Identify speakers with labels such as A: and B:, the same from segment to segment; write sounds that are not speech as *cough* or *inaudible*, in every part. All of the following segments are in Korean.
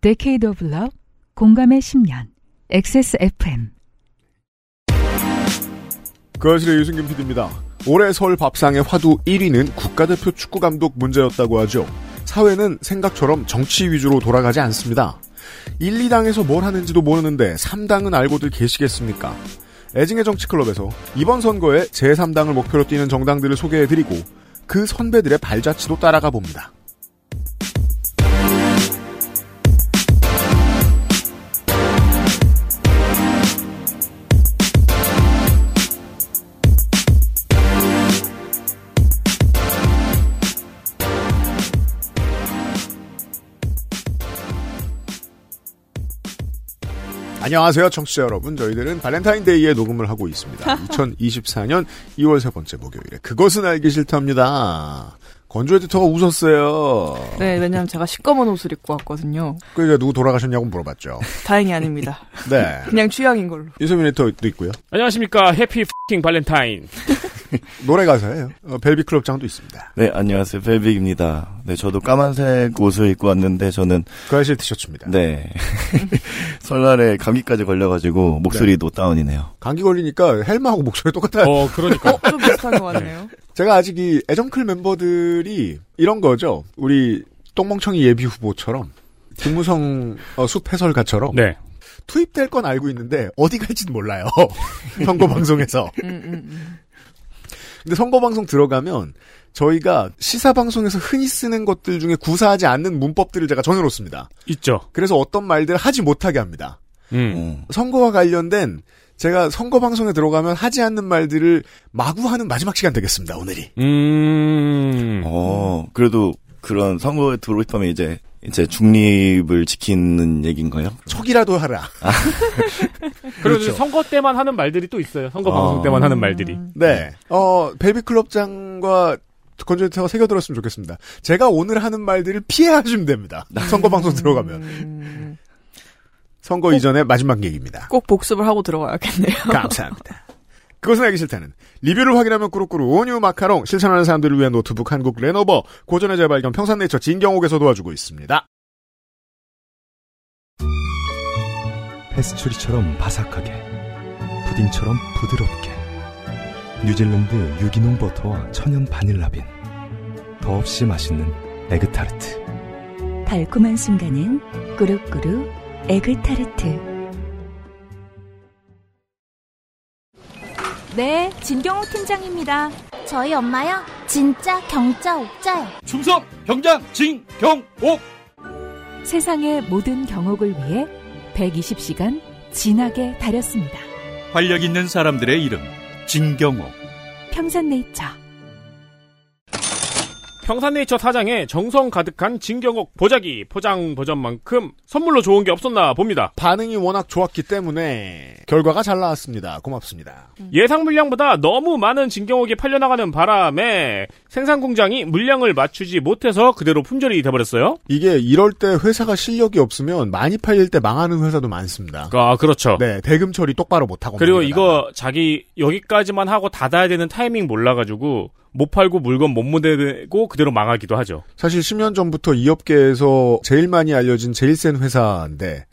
A: Decade of Love, 공감의 10년, XSFM.
B: 그실의 유승균 PD입니다. 올해 설 밥상의 화두 1위는 국가대표 축구감독 문제였다고 하죠. 사회는 생각처럼 정치 위주로 돌아가지 않습니다. 1, 2당에서 뭘 하는지도 모르는데 3당은 알고들 계시겠습니까? 애증의 정치클럽에서 이번 선거에 제3당을 목표로 뛰는 정당들을 소개해드리고 그 선배들의 발자취도 따라가 봅니다. 안녕하세요, 청취자 여러분. 저희들은 발렌타인데이에 녹음을 하고 있습니다. 2024년 2월 세 번째 목요일에 그것은 알기 싫답니다. 건조 에디터가 웃었어요.
C: 네, 왜냐면 제가 시꺼먼 옷을 입고 왔거든요.
B: 그러니까 누구 돌아가셨냐고 물어봤죠.
C: 다행히 아닙니다.
B: 네.
C: 그냥 취향인 걸로.
B: 유세민 에디터도 있고요.
D: 안녕하십니까 해피 킹 발렌타인
B: 노래 가사예요. 어, 벨비 클럽장도 있습니다.
E: 네, 안녕하세요. 벨빅입니다. 네, 저도 까만색 옷을 입고 왔는데 저는
B: 그아실 티셔츠입니다.
E: 네. *laughs* 설날에 감기까지 걸려가지고 목소리도 다운이네요.
B: 감기 걸리니까 헬마하고 목소리 똑같아요.
D: 어 그러니까
C: 어, 좀 비슷한 것 같네요.
B: 제가 아직 이 애정클 멤버들이 이런 거죠. 우리 똥멍청이 예비 후보처럼 김무성 어, 숲 해설가처럼
D: 네
B: 투입될 건 알고 있는데 어디 갈지는 몰라요. *laughs* 선거 방송에서.
C: 음, 음, 음.
B: 근데 선거 방송 들어가면 저희가 시사 방송에서 흔히 쓰는 것들 중에 구사하지 않는 문법들을 제가 정해놓습니다.
D: 있죠
B: 그래서 어떤 말들을 하지 못하게 합니다.
D: 음
E: 음.
B: 선거와 관련된 제가 선거 방송에 들어가면 하지 않는 말들을 마구 하는 마지막 시간 되겠습니다. 오늘이.
D: 음.
E: 어, 그래도 그런 선거에 돌입하면 이제 이제 중립을 지키는 얘기인가요? 아,
B: 척이라도 하라.
D: 그리고
B: 그렇죠.
D: 선거 때만 하는 말들이 또 있어요 선거
E: 어.
D: 방송 때만 하는 말들이
C: 음.
B: 네. 어, 벨비클럽장과 건조대타가 새겨들었으면 좋겠습니다. 제가 오늘 하는 말들을 피해하시면 됩니다.
C: 네.
B: 선거 방송 들어가면.
C: 음,
B: 선거 이전의 마지막 얘기입니다.
C: 꼭 복습을 하고 들어가야겠네요.
B: *laughs* 감사합니다. 그것은 알기 싫다는 리뷰를 확인하면 꾸룩꾸룩 온유 마카롱 실천하는 사람들을 위한 노트북 한국 레노버 고전의 재발견 평산네이처 진경옥에서 도와주고 있습니다.
F: 패스츄리처럼 바삭하게 pudding처럼 부드럽게 뉴질랜드 유기농 버터와 천연 바닐라빈 더없이 맛있는 에그타르트
G: 달콤한 순간은 꾸룩꾸룩 에그타르트.
H: 네, 진경호 팀장입니다. 저희 엄마요? 진짜 경자 옥자요.
I: 충성 경장 진경옥
A: 세상의 모든 경옥을 위해 120시간 진하게 다렸습니다.
I: 활력 있는 사람들의 이름 진경옥
A: 평산네이처.
D: 평산네이처 사장의 정성 가득한 진경옥 보자기 포장 버전만큼 선물로 좋은 게 없었나 봅니다
B: 반응이 워낙 좋았기 때문에 결과가 잘 나왔습니다. 고맙습니다.
D: 예상 물량보다 너무 많은 진경옥이 팔려나가는 바람에 생산 공장이 물량을 맞추지 못해서 그대로 품절이 돼버렸어요
B: 이게 이럴 때 회사가 실력이 없으면 많이 팔릴 때 망하는 회사도 많습니다.
D: 아 그렇죠
B: 네, 대금 처리 똑바로 못하고.
D: 그리고
B: 맙니다.
D: 이거 자기 여기까지만 하고 닫아야 되는 타이밍 몰라가지고 못 팔고 물건 못 모내고 그대로 망하기도 하죠.
B: 사실 10년 전부터 이 업계에서 제일 많이 알려진 제일 센 회사인데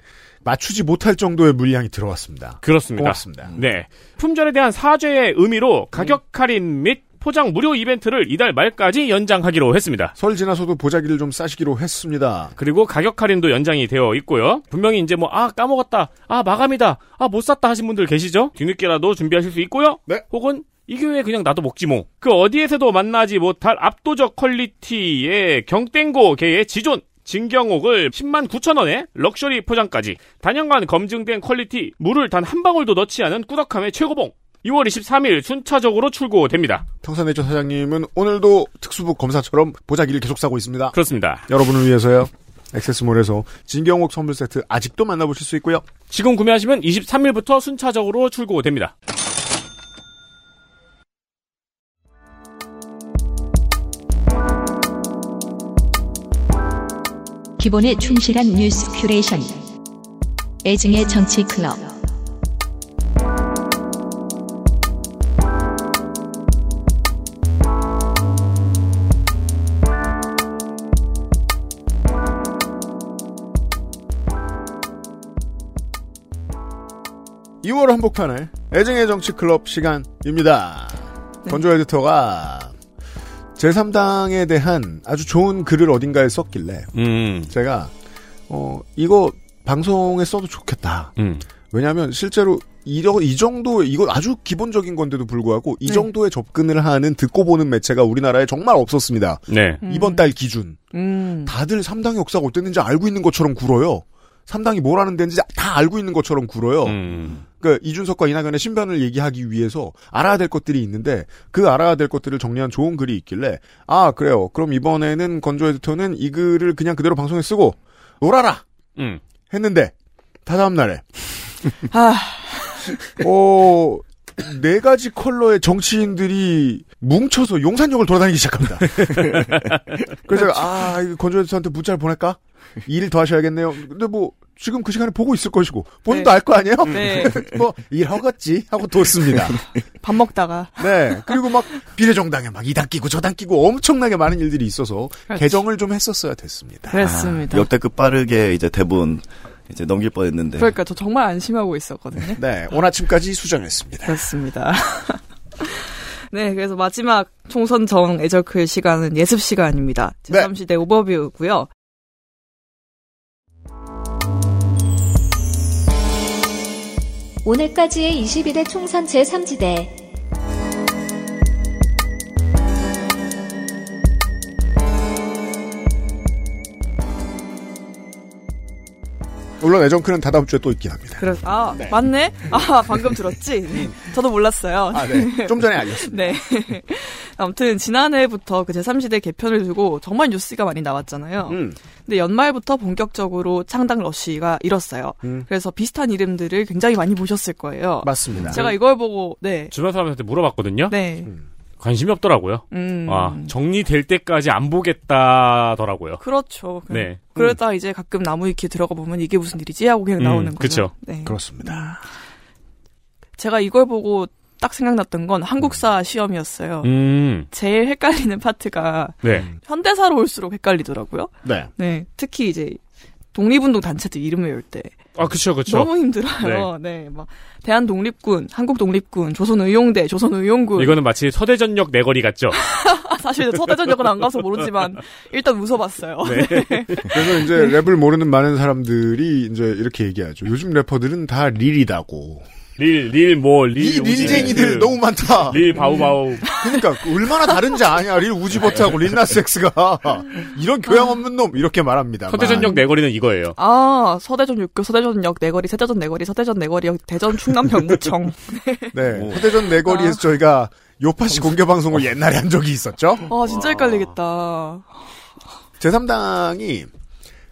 B: 맞추지 못할 정도의 물량이 들어왔습니다.
D: 그렇습니다. 음.
B: 고맙습니다.
D: 네. 품절에 대한 사죄의 의미로 가격 할인 및 포장 무료 이벤트를 이달 말까지 연장하기로 했습니다.
B: 설 지나서도 보자기를 좀 싸시기로 했습니다.
D: 그리고 가격 할인도 연장이 되어 있고요. 분명히 이제 뭐, 아, 까먹었다. 아, 마감이다. 아, 못 샀다 하신 분들 계시죠? 뒤늦게라도 준비하실 수 있고요.
B: 네.
D: 혹은 이 기회에 그냥 나도 먹지 뭐. 그 어디에서도 만나지 못할 압도적 퀄리티의 경땡고 계의 지존. 진경옥을 10만 9천원에 럭셔리 포장까지 단연간 검증된 퀄리티 물을 단 한 방울도 넣지 않은 꾸덕함의 최고봉 2월 23일 순차적으로 출고됩니다
B: 평산네이처 사장님은 오늘도 특수부 검사처럼 보자기를 계속 싸고 있습니다.
D: 그렇습니다
B: 여러분을 위해서요. 액세스몰에서 진경옥 선물 세트 아직도 만나보실 수 있고요.
D: 지금 구매하시면 23일부터 순차적으로 출고됩니다
J: 기본에 충실한 뉴스 큐레이션. 애증의 정치 클럽.
B: 2월 한복판에 애증의 정치 클럽 시간입니다.
D: 네.
B: 건조 에디터가 제3당에 대한 아주 좋은 글을 어딘가에 썼길래
D: 음,
B: 제가 어 이거 방송에 써도 좋겠다.
D: 음.
B: 왜냐하면 실제로 이러, 이 정도 이거 아주 기본적인 건데도 불구하고 이
C: 네.
B: 정도의 접근을 하는 듣고 보는 매체가 우리나라에 정말 없었습니다.
D: 네.
C: 음.
B: 이번 달 기준
C: 음.
B: 다들 3당의 역사가 어땠는지 알고 있는 것처럼 굴어요. 3당이 뭘 하는 데인지 다 알고 있는 것처럼 굴어요.
D: 음.
B: 그러니까 이준석과 이낙연의 신변을 얘기하기 위해서 알아야 될 것들이 있는데 그 알아야 될 것들을 정리한 좋은 글이 있길래 아 그래요 그럼 이번에는 건조 에디터는 이 글을 그냥 그대로 방송에 쓰고 놀아라
D: 음.
B: 했는데 다다음 날에
C: 아,
B: 어, 어네 가지 컬러의 정치인들이 뭉쳐서 용산역을 돌아다니기 시작합니다. 그래서 제가 아 이거 건조 에디터한테 문자를 보낼까 일 더 하셔야겠네요. 근데 뭐 지금 그 시간에 보고 있을 것이고 본인도
C: 네.
B: 알 거 아니에요?
C: 네.
B: 뭐 일하겠지 하고 뒀습니다.
C: 밥 먹다가.
B: 네. 그리고 막 비례정당에 막 이당 끼고 저당 끼고 엄청나게 많은 일들이 있어서
C: 그렇지.
B: 개정을 좀 했었어야
D: 아,
B: 됐습니다.
C: 그랬습니다.
E: 역대급 빠르게 이제 대본 이제 넘길
D: 네.
E: 뻔했는데
C: 그러니까 저 정말 안심하고 있었거든요.
B: 네. 오늘 아침까지 수정했습니다.
C: 그렇습니다. *laughs* 네, 그래서 마지막 총선 정 애절클 시간은 예습 시간입니다.
B: 네.
C: 제3시대 오버뷰고요.
H: 오늘까지의 21대 총선 제3지대
B: 물론 애정크는 다다음 주에 또 있긴 합니다.
C: 그래서 아 맞네. 아 방금 들었지. 네. 저도 몰랐어요.
B: 아, 네. 좀 전에 알렸습니다.
C: 네. *laughs* 아무튼 지난해부터 그 제3시대 개편을 두고 정말 뉴스가 많이 나왔잖아요.
B: 음.
C: 근데 연말부터 본격적으로 창당 러쉬가 일었어요.
B: 음.
C: 그래서 비슷한 이름들을 굉장히 많이 보셨을 거예요.
B: 맞습니다.
C: 제가 이걸 보고 네.
D: 주변 사람한테 물어봤거든요.
C: 네.
B: 음.
D: 관심이 없더라고요.
C: 음.
D: 아, 정리될 때까지 안 보겠다더라고요.
C: 그렇죠. 그-
D: 네.
C: 그러다 이제 가끔 나무 위키 들어가 보면 이게 무슨 일이지 하고 그냥 나오는
D: 음,
C: 거죠.
D: 그쵸.
C: 네.
B: 그렇습니다.
C: 제가 이걸 보고 딱 생각났던 건 한국사 시험이었어요.
D: 음.
C: 제일 헷갈리는 파트가
D: 네.
B: 음.
C: 현대사로 올수록 헷갈리더라고요.
B: 네.
C: 네. 특히 이제 독립운동 단체들 이름 외울 때
D: 아, 그쵸, 그쵸.
C: 너무 힘들어요. 네. 막 대한 독립군, 한국 독립군, 조선 의용대, 조선 의용군.
D: 이거는 마치 서대전역 내거리 같죠?
C: *laughs* 아, 사실 서대전역은 안 가서 모르지만 일단 웃어봤어요.
B: 그래서 이제 랩을 모르는 많은 사람들이 이제 이렇게 얘기하죠. 요즘 래퍼들은 다 릴이다고.
D: 릴, 릴, 뭐, 릴.
B: 이
D: 우지,
B: 릴쟁이들
D: 릴.
B: 너무 많다.
D: 릴, 바우바우.
B: 그러니까 그 얼마나 다른지 아냐. 릴 우지버트하고 *laughs* 릴나스엑스가 이런 교양 없는 놈 이렇게 말합니다.
D: 서대전역 내거리는 이거예요.
C: 아, 서대전 육교, 서대전역 네 내거리, 세대전 내거리, 서대전 네 내거리역, 대전 충남 병무청.
B: 네. 서대전 내거리에서 저희가 요파시 공개 방송을 옛날에 한 적이 있었죠.
C: 아, 진짜 헷갈리겠다.
B: 제3당이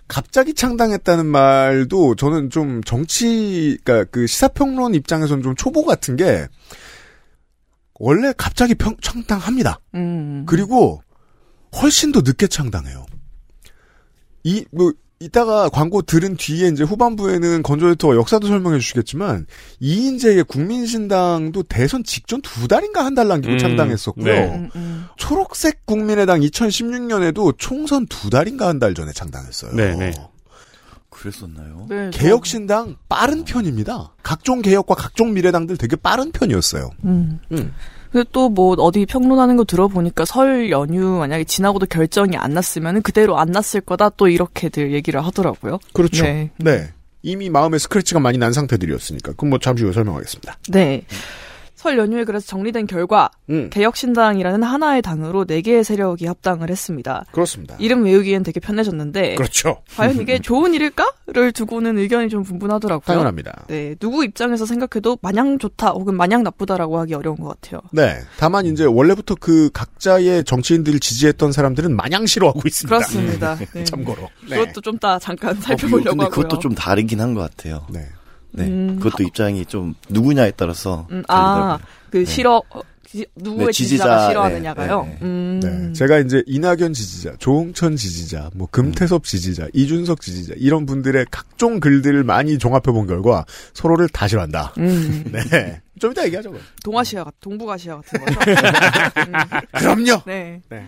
B: 갑자기 창당했다는 말도 저는 좀 정치, 그러니까 그 시사평론 입장에서는 좀 초보 같은 게 원래 갑자기 평, 창당합니다.
C: 음.
B: 그리고 훨씬 더 늦게 창당해요. 이, 뭐, 이따가 광고 들은 뒤에 이제 후반부에는 건조유터 역사도 설명해 주시겠지만 이인재의 국민신당도 대선 직전 두 달인가 한 달 남기고
D: 음,
B: 창당했었고요.
D: 네.
C: 음, 음.
B: 초록색 국민의당 2016년에도 총선 두 달인가 한 달 전에 창당했어요.
D: 네네.
E: 그랬었나요?
C: 네, 저-
B: 개혁신당 빠른 편입니다. 각종 개혁과 각종 미래당들 되게 빠른 편이었어요.
C: 음.
B: 음.
C: 근데 또 뭐 어디 평론하는 거 들어보니까 설 연휴 만약에 지나고도 결정이 안 났으면 그대로 안 났을 거다 또 이렇게들 얘기를 하더라고요.
B: 그렇죠.
C: 네.
B: 네. 이미 마음에 스크래치가 많이 난 상태들이었으니까. 그럼 뭐 잠시 후에 설명하겠습니다.
C: 네. 설 연휴에 그래서 정리된 결과
B: 음.
C: 개혁신당이라는 하나의 당으로 네 개의 세력이 합당을 했습니다.
B: 그렇습니다.
C: 이름 외우기엔 되게 편해졌는데
B: 그렇죠. *laughs*
C: 과연 이게 좋은 일일까를 두고는 의견이 좀 분분하더라고요.
B: 당연합니다.
C: 네, 누구 입장에서 생각해도 마냥 좋다 혹은 마냥 나쁘다라고 하기 어려운 것 같아요.
B: 네. 다만 이제 원래부터 그 각자의 정치인들을 지지했던 사람들은 마냥 싫어하고 있습니다.
C: 그렇습니다. 네.
B: 참고로.
C: 그것도 좀 따 잠깐
E: 어,
C: 살펴보려고
E: 근데
C: 하고요.
E: 그것도 좀 다르긴 한 것 같아요.
B: 네.
E: 네,
C: 음.
E: 그것도 입장이 좀 누구냐에 따라서
C: 음, 아,
E: 다르더라고요.
C: 그 싫어 어, 지- 누구의
E: 네,
C: 지지자가
E: 지지자,
C: 싫어하느냐가요.
E: 네, 네,
C: 음,
B: 네. 제가 이제 이낙연 지지자, 조홍천 지지자, 뭐 금태섭 지지자, 이준석 지지자 이런 분들의 각종 글들을 많이 종합해 본 결과 서로를 다 싫어한다.
C: 음,
B: 네. *laughs* 좀 이따 얘기하죠. 그럼.
C: 동아시아 같, 동북아시아 같은
E: *laughs*
C: 거죠. 음,
B: 그럼요.
C: 네.
B: 네.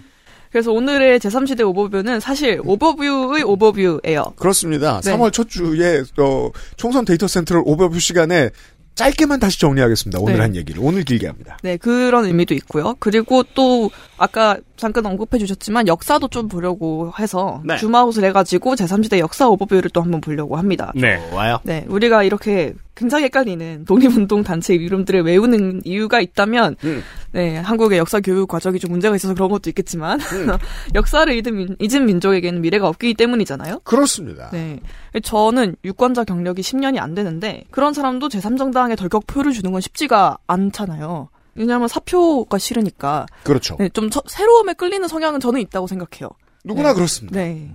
C: 그래서 오늘의 제3시대 오버뷰는 사실 오버뷰의 오버뷰예요.
B: 그렇습니다.
C: 네.
B: 3월 첫 주에 어, 총선 데이터 센트럴 오버뷰 시간에 짧게만 다시 정리하겠습니다. 오늘
C: 네.
B: 한 얘기를. 오늘 길게 합니다.
C: 네, 그런 의미도 있고요. 그리고 또 아까 잠깐 언급해 주셨지만 역사도 좀 보려고 해서
D: 네.
C: 주마웃을 해가지고 제3시대 역사 오버뷰를 또 한번 보려고 합니다.
D: 네.
B: 어,
E: 와요.
C: 네, 우리가 이렇게 굉장히 헷갈리는 독립운동 단체 이름들을 외우는 이유가 있다면,
D: 음.
C: 네, 한국의 역사 교육 과정이 좀 문제가 있어서 그런 것도 있겠지만, *laughs* 역사를 잊은, 민- 잊은 민족에게는 미래가 없기 때문이잖아요.
B: 그렇습니다.
C: 네. 저는 유권자 경력이 10년이 안 되는데 그런 사람도 제3정당에 덜컥 표를 주는 건 쉽지가 않잖아요. 왜냐하면 사표가 싫으니까
B: 그렇죠.
C: 네, 좀 처- 새로움에 끌리는 성향은 저는 있다고 생각해요.
B: 누구나
C: 네.
B: 그렇습니다.
C: 네.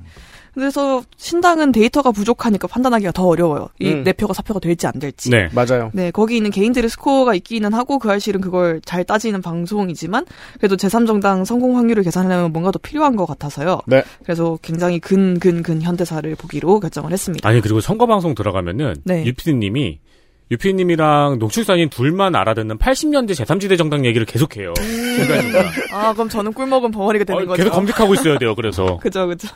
C: 그래서 신당은 데이터가 부족하니까 판단하기가 더 어려워요. 이
D: 음.
C: 내 표가 사표가 될지 안 될지.
D: 네.
B: 맞아요.
C: 네, 거기 있는 개인들의 스코어가 있기는 하고 그 알실은 그걸 잘 따지는 방송이지만 그래도 제3정당 성공 확률을 계산하려면 뭔가 더 필요한 것 같아서요.
B: 네.
C: 그래서 굉장히 근 근 근 현대사를 보기로 결정을 했습니다.
D: 아니 그리고 선거 방송 들어가면은
C: 네.
D: 유피디님이 유피디님이랑 농축산인 둘만 알아듣는 80년대 제3지대 정당 얘기를 계속해요.
B: 음.
D: 중간중간.
C: 아, 그럼 저는 꿀 먹은 벙어리가 *laughs* 되는
D: 어,
C: 거죠.
D: 계속 검색하고 있어야 돼요. 그래서
C: 그죠, 그죠.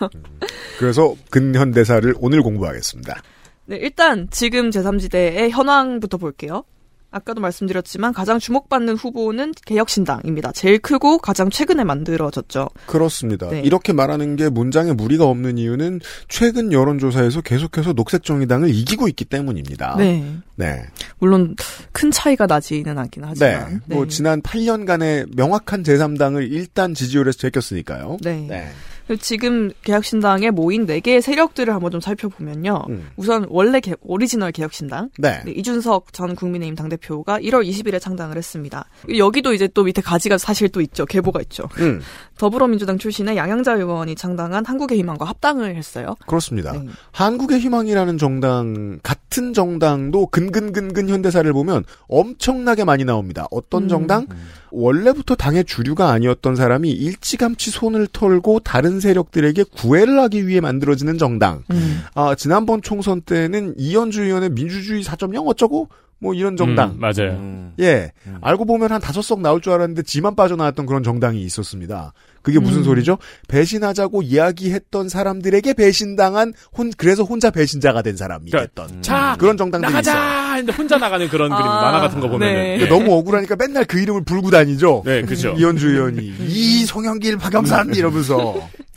B: 그래서 근현대사를 오늘 공부하겠습니다.
C: 네, 일단 지금 제3지대의 현황부터 볼게요. 아까도 말씀드렸지만 가장 주목받는 후보는 개혁신당입니다. 제일 크고 가장 최근에 만들어졌죠.
B: 그렇습니다.
C: 네.
B: 이렇게 말하는 게 문장에 무리가 없는 이유는 최근 여론조사에서 계속해서 녹색정의당을 이기고 있기 때문입니다.
C: 네.
B: 네.
C: 물론 큰 차이가 나지는 않긴 하지만.
B: 네. 뭐 지난 8년간의 명확한 제3당을 일단 지지율에서 제꼈으니까요.
C: 네. 그리고 지금 개혁신당에 모인 4개의 세력들을 한번 좀 살펴보면요.
B: 음.
C: 우선 원래 개- 오리지널 개혁신당.
B: 네.
C: 네, 이준석 전 국민의힘 당대표가 1월 20일에 창당을 했습니다. 여기도 이제 또 밑에 가지가 사실 또 있죠. 계보가 있죠.
B: 음,
C: 더불어민주당 출신의 양양자 의원이 창당한 한국의 희망과 합당을 했어요.
B: 그렇습니다.
C: 네.
B: 한국의 희망이라는 정당 같은 정당도 근근근근 현대사를 보면 엄청나게 많이 나옵니다. 어떤
C: 음.
B: 정당 원래부터 당의 주류가 아니었던 사람이 일찌감치 손을 털고 다른 세력들에게 구애를 하기 위해 만들어지는 정당.
C: 음.
B: 아 지난번 총선 때는 이현주 의원의 민주주의 4.0 어쩌고 뭐 이런 정당.
D: 음, 맞아요.
E: 음.
B: 예.
E: 음.
B: 알고 보면 한 다섯 석 나올 줄 알았는데 지만 빠져나왔던 그런 정당이 있었습니다. 그게 무슨
C: 음.
B: 소리죠? 배신하자고 이야기했던 사람들에게 배신당한 혼 그래서 혼자 배신자가 된 사람이
D: 그러니까
B: 됐던
E: 음.
D: 자
B: 음. 그런 정당들이 있어요. 그러니까
D: 나가자 했는데 혼자 나가는 그런
C: *laughs*
D: 그림
C: 아,
D: 만화 같은 거 보면은
C: 네.
D: 네,
B: 너무 억울하니까 맨날 그 이름을 불고 다니죠.
D: 네, 음. 그죠.
B: 이현주 의원이 이 송영길 박영산
D: *laughs*
B: 이러면서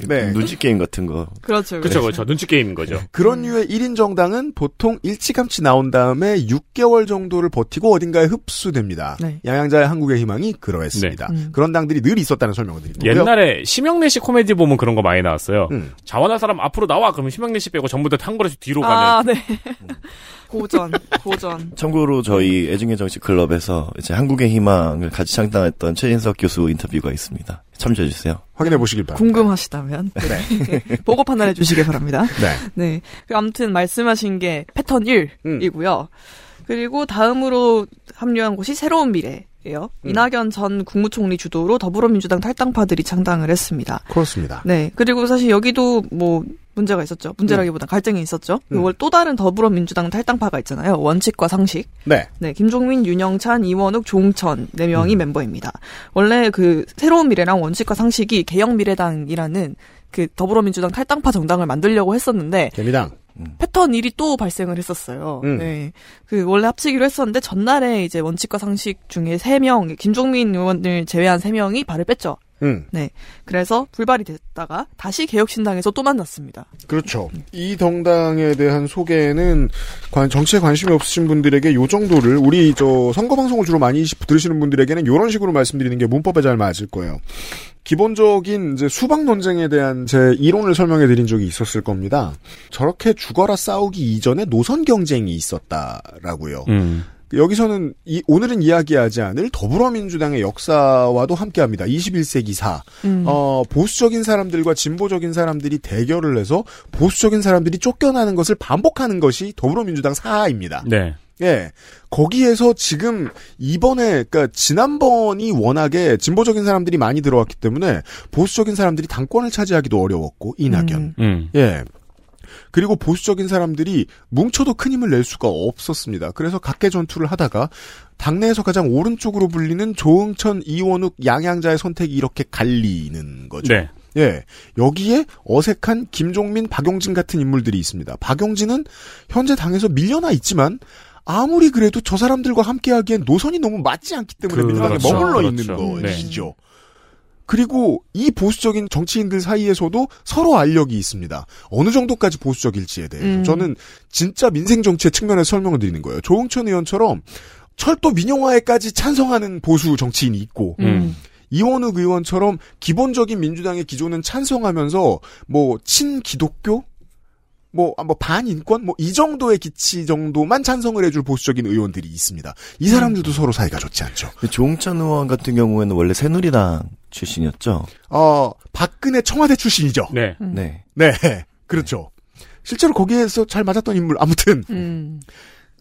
B: 네.
E: 음. 눈치 게임 같은 거.
C: 그렇죠.
D: 그렇죠, 그렇죠. 눈치 게임인 거죠.
B: 그런 류의 1인 정당은 보통 일찌감치 나온 다음에 6개월 정도를 버티고 어딘가에 흡수됩니다.
C: 네.
B: 양양자의 한국의 희망이 그러했습니다.
C: 네. 음.
B: 그런 당들이 늘 있었다는 설명을 드립니다.
D: 옛날에 심영래 씨 코미디 보면 그런 거 많이 나왔어요.
B: 음.
D: 자원할 사람 앞으로 나와 그러면 심영래 씨 빼고 전부 다 한 걸음씩 뒤로
C: 아, 네. *laughs* 고전, 고전.
E: 참고로 저희 애증의 정치 클럽에서 이제 한국의 희망을 같이 창당했던 최인석 교수 인터뷰가 있습니다. 참조해 주세요.
B: 확인해 보시길 바랍니다.
C: 궁금하시다면 네. 보고 판단해 주시기 바랍니다.
B: 네.
C: 네. 그 아무튼 말씀하신 게 패턴 1이고요. 그리고 다음으로 합류한 곳이 새로운 미래예요. 이낙연 전 국무총리 주도로 더불어민주당 탈당파들이 창당을 했습니다.
B: 그렇습니다.
C: 네. 그리고 사실 여기도 뭐 문제가 있었죠. 문제라기보다 갈등이 있었죠.
B: 음.
C: 이걸 또 다른 더불어민주당 탈당파가 있잖아요. 원칙과 상식.
B: 네.
C: 네, 김종민, 윤영찬, 이원욱, 종천 네 명이 멤버입니다. 원래 그 새로운 미래랑 원칙과 상식이 개혁미래당이라는 그 더불어민주당 탈당파 정당을 만들려고 했었는데
B: 개미당.
C: 패턴 일이 또 발생을 했었어요.
B: 음.
C: 네, 그 원래 합치기로 했었는데 전날에 이제 원칙과 상식 중에 세 명, 김종민 의원을 제외한 세 명이 발을 뺐죠.
B: 음,
C: 그래서 불발이 됐다가 다시 개혁신당에서 또 만났습니다.
B: 그렇죠. 이 정당에 대한 소개는 관- 정치에 관심이 없으신 분들에게 요 정도를 우리 저 선거 방송을 주로 많이 시- 들으시는 분들에게는 요런 식으로 말씀드리는 게 문법에 잘 맞을 거예요. 기본적인 이제 수박 논쟁에 대한 제 이론을 설명해 드린 적이 있었을 겁니다. 저렇게 죽어라 싸우기 이전에 노선 경쟁이 있었다라고요.
D: 가면.
B: 여기서는 이- 오늘은 이야기하지 않을 더불어민주당의 역사와도 함께합니다. 21세기사
C: 음.
B: 어, 보수적인 사람들과 진보적인 사람들이 대결을 해서 보수적인 사람들이 쫓겨나는 것을 반복하는 것이 더불어민주당 사입니다.
C: 음.
D: 네.
B: 예. 거기에서 지금 이번에 그러니까 지난번이 워낙에 진보적인 사람들이 많이 들어왔기 때문에 보수적인 사람들이 당권을 차지하기도 어려웠고 이낙연.
C: 음.
D: 음.
B: 예. 그리고 보수적인 사람들이 뭉쳐도 큰 힘을 낼 수가 없었습니다. 그래서 각계 전투를 하다가 당내에서 가장 오른쪽으로 불리는 조응천, 이원욱, 양양자의 선택이 이렇게 갈리는 거죠.
D: 네.
B: 예. 여기에 어색한 김종민, 박용진 같은 인물들이 있습니다. 박용진은 현재 당에서 밀려나 있지만 아무리 그래도 저 사람들과 함께하기엔 노선이 너무 맞지 않기 때문에 민주당에
D: 그렇죠.
B: 머물러 있는
D: 그렇죠.
B: 것이죠. 그리고 이 보수적인 정치인들 사이에서도 서로 알력이 있습니다. 어느 정도까지 보수적일지에 대해
C: 음.
B: 저는 진짜 민생 정치의 측면에서 설명을 드리는 거예요. 조응천 의원처럼 철도 민영화에까지 찬성하는 보수 정치인이 있고
D: 음.
B: 이원욱 의원처럼 기본적인 민주당의 기조는 찬성하면서 뭐 친기독교 뭐, 아, 뭐, 반인권? 뭐, 이 정도의 기치 정도만 찬성을 해줄 보수적인 의원들이 있습니다. 이 사람들도 서로 사이가 좋지 않죠.
E: 근데 조홍천 의원 같은 경우에는 원래 새누리당 출신이었죠.
B: 어, 박근혜 청와대 출신이죠.
D: 네.
C: 음.
E: 네.
B: 네, 그렇죠. 실제로 거기에서 잘 맞았던 인물, 아무튼.
C: 음.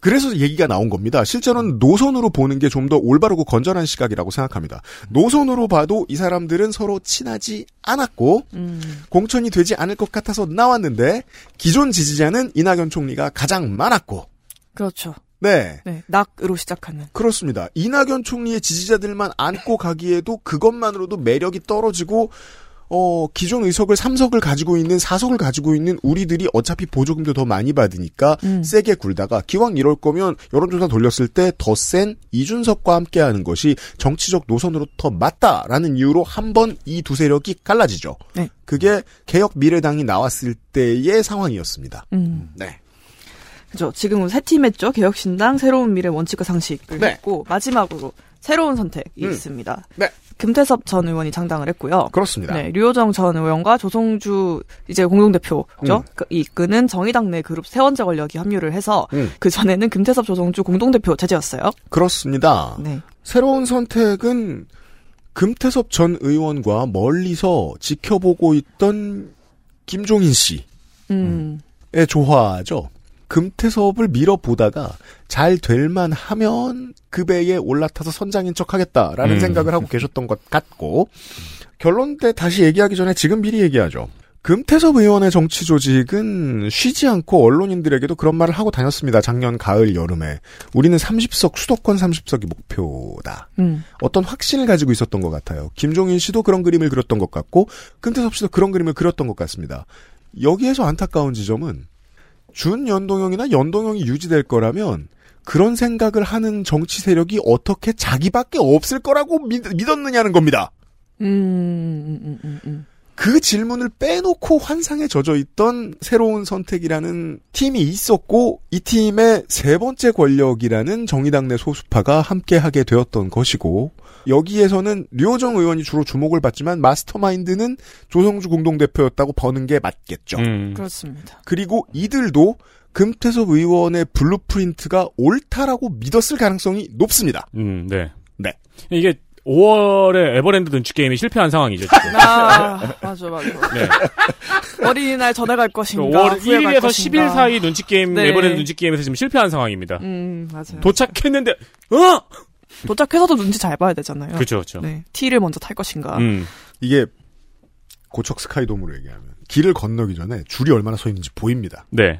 B: 그래서 얘기가 나온 겁니다. 실제로는 노선으로 보는 게 좀 더 올바르고 건전한 시각이라고 생각합니다. 노선으로 봐도 이 사람들은 서로 친하지 않았고,
C: 음.
B: 공천이 되지 않을 것 같아서 나왔는데, 기존 지지자는 이낙연 총리가 가장 많았고,
C: 그렇죠.
B: 네.
C: 네. 낙으로 시작하는.
B: 그렇습니다. 이낙연 총리의 지지자들만 안고 가기에도 그것만으로도 매력이 떨어지고 어 기존 의석을 3석을 가지고 있는 4석을 가지고 있는 우리들이 어차피 보조금도 더 많이 받으니까
C: 음.
B: 세게 굴다가 기왕 이럴 거면 여론조사 돌렸을 때 더 센 이준석과 함께하는 것이 정치적 노선으로 더 맞다라는 이유로 한 번 이 두 세력이 갈라지죠.
C: 네.
B: 그게 개혁 미래당이 나왔을 때의 상황이었습니다.
C: 음.
B: 네.
C: 그죠. 지금은 세 팀 했죠. 개혁신당, 새로운 미래 원칙과 상식을
B: 네.
C: 했고 마지막으로 새로운 선택이
B: 음.
C: 있습니다.
B: 네.
C: 김태섭 전 의원이 창당을 했고요.
B: 그렇습니다.
C: 네, 류호정 전 의원과 조성주 이제 공동대표죠.
B: 음.
C: 그 이끄는 정의당 내 그룹 세원제 권력이 합류를 해서
B: 음.
C: 그 전에는 김태섭 조성주 공동대표 체제였어요.
B: 그렇습니다.
C: 네.
B: 새로운 선택은 금태섭 전 의원과 멀리서 지켜보고 있던 김종인 씨의
C: 음.
B: 조화죠. 금태섭을 밀어보다가 잘 될 만하면 그 배에 올라타서 선장인 척하겠다라는
D: 음.
B: 생각을 하고 계셨던 것 같고 결론 때 다시 얘기하기 전에 지금 미리 얘기하죠. 금태섭 의원의 정치 조직은 쉬지 않고 언론인들에게도 그런 말을 하고 다녔습니다. 작년 가을 여름에 우리는 30석 수도권 30석이 목표다.
C: 음.
B: 어떤 확신을 가지고 있었던 것 같아요. 김종인 씨도 그런 그림을 그렸던 것 같고 금태섭 씨도 그런 그림을 그렸던 것 같습니다. 여기에서 안타까운 지점은 준연동형이나 연동형이 유지될 거라면 그런 생각을 하는 정치 세력이 어떻게 자기밖에 없을 거라고 믿, 믿었느냐는 겁니다.
C: 음. 음. 음. 음. 음.
B: 그 질문을 빼놓고 환상에 젖어 있던 새로운 선택이라는 팀이 있었고 이 팀의 세 번째 권력이라는 정의당 내 소수파가 함께하게 되었던 것이고 여기에서는 류호정 의원이 주로 주목을 받지만 마스터마인드는 조성주 공동대표였다고 버는 게 맞겠죠.
D: 음.
C: 그렇습니다.
B: 그리고 이들도 금태섭 의원의 블루프린트가 옳다라고 믿었을 가능성이 높습니다.
D: 음, 네.
B: 네.
D: 이게 5월에 에버랜드 눈치 게임이
B: *laughs*
D: 실패한 상황이죠, 그러니까 지금.
C: 아,
D: *laughs*
C: 맞아, 맞아.
D: 네. 그
C: 어린이날 전에 갈 것인가.
D: 5월
C: 그러니까 후에 갈
D: 1일에서
C: 것인가.
D: 10일 사이 눈치 게임,
C: 네.
D: 에버랜드 눈치 게임에서 지금 실패한 상황입니다.
C: 음, 맞아요.
D: 도착했는데, 어!
C: 도착해서도 눈치 잘 봐야 되잖아요.
B: 음.
D: 그렇죠, 그렇죠.
C: 네. T를 먼저 탈 것인가.
D: 음.
B: 이게 고척 스카이돔으로 얘기하면 길을 건너기 전에 줄이 얼마나 서 있는지 보입니다.
D: 네.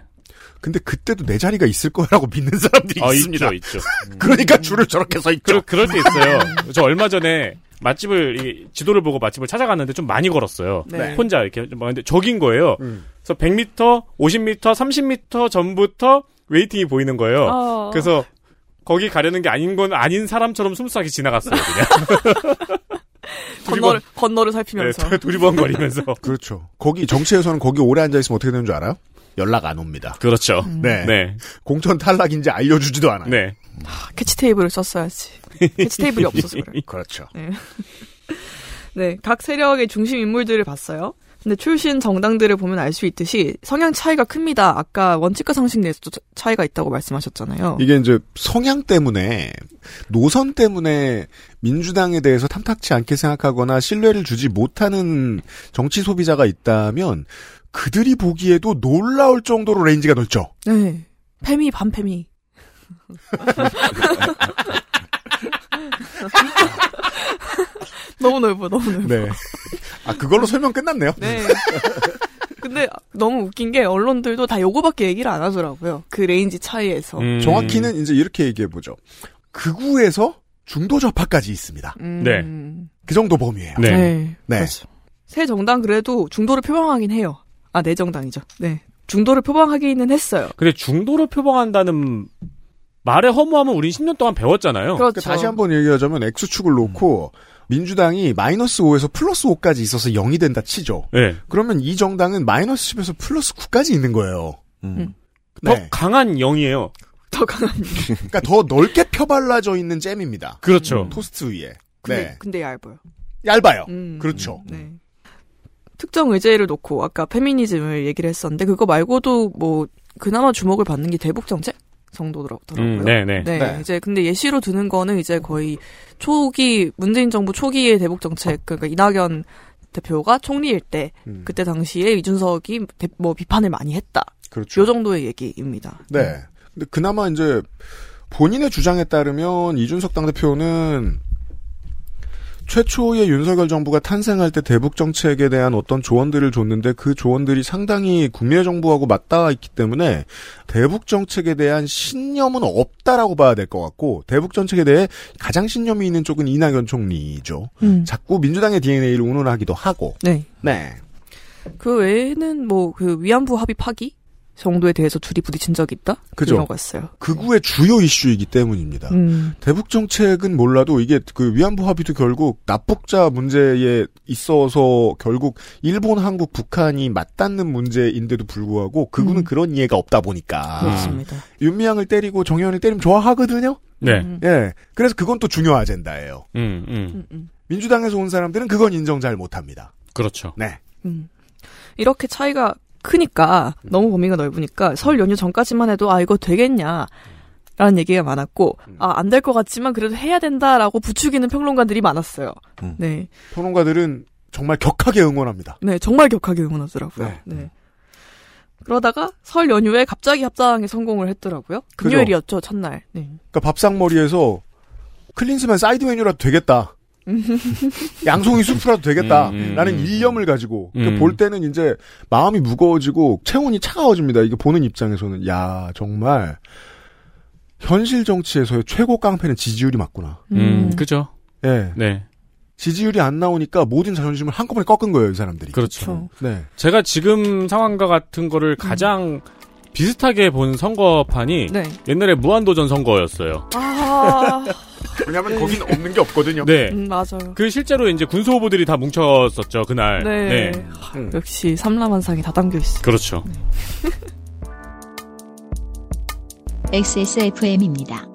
B: 근데 그때도 내 자리가 있을 거라고 *laughs* 믿는 사람들이
D: 아,
B: 있습니다.
D: 있죠, 있죠.
B: 그러니까 줄을 저렇게 서
D: 그,
B: 있죠.
D: 그럴 때 있어요. 저 얼마 전에 맛집을, 이 지도를 보고 맛집을 찾아갔는데 좀 많이 걸었어요.
C: 네.
D: 혼자 이렇게. 막 근데 적인 거예요.
B: 음.
D: 그래서 100m, 50m, 30m 전부터 웨이팅이 보이는 거예요.
C: 어.
D: 그래서 거기 가려는 게 아닌 건 아닌 사람처럼 스무스하게 지나갔어요, 그냥.
C: 건너를, 건너를
D: 네, *laughs*
C: 살피면서.
D: 도- 두리번거리면서.
B: 그렇죠. 거기 정치에서는 거기 오래 앉아 있으면 어떻게 되는 줄 알아요? 연락 안 옵니다.
D: 그렇죠.
B: 네.
D: 네.
B: 공천 탈락인지 알려주지도 않아요.
D: 네.
C: 캐치 테이블을 썼어야지. 캐치 테이블이 없어서
D: *laughs*
C: 그래.
B: 그렇죠.
C: 네, 각 세력의 중심 인물들을 봤어요. 근데 출신 정당들을 보면 알 수 있듯이 성향 차이가 큽니다. 아까 원칙과 상식 내에서도 차- 차이가 있다고 말씀하셨잖아요.
B: 이게 이제 성향 때문에 노선 때문에 민주당에 대해서 탐탁치 않게 생각하거나 신뢰를 주지 못하는 정치 소비자가 있다면 그들이 보기에도 놀라울 정도로 레인지가 넓죠.
C: 네. 패미 반패미. 너무 넓어, 너무 넓어.
B: 네. *laughs* 아 그걸로 설명 끝났네요.
C: 네. 근데 너무 웃긴 게 언론들도 다 요거밖에 얘기를 안 하더라고요. 그 레인지 차이에서.
D: 음.
B: 어, 정확히는 이제 이렇게 얘기해 보죠. 극우에서 중도 좌파까지 있습니다.
C: 음.
D: 네.
B: 그 정도 범위예요.
D: 네.
B: 네.
C: 그렇죠. 새 정당 그래도 중도를 표방하긴 해요. 아, 내 정당이죠. 네. 중도를 표방하기는 했어요.
D: 근데 중도로 표방한다는 말의 허무함은 우린 10년 동안
C: 그렇죠.
D: 배웠잖아요.
B: 그러니까 다시 한번 얘기하자면 X축을 놓고
C: 음.
B: 민주당이 마이너스 5에서 플러스 5까지 있어서 0이 된다 치죠.
D: 네.
B: 그러면 이 정당은 마이너스 10에서 플러스 9까지 있는 거예요.
C: 음.
D: 더
B: 네.
D: 강한 0이에요.
C: 더 강한.
B: 그러니까 더 넓게 펴발라져 있는 잼입니다.
D: 그렇죠.
B: 토스트 위에.
C: 근데
B: 네.
C: 근데 얇아요.
B: 얇아요.
C: 음.
B: 그렇죠.
C: 네. 특정 의제를 놓고 아까 페미니즘을 얘기를 했었는데 그거 말고도 뭐 그나마 주목을 받는 게 대북 정책 정도더라고요.
D: 음, 네네.
C: 네,
B: 네.
C: 이제 근데 예시로 드는 거는 이제 거의 초기 문재인 정부 초기의 대북 정책 그러니까 이낙연 대표가 총리일 때
B: 음.
C: 그때 당시에 이준석이 대- 뭐 비판을 많이 했다.
B: 그렇죠.
C: 요 정도의 얘기입니다.
B: 네. 근데 그나마 이제 본인의 주장에 따르면 이준석 당대표는 최초의 윤석열 정부가 탄생할 때 대북 정책에 대한 어떤 조언들을 줬는데 그 조언들이 상당히 국민의 정부하고 맞닿아 있기 때문에 대북 정책에 대한 신념은 없다라고 봐야 될 것 같고 대북 정책에 대해 가장 신념이 있는 쪽은 이낙연 총리죠.
C: 음.
B: 자꾸 민주당의 DNA를 운운하기도 하고.
C: 네.
B: 네.
C: 그 외에는 뭐 그 위안부 합의 파기 정도에 대해서 둘이 부딪힌 적이 있다.
B: 그죠.
C: 이런 거였어요.
B: 극우의 주요 이슈이기 때문입니다.
C: 음.
B: 대북 정책은 몰라도 이게 그 위안부 합의도 결국 납북자 문제에 있어서 결국 일본, 한국, 북한이 맞닿는 문제인데도 불구하고 그분은
C: 음.
B: 그런 이해가 없다 보니까
C: 그렇습니다.
B: 윤미향을 때리고 정의원을 때리면 좋아하거든요.
D: 네.
C: 음.
B: 예, 그래서 그건 또 중요 아젠다예요.
D: 음, 음.
C: 음, 음.
B: 민주당에서 온 사람들은 그건 인정 잘 못합니다.
D: 그렇죠.
B: 네,
C: 음. 이렇게 차이가 크니까 너무 범위가 넓으니까 설 연휴 전까지만 해도 아 이거 되겠냐 라는 얘기가 많았고 아 안 될 것 같지만 그래도 해야 된다라고 부추기는 평론가들이 많았어요.
E: 음.
C: 네,
B: 평론가들은 정말 격하게 응원합니다.
C: 네 정말 격하게 응원하더라고요.
B: 네.
C: 네. 그러다가 설 연휴에 갑자기 합당에 성공을 했더라고요. 금요일이었죠 첫날. 네.
B: 그러니까 밥상머리에서 클린스만 사이드 메뉴라도 되겠다. 양송이 수프라도
D: 음, 음,
B: 되겠다라는
D: 음.
B: 일념을 가지고 그러니까
D: 음.
B: 볼 때는 이제 마음이 무거워지고 체온이 차가워집니다. 이게 보는 입장에서는 야 정말 현실 정치에서의 최고 깡패는 지지율이 맞구나.
D: 음, 그죠.
B: 예,
D: 네.
B: 지지율이 안 나오니까 모든 자존심을 한꺼번에 꺾은 거예요, 이 사람들이.
D: 그렇죠.
B: 네,
D: 제가 지금 상황과 같은 거를 가장 비슷하게 본 선거판이
C: 네.
D: 옛날에 무한도전 선거였어요.
C: 아,
B: 왜냐하면 거긴 없는 게 없거든요.
D: 네.
C: 음, 맞아요.
D: 그 실제로 이제 군소 후보들이 다 뭉쳤었죠, 그날.
C: 네.
B: 음.
C: 역시 삼라만상이 다 담겨 있어.
D: 그렇죠.
J: XSFM입니다.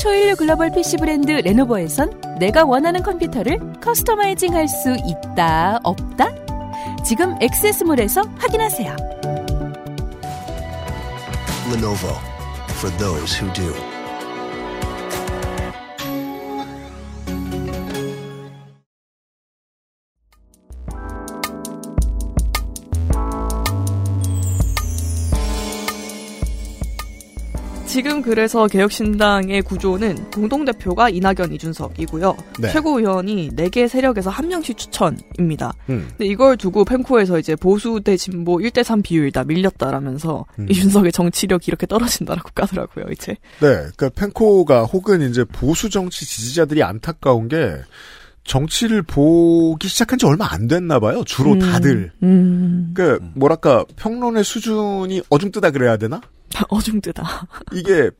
G: 초일류 글로벌 PC 브랜드 레노버에선 내가 원하는 컴퓨터를 커스터마이징 할 수 있다, 없다? 지금 액세스몰에서 확인하세요.
K: Lenovo for those who do.
C: 지금 그래서 개혁신당의 구조는 공동대표가 이낙연, 이준석이고요.
B: 네.
C: 최고위원이 4개 세력에서 한 명씩 추천입니다.
B: 음.
C: 근데 이걸 두고 펜코에서 이제 보수 대 진보 1대3 비율이다 밀렸다라면서
B: 음.
C: 이준석의 정치력이 이렇게 떨어진다라고 까더라고요, 이제.
B: 네, 그러니까 펜코가 혹은 이제 보수 정치 지지자들이 안타까운 게 정치를 보기 시작한 지 얼마 안 됐나 봐요. 주로
C: 음.
B: 다들.
C: 음. *laughs*
B: 그 뭐랄까 평론의 수준이 어중뜨다 그래야 되나?
C: 어중뜨다.
B: 이게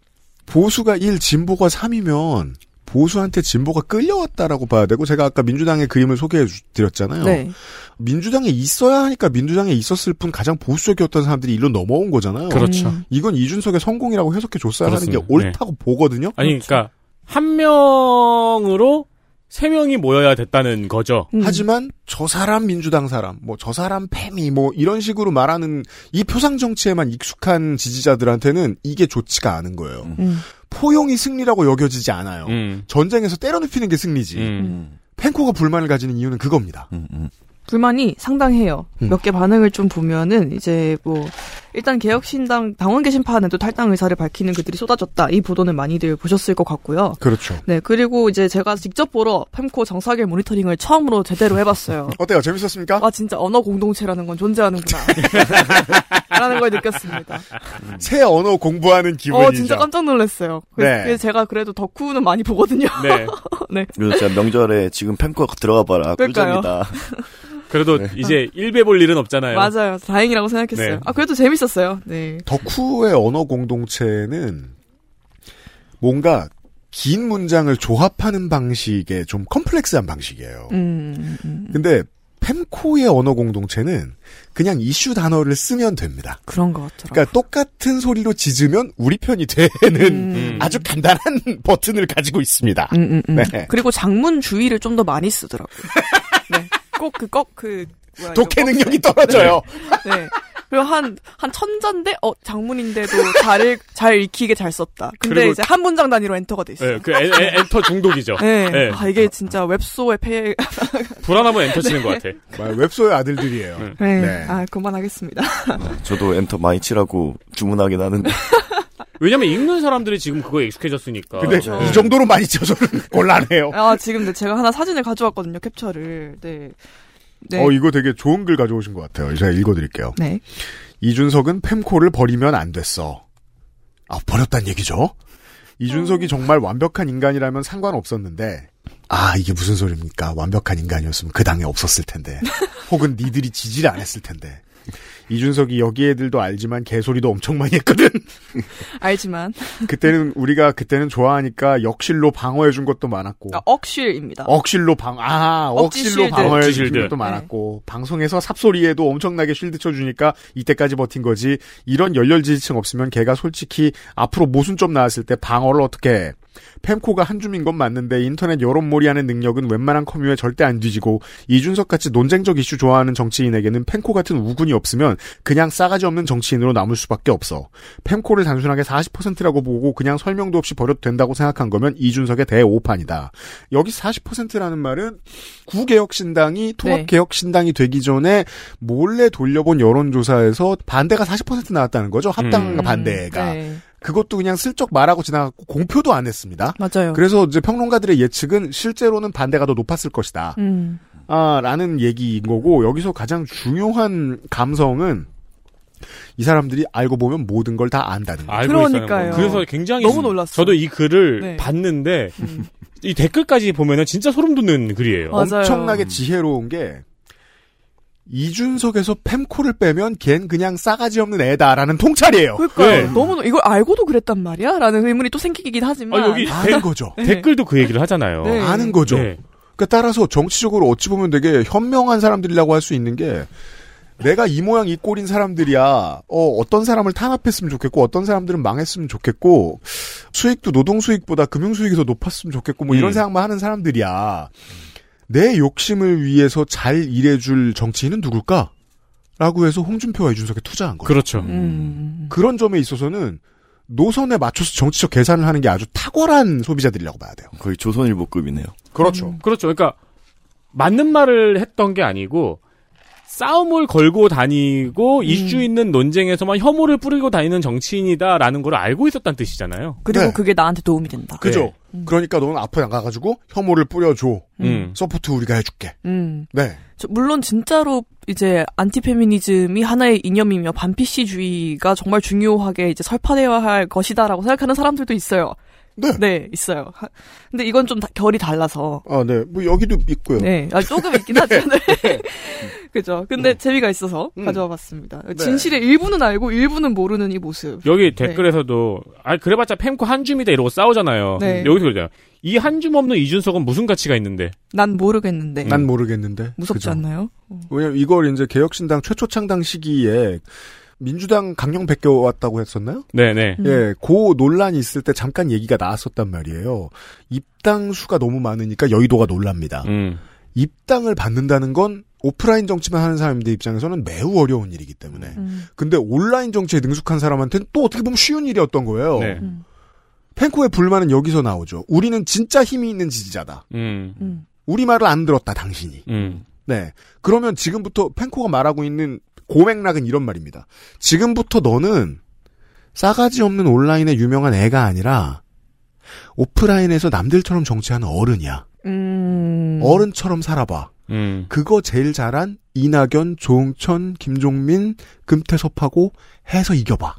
B: 보수가 1, 진보가 3이면 보수한테 진보가 끌려왔다라고 봐야 되고 제가 아까 민주당의 그림을 소개해 주- 드렸잖아요.
C: 네.
B: 민주당에 있어야 하니까 민주당에 있었을 뿐 가장 보수적이었던 사람들이 일로 넘어온 거잖아요.
D: 그렇죠.
C: 음.
B: 이건 이준석의 성공이라고 해석해 줬어야 하는 게
D: 그렇습니다. 네.
B: 옳다고 보거든요.
C: 그렇죠.
D: 아니, 그러니까 한 명으로 세 명이 모여야 됐다는 거죠.
C: 음.
B: 하지만 저 사람 민주당 사람, 뭐 저 사람 패미, 뭐 이런 식으로 말하는 이 표상 정치에만 익숙한 지지자들한테는 이게 좋지가 않은 거예요.
C: 음.
B: 포용이 승리라고 여겨지지 않아요.
D: 음.
B: 전쟁에서 때려눕히는 게 승리지.
D: 음.
B: 펜코가 불만을 가지는 이유는 그겁니다.
E: 음, 음.
C: 불만이 상당해요.
B: 음.
C: 몇 개 반응을 좀 보면은 이제 뭐 일단 개혁신당 당원 게시판에도 탈당 의사를 밝히는 그들이 쏟아졌다. 이 보도는 많이들 보셨을 것 같고요.
B: 그렇죠.
C: 네, 그리고 이제 제가 직접 보러 펨코 정사결 모니터링을 처음으로 제대로
B: *laughs*
C: 해봤어요.
B: 어때요? 재밌었습니까?
C: 아, 진짜 언어 공동체라는
B: *laughs*
C: 건 존재하는구나. 라는 걸 느꼈습니다.
B: 새 언어 공부하는 기분이죠.
C: 어, 진짜 깜짝 놀랐어요. 그래서,
E: 네.
C: 그래서 제가 그래도 덕후는 많이 보거든요.
D: 네.
C: 네.
E: 그리고 진짜 명절에 지금 펜코 들어가 봐라.
C: 그러니까요.
E: 꿀잼이다.
D: 그래도 이제 일배 볼 일은 없잖아요.
C: 맞아요. 다행이라고 생각했어요.
B: 네.
C: 아, 그래도 재밌었어요. 네.
B: 덕후의 언어 공동체는 뭔가 긴 문장을 조합하는 방식의 좀 컴플렉스한 방식이에요.
C: 음, 음.
B: 근데 펜코의 언어 공동체는 그냥 이슈 단어를 쓰면 됩니다.
C: 그런 것 같더라고요.
B: 그러니까 똑같은 소리로 짖으면 우리 편이 되는 아주 간단한 *laughs* 버튼을 가지고 있습니다.
C: 음,
B: 네.
C: 그리고 장문 주의를 좀 더 많이 쓰더라고요. 네. 꼭 그, 꼭 그, 뭐야,
B: 독해
C: 이거 꺾-
B: 능력이 떨어져요.
C: 네. 네. 그리고 한, 한 천자인데, 어, 장문인데도 잘, 읽, 잘 읽히게 잘 썼다. 근데
D: 그리고-
C: 이제 한 문장 단위로 엔터가 돼 있어요.
D: 네, 그 엔, 엔- 엔터 중독이죠.
C: 네.
D: 네.
C: 아, 이게 진짜 웹소의 폐,
D: 불안하면 엔터 치는 것 같아.
B: 네. 웹소의 아들들이에요.
C: 네. 아, 그만하겠습니다.
E: 어, 저도 엔터 많이 치라고 주문하긴 하는데. *laughs*
D: 왜냐면 읽는 사람들이 지금 그거에 익숙해졌으니까.
E: 근데
D: 네.
E: 이
B: 정도로 많이 쳐서는 *laughs* 곤란해요.
C: 아, 지금 근데 제가 하나 사진을 가져왔거든요, 캡처를. 네. 네.
B: 어, 이거 되게 좋은 글 가져오신 것 같아요. 제가 읽어드릴게요.
C: 네.
B: 이준석은 펨코를 버리면 안 됐어. 아, 버렸단 얘기죠? 이준석이 정말 완벽한 인간이라면 상관없었는데, 아, 이게 무슨 소리입니까? 완벽한 인간이었으면 그 당에 없었을 텐데. 혹은 니들이 지지를 안 했을 텐데. 이준석이 여기 애들도 알지만 개소리도 엄청 많이 했거든. *laughs*
C: 알지만.
B: 그때는 우리가 그때는 좋아하니까 역실로 방어해준 어, 것도 많았고.
C: 아, 억실입니다.
B: 억실로 방, 아,
C: 억지
B: 억실로 네.
C: 쉴드.
B: 방어해
D: 억지
B: 준
D: 쉴드.
B: 것도 많았고, 방송에서 삽소리에도 엄청나게 쉴드 쳐주니까 이때까지 버틴 거지, 이런 열렬 지지층 없으면 걔가 솔직히 앞으로 모순점 나왔을 때 방어를 어떻게 해. 펜코가 한 줌인 건 맞는데 인터넷 여론몰이 하는 능력은 웬만한 커뮤에 절대 안 뒤지고 이준석 같이 논쟁적 이슈 좋아하는 정치인에게는 펜코 같은 우군이 없으면 그냥 싸가지 없는 정치인으로 남을 수밖에 없어. 펜코를 단순하게 40%라고 보고 그냥 설명도 없이 버려도 된다고 생각한 거면 이준석의 대오판이다. 여기 40%라는 말은 구개혁신당이
C: 네.
B: 통합개혁신당이 되기 전에 몰래 돌려본 여론조사에서 반대가 40% 나왔다는 거죠. 합당과
C: 음,
B: 반대가.
C: 네.
B: 그것도 그냥 슬쩍 말하고 지나갔고 공표도 안 했습니다.
C: 맞아요.
B: 그래서 이제 평론가들의 예측은 실제로는 반대가 더 높았을 것이다.
C: 음.
B: 아, 라는 얘기인 거고 여기서 가장 중요한 감성은 이 사람들이 알고 보면 모든 걸 다 안다는 거죠.
D: 알고 있다는 거. 그래서 굉장히
B: 너무 놀랐어요.
D: 저도 이 글을
B: 네.
D: 봤는데 이 댓글까지 보면은 진짜 소름 돋는
C: 아,
D: 글이에요.
B: 엄청나게 지혜로운 게 이준석에서 펨코를 빼면 걘 그냥 싸가지 없는 애다라는 통찰이에요.
C: 그러니까요. 너무 이걸 알고도 그랬단 말이야? 라는 의문이 또 생기긴 하지만.
B: 아는 거죠.
D: 댓글도 그 얘기를 하잖아요.
C: 네.
B: 아는 거죠. 그러니까 따라서 정치적으로 어찌 보면 되게 현명한 사람들이라고 할 수 있는 게 내가 이 모양 이 꼴인 사람들이야. 어, 떤 사람을 탄압했으면 좋겠고 어떤 사람들은 망했으면 좋겠고 수익도 노동 수익보다 금융 수익이 더 높았으면 좋겠고 뭐 이런
D: 음.
B: 생각만 하는 사람들이야. 내 욕심을 위해서 잘 일해줄 정치인은 누굴까? 라고 해서 홍준표와 이준석에 투자한 거예요.
D: 그렇죠.
B: 그런 점에 있어서는 노선에 맞춰서 정치적 계산을 하는 게 아주 탁월한 소비자들이라고 봐야 돼요.
E: 거의 조선일보급이네요.
B: 그렇죠.
D: 그렇죠. 그러니까 맞는 말을 했던 게 아니고 싸움을 걸고 다니고 이슈 있는 논쟁에서만 혐오를 뿌리고 다니는 정치인이다라는 걸 알고 있었다는 뜻이잖아요.
C: 그리고 그게 나한테 도움이 된다.
B: 네. 그죠? 그러니까 너는 앞으로 나가가지고 혐오를 뿌려줘.
D: 음.
B: 서포트 우리가 해줄게.
C: 음.
B: 네.
C: 저- 물론 진짜로 이제 안티페미니즘이 하나의 이념이며 반피씨주의가 정말 중요하게 이제 설파되어야 할 것이다라고 생각하는 사람들도 있어요.
B: 네.
C: 있어요. 하- 근데 이건 좀 다- 결이 달라서.
B: 아, 네. 뭐 여기도 있고요.
C: 네. 아, 조금 있긴 하죠. 네. *laughs* 그죠. 근데
B: 네.
C: 재미가 있어서
B: 음.
C: 가져와 봤습니다. 진실의 일부는 알고 일부는 모르는 이 모습. 네.
D: 여기 댓글에서도 아 그래봤자 펜코 한 줌이다 이러고 싸우잖아요.
C: 네.
D: 여기서 그러잖아요. 이 한 줌 없는 이준석은 무슨 가치가 있는데?
C: 난 네. 모르겠는데.
B: 난 모르겠는데.
C: 무섭지
B: 그죠?
C: 않나요?
B: 왜냐면 이걸 이제 개혁신당 최초 창당 시기에 민주당 강령 베껴왔다고 했었나요?
D: 네네.
C: 음.
B: 예, 그 논란이 있을 때 잠깐 얘기가 나왔었단 말이에요. 입당 수가 너무 많으니까 여의도가 놀랍니다.
D: 음.
B: 입당을 받는다는 건 오프라인 정치만 하는 사람들 입장에서는 매우 어려운 일이기 때문에.
C: 음.
B: 근데 온라인 정치에 능숙한 사람한테는 또 어떻게 보면 쉬운 일이었던 거예요.
D: 네.
E: 음.
B: 펜코의 불만은 여기서 나오죠. 우리는 진짜 힘이 있는 지지자다.
D: 음.
B: 우리 말을 안 들었다, 당신이.
D: 음.
B: 네. 그러면 지금부터 펜코가 말하고 있는 고맥락은 이런 말입니다. 지금부터 너는 싸가지 없는 온라인에 유명한 애가 아니라 오프라인에서 남들처럼 정치하는 어른이야.
C: 음.
B: 어른처럼 살아봐.
D: 음.
B: 그거 제일 잘한 이낙연, 조응천, 김종민, 금태섭하고 해서 이겨봐.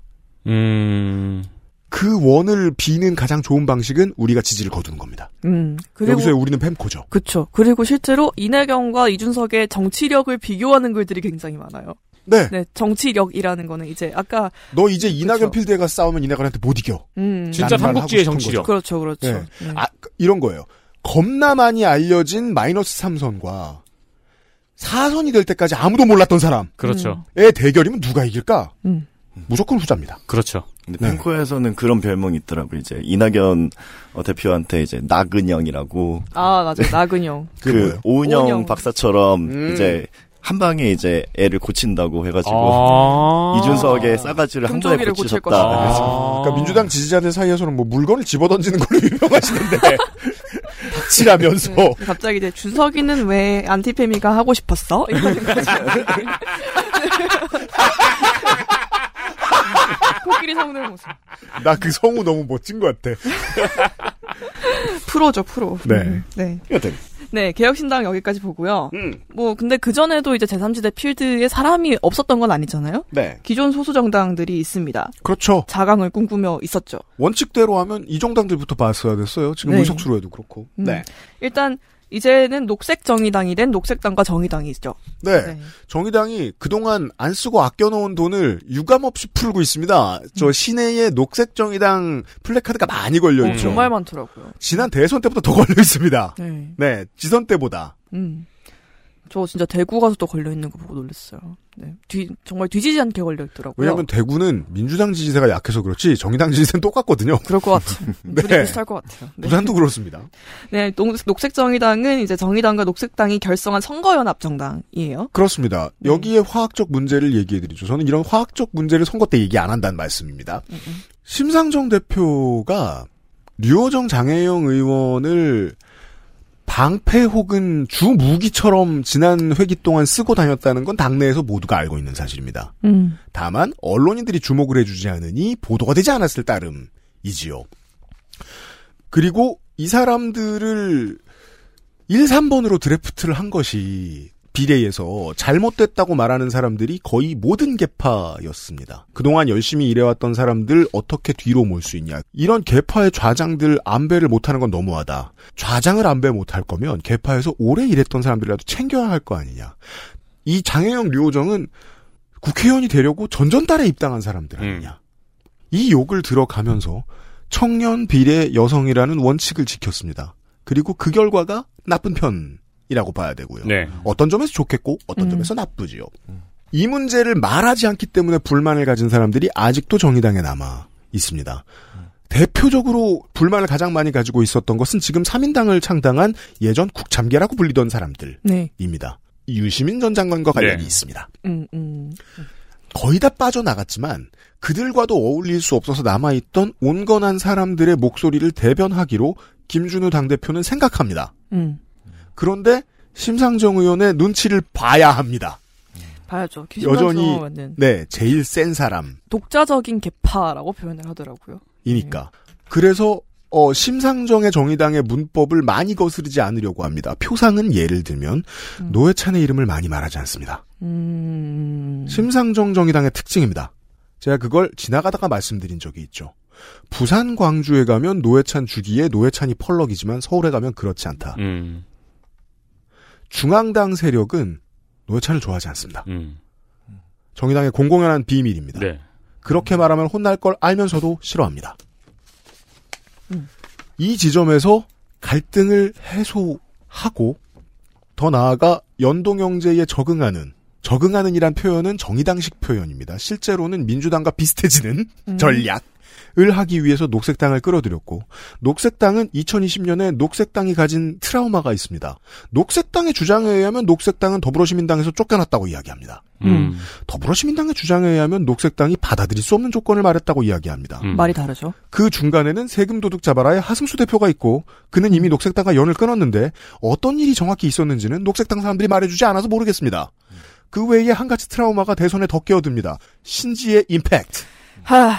D: 음.
B: 그 원을 비는 가장 좋은 방식은 우리가 지지를 거두는 겁니다.
C: 음. 그리고
B: 여기서 우리는 펨코죠.
C: 그쵸. 그리고 실제로 이낙연과 이준석의 정치력을 비교하는 글들이 굉장히 많아요.
B: 네.
C: 정치력이라는 거는 이제 아까
B: 너 이제 이낙연 필드에 가서 싸우면 이낙연한테 못 이겨.
C: 음.
D: 진짜
B: 라는 말을 하고
D: 삼국지의
B: 싶은
D: 정치력.
C: 그렇죠, 그렇죠.
B: 네. 아, 그- 이런 거예요. 겁나 많이 알려진 마이너스 3선과 4선이 될 때까지 아무도 몰랐던 사람의
D: 그렇죠.
B: 대결이면 누가 이길까?
C: 음.
B: 무조건 후자입니다.
D: 그렇죠.
E: 근데 펜코에서는 그런 별명이 있더라고요. 이제 이낙연 어, 대표한테 이제 나근영이라고
C: 아, 맞아. 나근영.
E: 그 오은영,
C: 오은영.
E: 박사처럼
C: 음.
E: 이제 한 방에 이제 애를 고친다고 해가지고
D: 아.
E: 이준석의 싸가지를 한 번에
B: 금쪽이를 고칠
E: 고치셨다.
B: 것이다.
E: 그래서
B: 그러니까 민주당 지지자들 사이에서는 뭐 물건을 집어 던지는 걸로 *laughs* 유명하시는데 닥치라면서
C: 갑자기 이제 준석이는 왜 안티페미가 하고 싶었어?
B: *laughs*
C: 이러는 거죠. 코끼리 성능 모습.
B: 나 그 성우 너무 멋진 것 같아.
C: 프로죠, 프로.
B: 네.
C: 네.
B: 여튼
C: 네, 개혁신당 여기까지 보고요.
B: 음.
C: 뭐, 근데 그전에도 이제 제3지대 필드에 사람이 없었던 건 아니잖아요?
B: 네.
C: 기존 소수 정당들이 있습니다.
B: 그렇죠.
C: 자강을 꿈꾸며 있었죠.
B: 원칙대로 하면 이 정당들부터 봤어야 됐어요. 지금
C: 네.
B: 문석수로 해도 그렇고.
C: 음. 일단, 이제는 녹색 정의당이 된 녹색당과 정의당이 있죠.
B: 네. 정의당이 그동안 안 쓰고 아껴놓은 돈을 유감없이 풀고 있습니다.
C: 음.
B: 저 시내에 녹색 정의당 플래카드가 많이 걸려있죠.
C: 어, 정말 많더라고요.
B: 지난 대선 때보다 더
C: *laughs*
B: 걸려있습니다.
C: 네.
B: 네. 지선 때보다.
C: 음. 저 진짜 대구 가서 또 걸려있는 거 보고 놀랐어요. 네. 뒤, 정말 뒤지지 않게 걸려있더라고요.
B: 왜냐하면 대구는 민주당 지지세가 약해서 그렇지 정의당 지지세는 똑같거든요.
C: 그럴 것 같아요.
B: *laughs* 네.
C: 둘이 비슷할 것 같아요. 네.
B: 부산도 그렇습니다.
C: 네, 녹, 녹색정의당은 이제 정의당과 녹색당이 결성한 선거연합정당이에요.
B: 그렇습니다. 여기에 화학적 문제를 얘기해드리죠. 저는 이런 화학적 문제를 선거 때 얘기 안 한다는 말씀입니다. 심상정 대표가 류호정 장혜영 의원을 방패 혹은 주무기처럼 지난 회기 동안 쓰고 다녔다는 건 당내에서 모두가 알고 있는 사실입니다.
C: 음.
B: 다만 언론인들이 주목을 해주지 않으니 보도가 되지 않았을 따름이지요. 그리고 이 사람들을 1, 3번으로 드래프트를 한 것이 비례에서 잘못됐다고 말하는 사람들이 거의 모든 개파였습니다. 그동안 열심히 일해왔던 사람들 어떻게 뒤로 몰 수 있냐. 이런 개파의 좌장들 안배를 못하는 건 너무하다. 좌장을 안배 못할 거면 개파에서 오래 일했던 사람들이라도 챙겨야 할 거 아니냐. 이 장혜영 류호정은 국회의원이 되려고 전전달에 입당한 사람들 아니냐. 이 욕을 들어가면서 청년 비례 여성이라는 원칙을 지켰습니다. 그리고 그 결과가 나쁜 편이라고 봐야 되고요.
D: 네.
B: 어떤 점에서 좋겠고 어떤
D: 음.
B: 점에서 나쁘지요. 이 문제를 말하지 않기 때문에 불만을 가진 사람들이 아직도 정의당에 남아 있습니다. 대표적으로 불만을 가장 많이 가지고 있었던 것은 지금 3인당을 창당한 예전 국참계라고 불리던
C: 네.
B: 사람들입니다. 유시민 전 장관과 관련이
D: 네.
B: 있습니다.
C: 음, 음.
B: 거의 다 빠져나갔지만 그들과도 어울릴 수 없어서 남아있던 온건한 사람들의 목소리를 대변하기로 김준우 당대표는 생각합니다.
C: 음.
B: 그런데 심상정 의원의 눈치를 봐야 합니다.
C: 봐야죠. 김신당
B: 여전히
C: 여전히
B: 네 제일 센 사람이니까.
C: 독자적인 개파라고 표현을 하더라고요.
B: 그래서 어, 심상정의 정의당의 문법을 많이 거스르지 않으려고 합니다. 표상은 예를 들면 노회찬의 이름을 많이 말하지 않습니다.
C: 음.
B: 심상정 정의당의 특징입니다. 제가 그걸 지나가다가 말씀드린 적이 있죠. 부산 광주에 가면 노회찬 주기에 노회찬이 펄럭이지만 서울에 가면 그렇지 않다.
D: 음.
B: 중앙당 세력은 노회찬을 좋아하지 않습니다.
D: 음.
B: 정의당의 공공연한 비밀입니다.
D: 네.
B: 그렇게 말하면 혼날 걸 알면서도 싫어합니다.
C: 음.
B: 이 지점에서 갈등을 해소하고 더 나아가 연동형제에 적응하는 적응하는이란 표현은 정의당식 표현입니다. 실제로는 민주당과 비슷해지는
L: 음.
B: 전략을 하기 위해서 녹색당을 끌어들였고 녹색당은 2020년에 녹색당이 가진 트라우마가 있습니다. 녹색당의 주장에 의하면 녹색당은 더불어시민당에서 쫓겨났다고 이야기합니다.
D: 음.
B: 더불어시민당의 주장에 의하면 녹색당이 받아들일 수 없는 조건을 말했다고 이야기합니다.
D: 음.
C: 말이 다르죠.
B: 그 중간에는 세금 도둑 잡아라의 하승수 대표가 있고 그는 이미 녹색당과 연을 끊었는데 어떤 일이 정확히 있었는지는 녹색당 사람들이 말해주지 않아서 모르겠습니다. 그 외에 한 가지 트라우마가 대선에 더 끼어듭니다. 신지의 임팩트.
C: 하.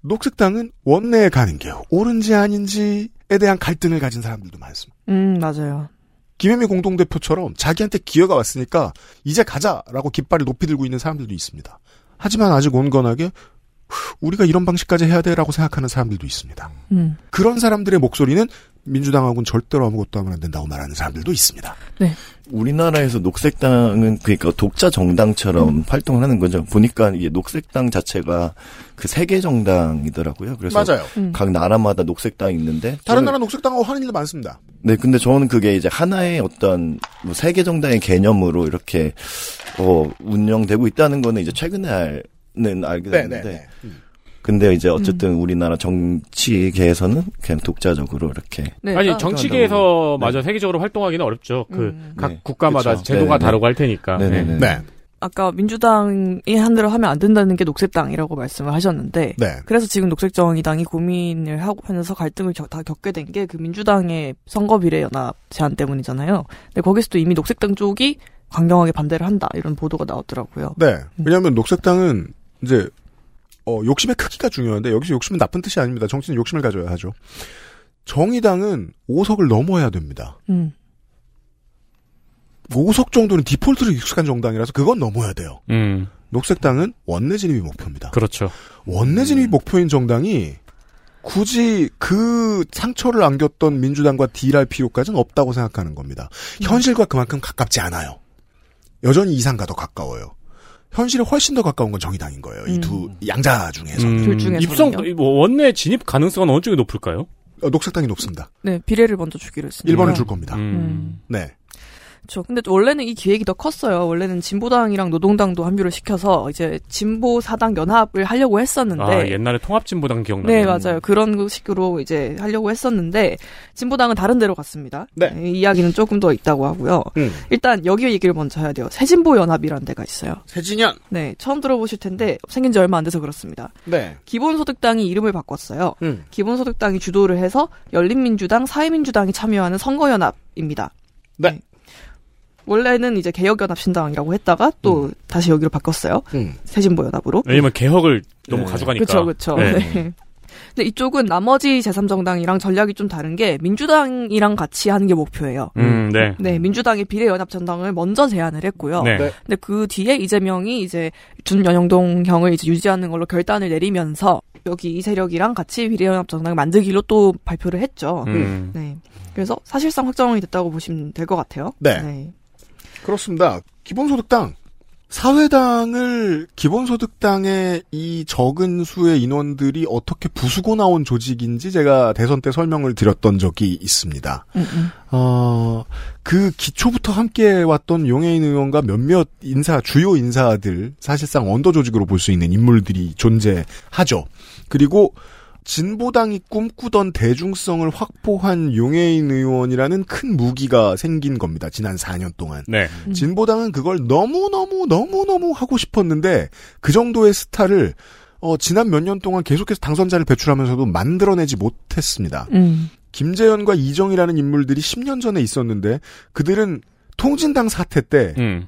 B: 녹색당은 원내에 가는 게 옳은지 아닌지에 대한 갈등을 가진 사람들도 많습니다.
C: 음, 맞아요.
B: 김혜미 공동대표처럼 자기한테 기회가 왔으니까 이제 가자라고 깃발을 높이 들고 있는 사람들도 있습니다. 하지만 아직 온건하게 우리가 이런 방식까지 해야 돼라고 생각하는 사람들도 있습니다.
C: 음.
B: 그런 사람들의 목소리는 민주당하고는 절대로 아무것도 하면 안 된다고 말하는 사람들도 있습니다.
C: 네.
E: 우리나라에서 녹색당은 그러니까 독자 정당처럼
B: 음.
E: 활동을 하는 거죠. 보니까 이게 녹색당 자체가 그 세계 정당이더라고요. 그래서
B: 맞아요. 음.
E: 각 나라마다 녹색당이 있는데
B: 다른
E: 저는-
B: 나라 녹색당하고 하는 일 많습니다.
E: 네, 근데 저는 그게 이제 하나의 어떤 뭐 세계 정당의 개념으로 이렇게 어 운영되고 있다는 거는 이제 최근에 알는 알게
B: 네,
E: 됐는데
B: 네, 음. 네.
E: 근데 이제 어쨌든 우리나라 정치계에서는 그냥 독자적으로 이렇게
C: 네,
D: 아니 정치계에서 마저 세계적으로 활동하기는 어렵죠. 그 각 국가마다
E: 네. 음. 그쵸.
D: 제도가
E: 네, 네.
D: 다르고 할 테니까.
E: 네, 네, 네. 네.
C: 아까 민주당이 한 대로 하면 안 된다는 게 녹색당이라고 말씀을 하셨는데
B: 네.
C: 그래서 지금 녹색정의당이 고민을 하고 하면서 갈등을 겨- 다 겪게 된 게 그 민주당의 선거 비례 연합 제안 때문이잖아요. 근데 거기서도 이미 녹색당 쪽이 강경하게 반대를 한다 이런 보도가 나왔더라고요.
B: 네. 왜냐하면 녹색당은 이제 어, 욕심의 크기가 중요한데 여기서 욕심은 나쁜 뜻이 아닙니다. 정치는 욕심을 가져야 하죠. 정의당은 5석을 넘어야 됩니다.
C: 음.
B: 5석 정도는 디폴트로 익숙한 정당이라서 그건 넘어야 돼요.
D: 음.
B: 녹색당은 원내 진입이 목표입니다.
D: 그렇죠.
B: 원내 진입이 목표인 정당이 굳이 그 상처를 안겼던 민주당과 딜할 필요까지는 없다고 생각하는 겁니다.
D: 음.
B: 현실과 그만큼 가깝지 않아요. 여전히 이상과 더 가까워요. 현실에 훨씬 더 가까운 건 정의당인 거예요. 이 두 양자 중에서
D: 음, 입성 뭐 원내 진입 가능성은 어느 쪽이 높을까요?
B: 어, 녹색당이 높습니다.
C: 네 비례를 먼저 주기로 했습니다.
B: 1번을 줄 겁니다.
C: 음.
B: 네.
C: 그렇죠. 근데 원래는 이 기획이 더 컸어요. 원래는 진보당이랑 노동당도 합류를 시켜서 이제 진보 사당 연합을 하려고 했었는데
D: 아 옛날에 통합진보당
C: 음.
D: 기억나요?
C: 네, 맞아요. 그런 식으로 이제 하려고 했었는데 진보당은 다른 데로 갔습니다.
B: 네.
C: 이 이야기는 조금 더 있다고 하고요.
B: 음.
C: 일단 여기 얘기를 먼저 해야 돼요. 새진보 연합이라는 데가 있어요.
B: 새진연.
C: 네, 처음 들어보실 텐데 생긴 지 얼마 안 돼서 그렇습니다.
B: 네.
C: 기본소득당이 이름을 바꿨어요.
B: 음.
C: 기본소득당이 주도를 해서 열린민주당, 사회민주당이 참여하는 선거연합입니다.
B: 네.
C: 원래는 이제 개혁연합신당이라고 했다가
B: 음.
C: 또 다시 여기로 바꿨어요. 새진보 연합으로.
D: 왜냐면 개혁을 너무
C: 네.
D: 가져가니까.
C: 그쵸, 그쵸.
D: 네.
C: 네. 근데 이쪽은 나머지 제3정당이랑 전략이 좀 다른 게 민주당이랑 같이 하는 게 목표예요.
D: 음, 네.
C: 민주당이 비례연합전당을 먼저 제안을 했고요.
D: 네. 네.
C: 근데 그 뒤에 이재명이 이제 준연영동형을 이제 유지하는 걸로 결단을 내리면서 여기 이 세력이랑 같이 비례연합전당을 만들기로 또 발표를 했죠.
B: 음.
C: 네. 그래서 사실상 확정이 됐다고 보시면 될 것 같아요.
B: 네. 그렇습니다. 기본소득당. 사회당을 기본소득당의 이 적은 수의 인원들이 어떻게 부수고 나온 조직인지 제가 대선 때 설명을 드렸던 적이 있습니다.
D: 음,
B: 어, 그 기초부터 함께 왔던 용해인 의원과 몇몇 인사, 주요 인사들, 사실상 언더 조직으로 볼 수 있는 인물들이 존재하죠. 그리고 진보당이 꿈꾸던 대중성을 확보한 용해인 의원이라는 큰 무기가 생긴 겁니다. 지난 4년 동안.
D: 네.
B: 음. 진보당은 그걸 너무너무 너무너무 하고 싶었는데 그 정도의 스타를 어, 지난 몇 년 동안 계속해서 당선자를 배출하면서도 만들어내지 못했습니다.
C: 음.
B: 김재현과 이정이라는 인물들이 10년 전에 있었는데 그들은 통진당 사태
D: 음.
B: 때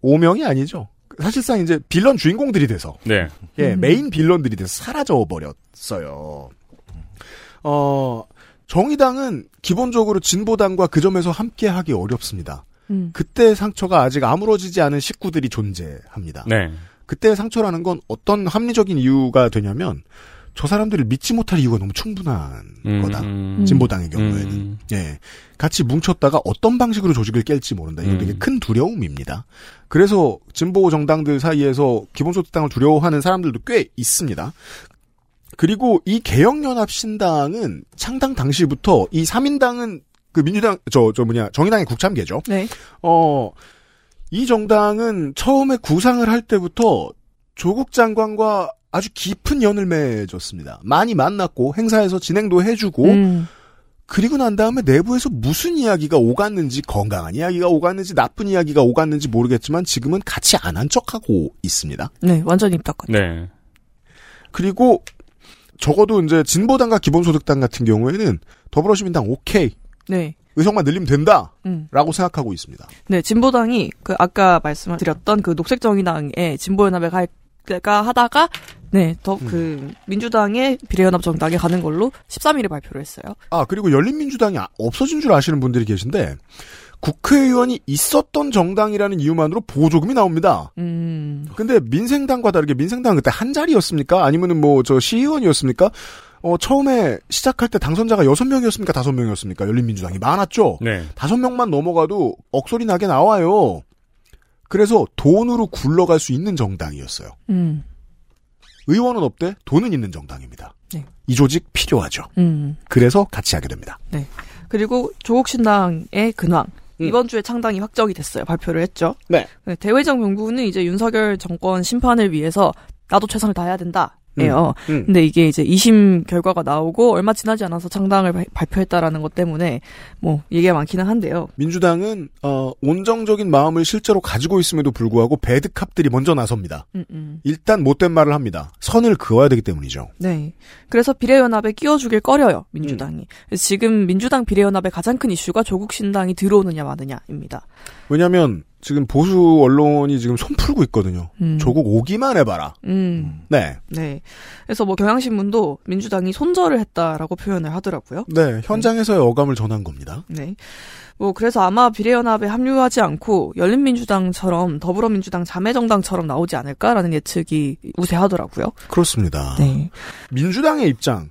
B: 오명이 아니죠. 사실상 이제 빌런 주인공들이 돼서
D: 네.
B: 예, 메인 빌런들이 돼서 사라져 버렸어요. 어, 정의당은 기본적으로 진보당과 그 점에서 함께 하기 어렵습니다.
C: 음.
B: 그때 상처가 아직 아물어지지 않은 식구들이 존재합니다.
D: 네.
B: 그때 상처라는 건 어떤 합리적인 이유가 되냐면 저 사람들을 믿지 못할 이유가 너무 충분한
D: 음.
B: 거다. 진보당의 경우에는. 예. 같이 뭉쳤다가 어떤 방식으로 조직을 깰지 모른다. 이거 되게 큰 두려움입니다. 그래서 진보 정당들 사이에서 기본소득당을 두려워하는 사람들도 꽤 있습니다. 그리고 이 개혁연합신당은 창당 당시부터 이 3인당은 그 민주당, 저, 저 뭐냐, 정의당의 국참계죠.
C: 네.
B: 어, 이 정당은 처음에 구상을 할 때부터 조국 장관과 아주 깊은 연을 맺었습니다. 많이 만났고 행사에서 진행도 해주고
C: 음.
B: 그리고 난 다음에 내부에서 무슨 이야기가 오갔는지 건강한 이야기가 오갔는지 나쁜 이야기가 오갔는지 모르겠지만 지금은 같이 안 한 척하고 있습니다.
C: 네, 완전히 입덕.
D: 네.
B: 그리고 적어도 이제 진보당과 기본소득당 같은 경우에는 더불어시민당 오케이
C: 네. 음.
B: 의석만 늘리면 된다. 라고 생각하고 있습니다.
C: 네, 진보당이 그 아까 말씀드렸던 그 녹색정의당에 진보연합에 갈까 하다가 네, 더 그 민주당의 비례연합 정당에 가는 걸로 13일에 발표를 했어요.
B: 아, 그리고 열린민주당이 아- 없어진 줄 아시는 분들이 계신데, 국회의원이 있었던 정당이라는 이유만으로 보조금이 나옵니다.
C: 음.
B: 근데 민생당과 다르게 민생당 은 그때 한 자리였습니까? 아니면은 뭐 저 시의원이었습니까? 어, 처음에 시작할 때 당선자가 6명이었습니까? 5명이었습니까? 열린민주당이 많았죠?
D: 네.
B: 5명만 넘어가도 억소리 나게 나와요. 그래서 돈으로 굴러갈 수 있는 정당이었어요.
C: 음.
B: 의원은 없대 돈은 있는 정당입니다.
C: 네.
B: 이 조직 필요하죠.
C: 음.
B: 그래서 같이 하게 됩니다.
C: 네. 그리고 조국신당의 근황. 이번 주에 창당이 확정이 됐어요. 발표를 했죠.
B: 네.
C: 대외적 연구는 이제 윤석열 정권 심판을 위해서 나도 최선을 다해야 된다. 예요.
L: 음, 음.
C: 근데 이게 이제 2심 결과가 나오고 얼마 지나지 않아서 창당을 발- 발표했다라는 것 때문에 뭐 얘기가 많기는 한데요.
B: 민주당은 어, 온정적인 마음을 실제로 가지고 있음에도 불구하고 배드캅들이 먼저 나섭니다.
C: 음, 음.
B: 일단 못된 말을 합니다. 선을 그어야 되기 때문이죠.
C: 네. 그래서 비례연합에 끼워주길 꺼려요, 민주당이. 그래서 지금 민주당 비례연합의 가장 큰 이슈가 조국 신당이 들어오느냐 마느냐입니다.
B: 왜냐하면 지금 보수 언론이 지금 손 풀고 있거든요.
C: 음.
B: 조국 오기만 해봐라.
C: 음.
B: 네.
C: 네. 그래서 뭐 경향신문도 민주당이 손절을 했다라고 표현을 하더라고요.
B: 네, 현장에서의 어감을 전한 겁니다.
C: 네. 뭐 그래서 아마 비례연합에 합류하지 않고 열린민주당처럼 더불어민주당 자매정당처럼 나오지 않을까라는 예측이 우세하더라고요.
B: 그렇습니다.
C: 네.
B: 민주당의 입장.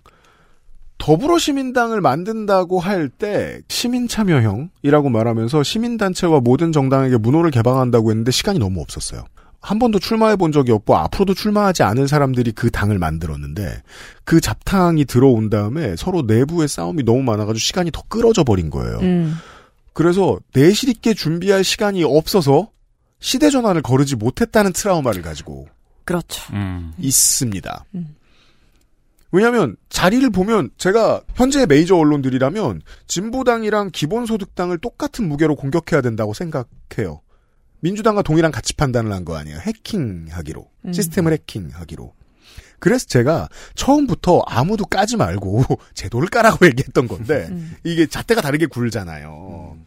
B: 더불어시민당을 만든다고 할 때 시민참여형이라고 말하면서 시민단체와 모든 정당에게 문호를 개방한다고 했는데 시간이 너무 없었어요. 한 번도 출마해 본 적이 없고 앞으로도 출마하지 않은 사람들이 그 당을 만들었는데 그 잡탕이 들어온 다음에 서로 내부의 싸움이 너무 많아가지고 시간이 더 끌어져 버린 거예요.
C: 음.
B: 그래서 내실 있게 준비할 시간이 없어서 시대 전환을 거르지 못했다는 트라우마를 가지고
C: 그렇죠.
D: 음.
B: 있습니다. 왜냐하면 자리를 보면 제가 현재 메이저 언론들이라면 진보당이랑 기본소득당을 똑같은 무게로 공격해야 된다고 생각해요. 민주당과 동일한 가치 판단을 한 거 아니에요. 해킹하기로
M: 음.
B: 시스템을 해킹하기로. 그래서 제가 처음부터 아무도 까지 말고 *laughs* 제도를 까라고 *laughs* 얘기했던 건데 이게 잣대가 다르게 굴잖아요.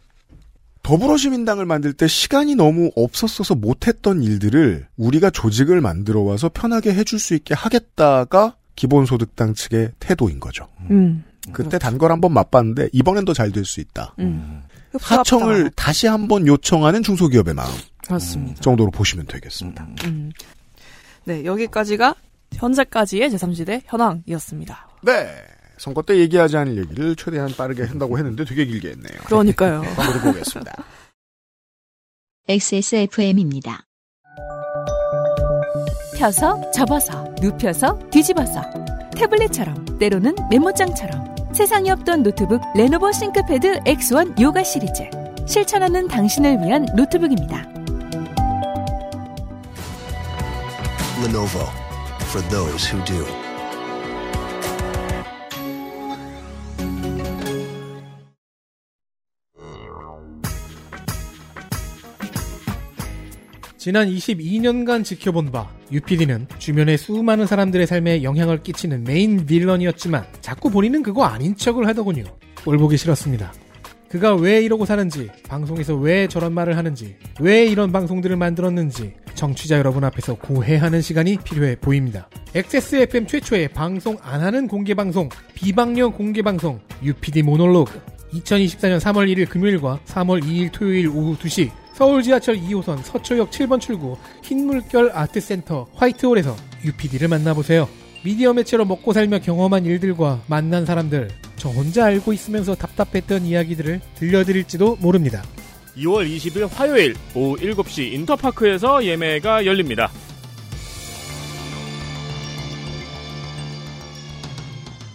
B: 더불어시민당을 만들 때 시간이 너무 없었어서 못했던 일들을 우리가 조직을 만들어 와서 편하게 해줄 수 있게 하겠다가 기본소득당 측의 태도인 거죠.
C: 음.
B: 그때 단 걸 한번 맛봤는데 이번엔 더 잘 될 수 있다.
C: 음.
B: 하청을 다시 한번 요청하는 중소기업의 마음
C: 그렇습니다.
B: 정도로 보시면 되겠습니다.
C: 음. 네, 여기까지가 현재까지의 제3지대 현황이었습니다.
B: 네. 선거 때 얘기하지 않을 얘기를 최대한 빠르게 한다고 했는데 되게 길게 했네요.
D: *laughs*
C: 그러니까요.
B: 광고 듣고 오겠습니다.
J: XSFM입니다.
G: 펴서 접어서 눕혀서 뒤집어서 태블릿처럼 때로는 메모장처럼 세상에 없던 노트북 레노버 싱크패드 X1 요가 시리즈 실천하는 당신을 위한 노트북입니다.
K: Lenovo for those who do.
N: 지난 22년간 지켜본 바 UPD는 주변의 수많은 사람들의 삶에 영향을 끼치는 메인 빌런이었지만 자꾸 본인은 그거 아닌 척을 하더군요. 꼴 보기 싫었습니다. 그가 왜 이러고 사는지, 방송에서 왜 저런 말을 하는지, 왜 이런 방송들을 만들었는지 정취자 여러분 앞에서 고해하는 시간이 필요해 보입니다. XSFM 최초의 방송 안 하는 공개 방송, 비방령 공개 방송 UPD 모놀로그 2024년 3월 1일 금요일과 3월 2일 토요일 오후 2시 서울 지하철 2호선 서초역 7번 출구 흰물결 아트센터 화이트홀에서 UPD를 만나보세요. 미디어 매체로 먹고 살며 경험한 일들과 만난 사람들, 저 혼자 알고 있으면서 답답했던 이야기들을 들려드릴지도 모릅니다.
D: 2월 20일 화요일 오후 7시 인터파크에서 예매가 열립니다.
B: *laughs*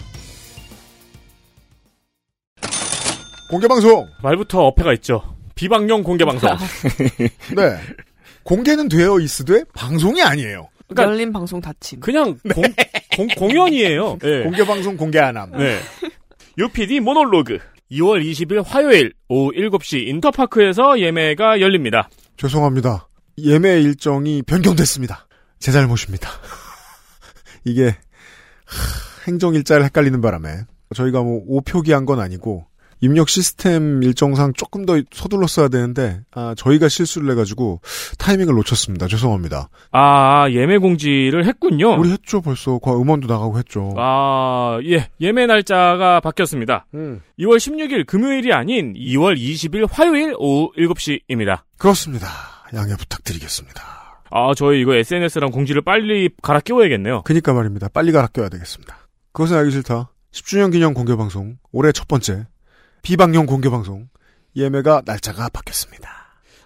B: 공개방송!
D: 말부터 어폐가 있죠. 비방용 공개방송.
B: 네. 공개는 되어 있으되 방송이 아니에요.
C: 열린 방송 닫힘.
D: 그러니까 그냥 공, 연이에요
B: 공개방송 공개 안 함.
D: 네. UPD 모놀로그 2월 20일 화요일 오후 7시 인터파크에서 예매가 열립니다.
B: 죄송합니다. 예매 일정이 변경됐습니다. 제 잘못입니다. *laughs* 이게 하, 행정 일자를 헷갈리는 바람에 저희가 뭐 오표기한 건 아니고 입력 시스템 일정상 조금 더 서둘렀어야 되는데 아, 저희가 실수를 해가지고 타이밍을 놓쳤습니다. 죄송합니다.
D: 아, 예매 공지를 했군요.
B: 우리 했죠 벌써 과- 음원도 나가고 했죠.
D: 어. 아, 예. 예매 날짜가 바뀌었습니다.
B: 음.
D: 2월 16일 금요일이 아닌 2월 20일 화요일 오후 7시입니다.
B: 그렇습니다. 양해 부탁드리겠습니다.
D: 아, 저희 이거 SNS랑 공지를 빨리 갈아 끼워야겠네요.
B: 그니까 말입니다. 빨리 갈아 껴야 되겠습니다. 그것은 알기 싫다. 10주년 기념 공개 방송 올해 첫 번째 비방용 공개 방송 예매가 날짜가 바뀌었습니다.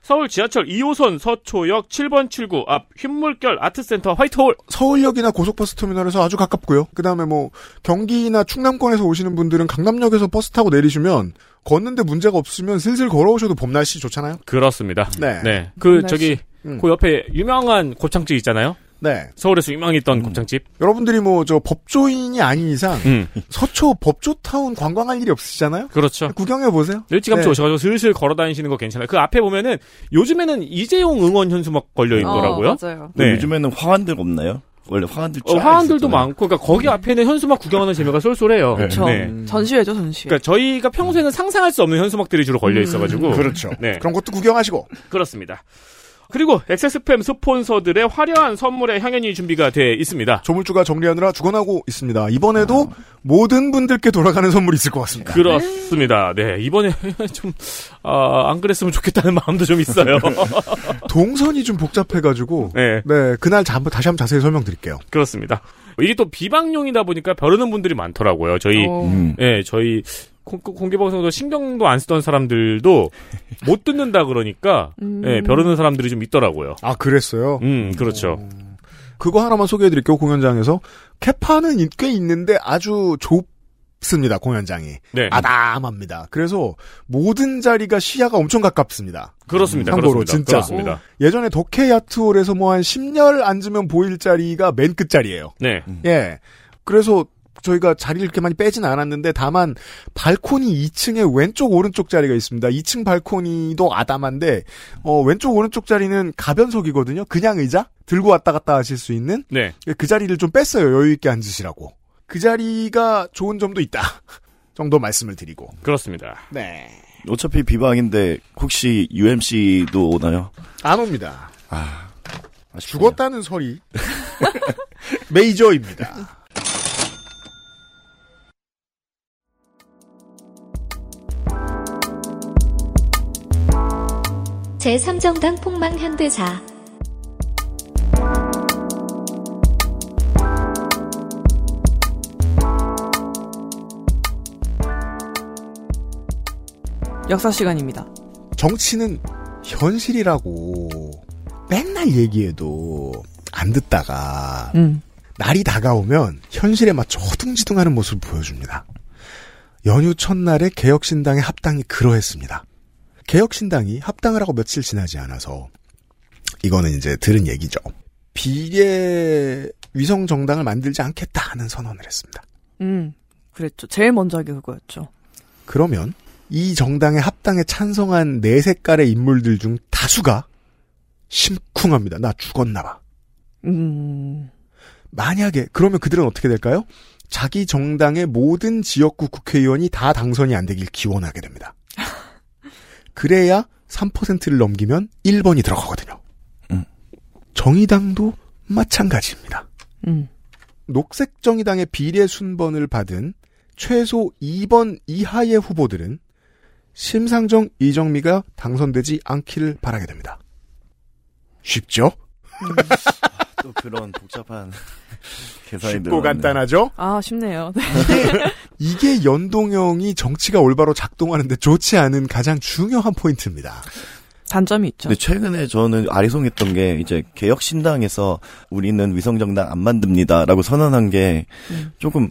D: 서울 지하철 2호선 서초역 7번 출구 앞 흰물결 아트센터 화이트홀.
B: 서울역이나 고속버스 터미널에서 아주 가깝고요. 그다음에 뭐 경기나 충남권에서 오시는 분들은 강남역에서 버스 타고 내리시면 걷는데 문제가 없으면 슬슬 걸어오셔도 봄 날씨 좋잖아요.
D: 그렇습니다.
B: 네.
D: 그
B: 날씨.
D: 저기
B: 음.
D: 그 옆에 유명한 곱창집 있잖아요.
B: 네.
D: 서울에서 유명했던 곱창집.
B: 여러분들이 뭐 저 법조인이 아닌 이상
D: 음.
B: 서초 법조타운 관광할 일이 없으시잖아요.
D: 그렇죠.
B: 구경해 보세요.
D: 일찌감치
B: 네.
D: 오셔가지고 슬슬 걸어 다니시는 거 괜찮아요. 그 앞에 보면은 요즘에는 이재용 응원 현수막 걸려 있더라고요.
C: 어, 맞아요.
D: 네.
E: 그 요즘에는 화환들 없나요? 원래 화환들
D: 어,
E: 쫙
D: 화환들도
E: 있었잖아요.
D: 많고, 그러니까 거기 앞에는 현수막 구경하는 재미가 쏠쏠해요.
C: 그렇죠.
E: 그쵸.
D: 네.
C: 전시회죠, 전시회.
D: 그러니까 저희가 평소에는 상상할 수 없는 현수막들이 주로 걸려 있어가지고
B: 그렇죠.
D: 네.
B: 그런 것도 구경하시고
D: 그렇습니다. 그리고 엑세스팸 스폰서들의 화려한 선물에 향연이 준비가 돼 있습니다.
B: 조물주가 정리하느라 주관하고 있습니다. 이번에도 모든 분들께 돌아가는 선물이 있을 것 같습니다.
D: 그렇습니다. 네 이번에 *laughs* 좀 아, 안 그랬으면 좋겠다는 마음도
B: *laughs*
D: 좀 있어요.
B: 동선이 좀 복잡해가지고
D: 네.
B: 그날 자- 다시 한번 자세히 설명드릴게요.
D: 그렇습니다. 이게 또 비방용이다 보니까 벼르는 분들이 많더라고요. 저희
B: 어.
E: 음.
D: 예 저희 공- 공개방송도 신경도 안 쓰던 사람들도 못 듣는다 그러니까
B: 음.
D: 예, 벼르는 사람들이 좀 있더라고요.
B: 아 그랬어요.
D: 음 그렇죠.
B: 그거 하나만 소개해드릴게요. 공연장에서 캐파는 있- 꽤 있는데 아주 좁습니다. 공연장이
D: 네.
B: 아담합니다. 그래서 모든 자리가 시야가 엄청 가깝습니다.
D: 그렇습니다.
B: 참고로
D: 그렇습니다.
B: 진짜
D: 그렇습니다.
B: 예전에 도케 야트홀에서 뭐 한 10열 앉으면 보일 자리가 맨 끝자리예요.
D: 네.
B: 예. 그래서 저희가 자리를 이렇게 많이 빼진 않았는데 다만 발코니 2층에 왼쪽 오른쪽 자리가 있습니다. 2층 발코니도 아담한데 어, 왼쪽 오른쪽 자리는 가변석이거든요. 그냥 의자 들고 왔다 갔다 하실 수 있는
D: 네.
B: 그 자리를 좀 뺐어요. 여유 있게 앉으시라고. 그 자리가 좋은 점도 있다. *laughs* 정도 말씀을 드리고.
D: 그렇습니다.
B: 네.
E: 어차피 비방인데 혹시 UMC도 오나요?
B: 안 옵니다.
E: 아,
B: 죽었다는 소리. *laughs* 메이저입니다.
L: 제3정당 폭망 현대사
C: 역사 시간입니다.
B: 정치는 현실이라고 맨날 얘기해도 안 듣다가
D: 음.
B: 날이 다가오면 현실에 맞춰 허둥지둥하는 모습을 보여줍니다. 연휴 첫날에 개혁신당의 합당이 그러했습니다. 개혁신당이 합당을 하고 며칠 지나지 않아서 이거는 이제 들은 얘기죠. 비례 위성 정당을 만들지 않겠다 하는 선언을 했습니다.
C: 음, 그랬죠. 제일 먼저 하게 그거였죠.
B: 그러면 이 정당의 합당에 찬성한 네 색깔의 인물들 중 다수가 심쿵합니다. 나 죽었나봐.
C: 음,
B: 만약에 그러면 그들은 어떻게 될까요? 자기 정당의 모든 지역구 국회의원이 다 당선이 안 되길 기원하게 됩니다. 그래야 3%를 넘기면 1번이 들어가거든요. 정의당도 마찬가지입니다.
C: 음.
B: 녹색정의당의 비례 순번을 받은 최소 2번 이하의 후보들은 심상정 이정미가 당선되지 않기를 바라게 됩니다. 쉽죠?
E: 또 그런 복잡한 *laughs* 계산이
B: *laughs* 쉽고
E: 들어갔네.
B: 간단하죠?
C: 아, 쉽네요. 네.
B: 이게 연동형이 정치가 올바로 작동하는데 좋지 않은 가장 중요한 포인트입니다.
C: 단점이 있죠.
D: 네.
E: 근데 최근에 저는 아리송했던 게 이제 개혁신당에서 우리는 위성정당 안 만듭니다라고 선언한 게 조금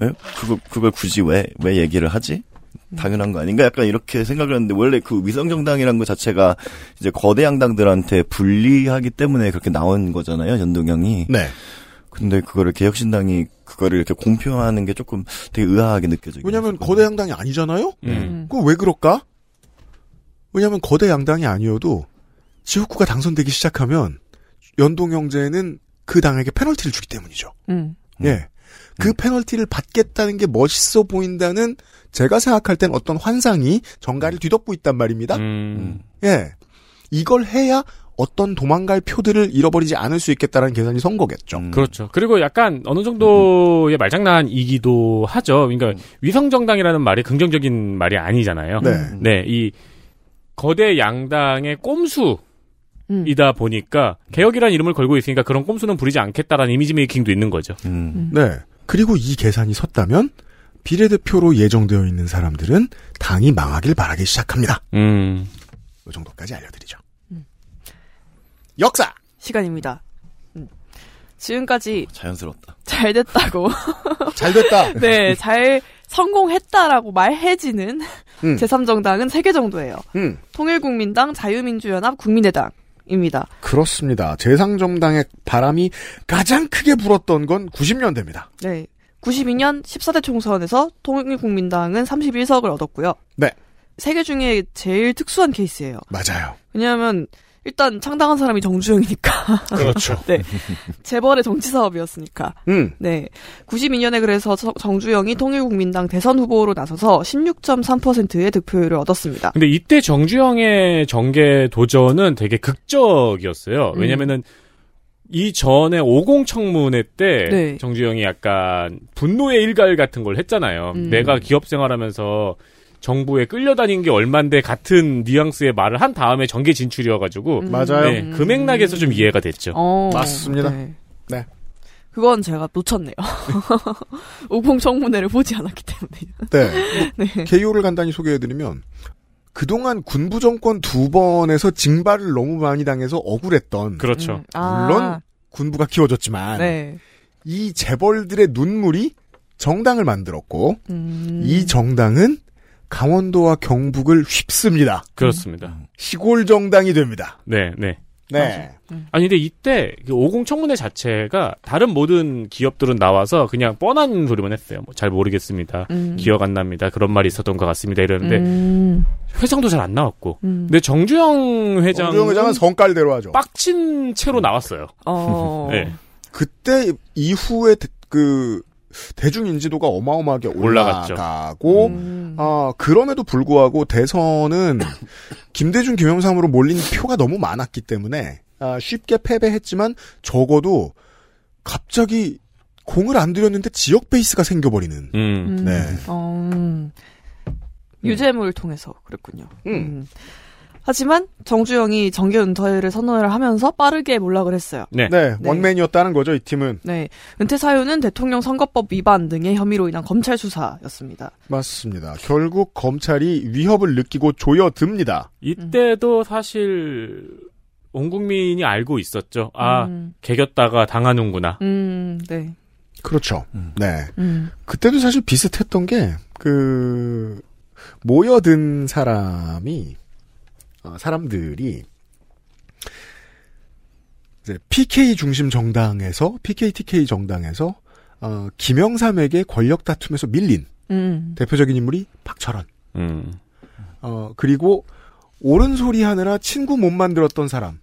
E: 에? 그거 그걸 굳이 왜 왜 얘기를 하지? 당연한 거 아닌가? 약간 이렇게 생각을 했는데 원래 그 위성정당이라는 것 자체가 이제 거대 양당들한테 불리하기 때문에 그렇게 나온 거잖아요 연동형이.
B: 네.
E: 근데 그거를 개혁신당이 그거를 이렇게 공표하는 게 조금 되게 의아하게 느껴져요.
B: 왜냐하면 거대 양당이 아니잖아요.
E: 음.
B: 그럼 왜 그럴까? 왜냐하면 거대 양당이 아니어도 지역구가 당선되기 시작하면 연동형제는 그 당에게 페널티를 주기 때문이죠.
C: 음.
B: 예. 그 페널티를 받겠다는 게 멋있어 보인다는 제가 생각할 땐 어떤 환상이 정가를 뒤덮고 있단
D: 음.
B: 말입니다.
E: 음.
B: 예. 이걸 해야 어떤 도망갈 표들을 잃어버리지 않을 수 있겠다라는 계산이 선 거겠죠.
D: 그렇죠. 그리고 약간 어느 정도의 말장난이기도 하죠. 그러니까 위성정당이라는 말이 긍정적인 말이 아니잖아요.
B: 음. 네.
E: 음.
D: 이 거대 양당의 꼼수.
C: 음.
D: 이다 보니까 개혁이라는 이름을 걸고 있으니까 그런 꼼수는 부리지 않겠다라는 이미지 메이킹도 있는 거죠.
E: 음.
B: 네. 그리고 이 계산이 섰다면 비례대표로 예정되어 있는 사람들은 당이 망하길 바라기 시작합니다.
D: 음.
B: 이 정도까지 알려드리죠.
C: 역사 시간입니다. 음. 지금까지
E: 자연스럽다.
C: 잘 됐다고. *laughs*
B: 잘 됐다.
C: 네, 잘 성공했다라고 말해지는
B: 음.
C: 제3정당은 3개 정도예요.
B: 음.
C: 통일국민당, 자유민주연합, 국민의당입니다.
B: 그렇습니다. 재상정당의 바람이 가장 크게 불었던 건 90년대입니다.
C: 네. 92년 14대 총선에서 통일국민당은 31석을 얻었고요.
B: 네.
C: 세 개 중에 제일 특수한 케이스예요.
B: 맞아요.
C: 왜냐하면 일단 창당한 사람이 정주영이니까. *laughs*
B: 그렇죠.
C: 네. 재벌의 정치 사업이었으니까.
B: 음.
C: 네. 92년에 그래서 서- 정주영이 통일국민당 대선 후보로 나서서 16.3%의 득표율을 얻었습니다.
D: 근데 이때 정주영의 정계 도전은 되게 극적이었어요.
C: 음.
D: 왜냐면은 이 전에 50 청문회 때
C: 네.
D: 정주영이 약간 분노의 일갈 같은 걸 했잖아요.
C: 음.
D: 내가 기업 생활하면서 정부에 끌려다닌 게 얼만데 같은 뉘앙스의 말을 한 다음에 정계 진출이어가지고
C: 음. 맞아요.
D: 네, 금액락에서 좀 이해가 됐죠.
C: 어,
B: 네.
C: 그건 제가 놓쳤네요. *laughs* 오공 청문회를 보지 않았기 때문에. *laughs*
B: 네.
D: 예?
B: 개요를 간단히 소개해드리면 그동안 군부 정권 두 번에서 징발을 너무 많이 당해서 억울했던
D: 그렇죠.
C: 아.
B: 물론 군부가 키워졌지만
C: 네.
B: 이 재벌들의 눈물이 정당을 만들었고
C: 음.
B: 이 정당은 강원도와 경북을 휩습니다.
D: 그렇습니다.
B: 시골 정당이 됩니다.
D: 네, 네.
B: 네.
D: 아니 근데 이때 50 청문회 자체가 다른 모든 기업들은 나와서 그냥 뻔한 소리만 했어요. 뭐잘 모르겠습니다.
C: 음.
D: 기억 안 납니다. 그런 말이 있었던 것 같습니다. 이러는데 네.
C: 음.
D: 회장도 잘 안 나왔고.
C: 음.
D: 근데 정주영 회장
B: 정주영 회장은 성깔대로 음. 하죠.
D: 빡친 채로 나왔어요.
C: 어.
D: *laughs* 네.
B: 그때 이후에 대- 그 대중 인지도가 어마어마하게
D: 올라갔죠. 음.
B: 올라가고
C: 음.
B: 아, 그럼에도 불구하고 대선은 *coughs* 김대중 김영삼으로 몰린 표가 너무 많았기 때문에 아, 쉽게 패배했지만 적어도 갑자기 공을 안 들였는데 지역 베이스가 생겨버리는
D: 음.
B: 네.
C: 어, 음. 유재물을 통해서 그랬군요. 음. 하지만 정주영이 정계 은퇴를 선언을 하면서 빠르게 몰락을 했어요.
D: 네.
C: 네.
B: 원맨이었다는 거죠 이 팀은
C: 네. 은퇴 사유는 대통령 선거법 위반 등의 혐의로 인한 검찰 수사였습니다.
B: 맞습니다. 결국 검찰이 위협을 느끼고 조여듭니다.
D: 이때도 사실 온 국민이 알고 있었죠. 아 개겼다가 당하는구나.
C: 음, 네.
B: 그렇죠. 네.
C: 음.
B: 그때도 사실 비슷했던 게, 그, 모여든 사람이, 어, 사람들이, 이제 PK 중심 정당에서, PKTK 정당에서, 어, 김영삼에게 권력 다툼에서 밀린
C: 음.
B: 대표적인 인물이 박철원.
D: 음.
B: 어, 그리고, 옳은 소리 하느라 친구 못 만들었던 사람.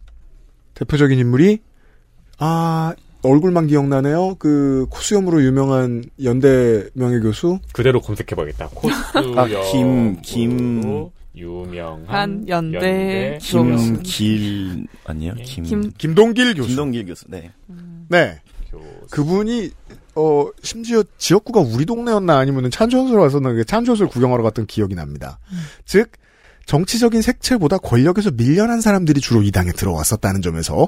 B: 대표적인 인물이, 아, 얼굴만 기억나네요. 그, 코수염으로 유명한 연대 명예교수.
D: 그대로 검색해봐야겠다.
E: 김, 김,
C: 한
D: 유명한
C: 연대
E: 김, 길, 아니요? 김,
C: 예, 김-
B: 김동길 교수.
E: 김동길 교수, 네.
B: 네. 그분이 어 심지어 지역구가 우리 동네였나 아니면은 찬천수로 왔었나 찬천수를 구경하러 갔던 기억이 납니다.
C: 음.
B: 즉 정치적인 색채보다 권력에서 밀려난 사람들이 주로 이 당에 들어왔었다는 점에서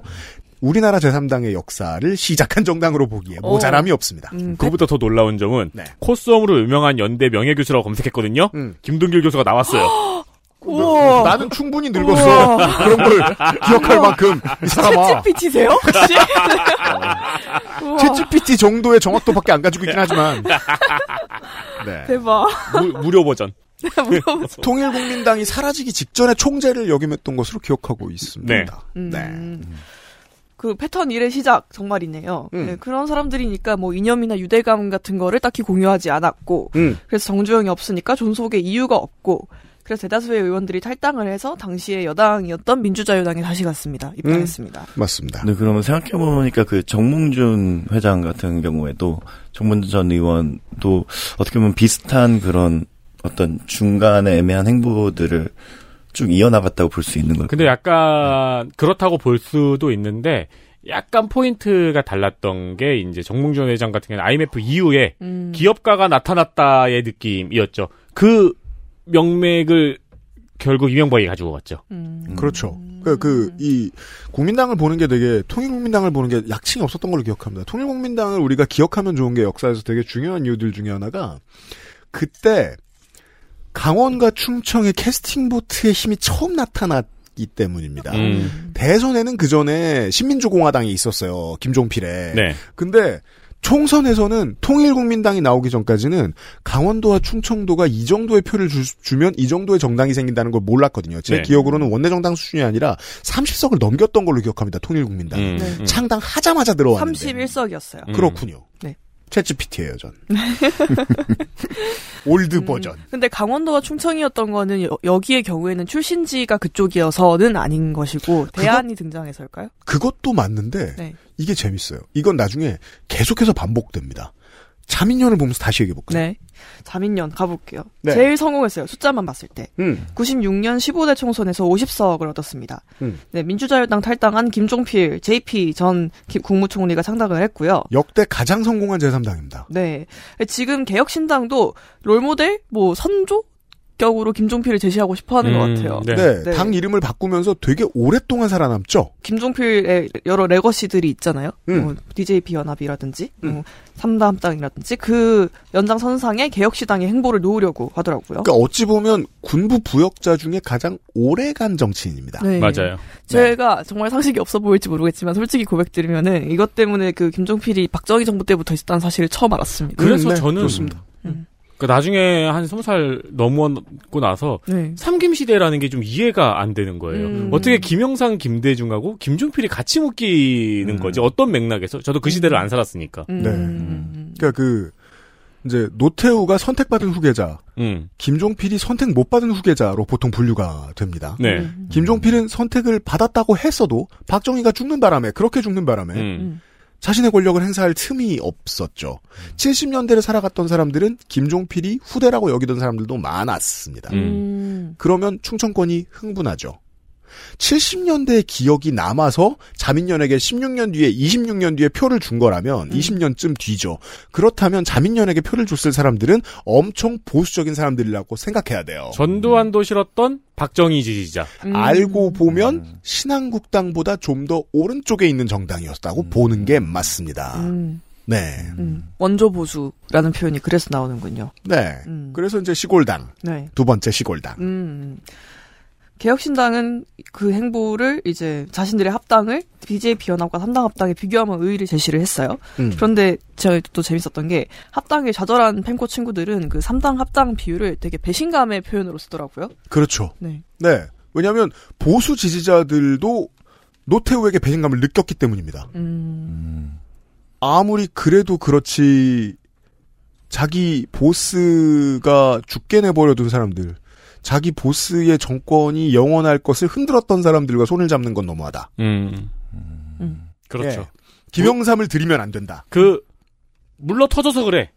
B: 우리나라 제3당의 역사를 시작한 정당으로 보기에
D: 어.
B: 모자람이 없습니다.
C: 음.
D: 그보다 더 놀라운 점은
B: 네.
D: 코스염으로 유명한 연대 명예교수라고 검색했거든요.
C: 음.
D: 김동길
C: *gasps*
D: 교수가 나왔어요.
C: 우와.
B: 나는 충분히 늙었어.
C: 우와.
B: 그런 걸 기억할 만큼 이 사람아
C: 채찍피티세요 혹시? 우와,
B: 채찌피티 정도의 정확도밖에 안 가지고 있긴
C: *laughs*
B: 하지만 네.
C: 대박.
D: 무, 료 버전.
B: 통일국민당이 사라지기 직전에 총재를 역임했던 것으로 기억하고 있습니다.
C: 음.
B: 네.
C: 그 패턴 일의 시작 정말이네요.
B: 음.
C: 네, 그런 사람들이니까 뭐 이념이나 유대감 같은 거를 딱히 공유하지 않았고
B: 음.
C: 그래서 정주영이 없으니까 존속의 이유가 없고 그래서 대다수의 의원들이 탈당을 해서 당시의 여당이었던 민주자유당에 다시 갔습니다. 입당했습니다.
B: 음. 맞습니다.
E: 네, 그러면 생각해보니까 그 정몽준 회장 같은 경우에도 정몽준 전 의원도 어떻게 보면 비슷한 그런 어떤 중간에 애매한 행보들을 쭉 이어나갔다고 볼 수 있는 거예요.
C: 그,
D: 근데 약간 그렇다고 볼 수도 있는데 약간 포인트가 달랐던 게 이제 정몽준 회장 같은 경우는 IMF 이후에
C: 음.
D: 기업가가 나타났다의 느낌이었죠. 그 명맥을 결국 이명박이 가지고 왔죠.
E: 음.
B: 그렇죠. 그, 그, 이, 국민당을 보는 게 되게, 통일국민당을 보는 게 약칭이 없었던 걸로 기억합니다. 통일국민당을 우리가 기억하면 좋은 게 역사에서 되게 중요한 이유들 중에 하나가, 그때, 강원과 충청의 캐스팅보트의 힘이 처음 나타났기 때문입니다.
D: 음.
B: 대선에는 그 전에 신민주공화당이 있었어요. 김종필에.
D: 네.
B: 근데 총선에서는 통일국민당이 나오기 전까지는 강원도와 충청도가 이 정도의 표를 주, 면이 정도의 정당이 생긴다는 걸 몰랐거든요. 제
M: 네.
B: 기억으로는 원내정당 수준이 아니라 30석을 넘겼던 걸로 기억합니다. 통일국민당.
M: 음, 네. 음.
B: 창당 하자마자 들어왔는데.
D: 음.
C: 31석이었어요.
B: 그렇군요.
C: 네.
B: 채찌피티예요
C: *laughs*
B: 전.
C: 음.
B: 올드 버전.
C: 근데 강원도와 충청이었던 거는 여, 여기의 경우에는 출신지가 그쪽이어서는 아닌 것이고 대안이 등장해서일까요?
B: 그것도 맞는데
C: 네.
B: 이게 재밌어요. 이건 나중에 계속해서 반복됩니다. 자민련을 보면서 다시 얘기해볼까요?
C: 네. 자민련 가볼게요.
B: 네.
C: 제일 성공했어요. 숫자만 봤을 때.
B: 음.
C: 96년 15대 총선에서 50석을 얻었습니다.
B: 음.
C: 네, 민주자유당 탈당한 김종필, JP 전 기- 국무총리가 창당을 했고요.
B: 역대 가장 성공한 제3당입니다.
C: 네. 지금 개혁신당도 롤모델, 뭐, 선조? 격으로 김종필을 제시하고 싶어 하는
D: 음.
C: 것 같아요.
B: 네. 당 이름을 바꾸면서 되게 오랫동안 살아남죠.
C: 김종필의 여러 레거시들이 있잖아요.
B: 음.
C: 뭐 DJP 연합이라든지, 뭐 삼다함당이라든지, 그 연장선상에 개혁시당의 행보를 놓으려고 하더라고요.
B: 그러니까 어찌 보면 군부 부역자 중에 가장 오래간 정치인입니다.
C: 네. 맞아요. 제가 정말 상식이 없어 보일지 모르겠지만 솔직히 고백드리면은 이것 때문에 그 김종필이 박정희 정부 때부터 있었다는 사실을 처음 알았습니다.
D: 그래서
B: 네.
D: 저는
C: 음.
D: 그 나중에 한 스무 살 넘어고 나서
C: 네.
D: 삼김시대라는 게 좀 이해가 안 되는 거예요.
C: 음.
D: 어떻게 김영삼, 김대중하고 김종필이 같이 묶이는 거지? 어떤 맥락에서? 저도
C: 음.
D: 그 시대를 안 살았으니까.
B: 네. 그러니까 그 이제 노태우가 선택받은 후계자,
D: 음.
B: 김종필이 선택 못 받은 후계자로 보통 분류가 됩니다.
D: 네. 음.
B: 김종필은 선택을 받았다고 했어도 박정희가 죽는 바람에 그렇게 죽는
D: 음.
C: 네.
B: 바람에 자신의 권력을 행사할 틈이 없었죠.
D: 음.
B: 70년대를 살아갔던 사람들은 김종필이 후대라고 여기던 사람들도 많았습니다.
D: 음.
B: 그러면 충청권이 흥분하죠. 70년대의 기억이 남아서 자민련에게 16년 뒤에 26년 뒤에 표를 준 거라면 20년쯤 뒤죠. 그렇다면 자민련에게 표를 줬을 사람들은 엄청 보수적인 사람들이라고 생각해야 돼요.
D: 전두환도 싫었던 박정희 지지자.
B: 음.
C: 음.
B: 알고 보면 신한국당보다 좀 더 오른쪽에 있는 정당이었다고 보는 게 맞습니다.
C: 음.
B: 네.
C: 원조 보수라는 표현이 그래서 나오는군요.
B: 네.
C: 음.
B: 그래서 이제 시골당.
C: 네.
B: 두 번째 시골당.
C: 음. 개혁신당은 그 행보를 이제 자신들의 합당을 BJP 연합과 삼당합당에 비교하면 의의를 제시를 했어요.
O: 음.
C: 그런데 제가 또 재밌었던 게 합당에 좌절한 팬코 친구들은 그 삼당 합당 비율을 되게 배신감의 표현으로 쓰더라고요.
B: 그렇죠.
C: 네.
B: 네. 왜냐하면 보수 지지자들도 노태우에게 배신감을 느꼈기 때문입니다.
C: 음.
B: 아무리 그래도 그렇지 자기 보스가 죽게 내버려둔 사람들, 자기 보스의 정권이 영원할 것을 흔들었던 사람들과 손을 잡는 건 너무하다.
D: 음. 그렇죠.
B: 예. 김영삼을 들이면 안 된다.
D: 그 물러 터져서 그래.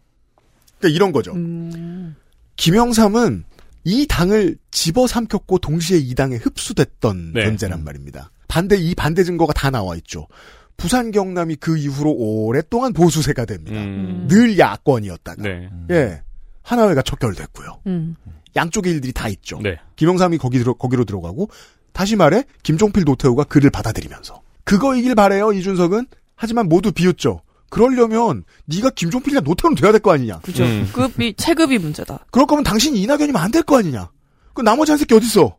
B: 그러니까 이런 거죠.
C: 음.
B: 김영삼은 이 당을 집어삼켰고 동시에 이 당에 흡수됐던 존재란 말입니다. 반대 이 반대 증거가 다 나와 있죠. 부산 경남이 그 이후로 오랫동안 보수세가
D: 음.
B: 됩니다. 늘 야권이었다가
D: 네.
B: 예 하나회가 척결됐고요.
C: 음.
B: 양쪽의 일들이 다 있죠.
D: 네.
B: 김영삼이 거기 들어, 거기로 들어가고 다시 말해 김종필 노태우가 그를 받아들이면서 그거이길 바래요 이준석은 하지만 모두 비웃죠. 그러려면 네가 김종필이나 노태우는 돼야 될 거 아니냐.
C: 그죠. 급이 체급이 문제다.
B: 그럴 거면 당신이 이낙연이면 안 될 거 아니냐. 그 나머지 한 새끼 어딨어?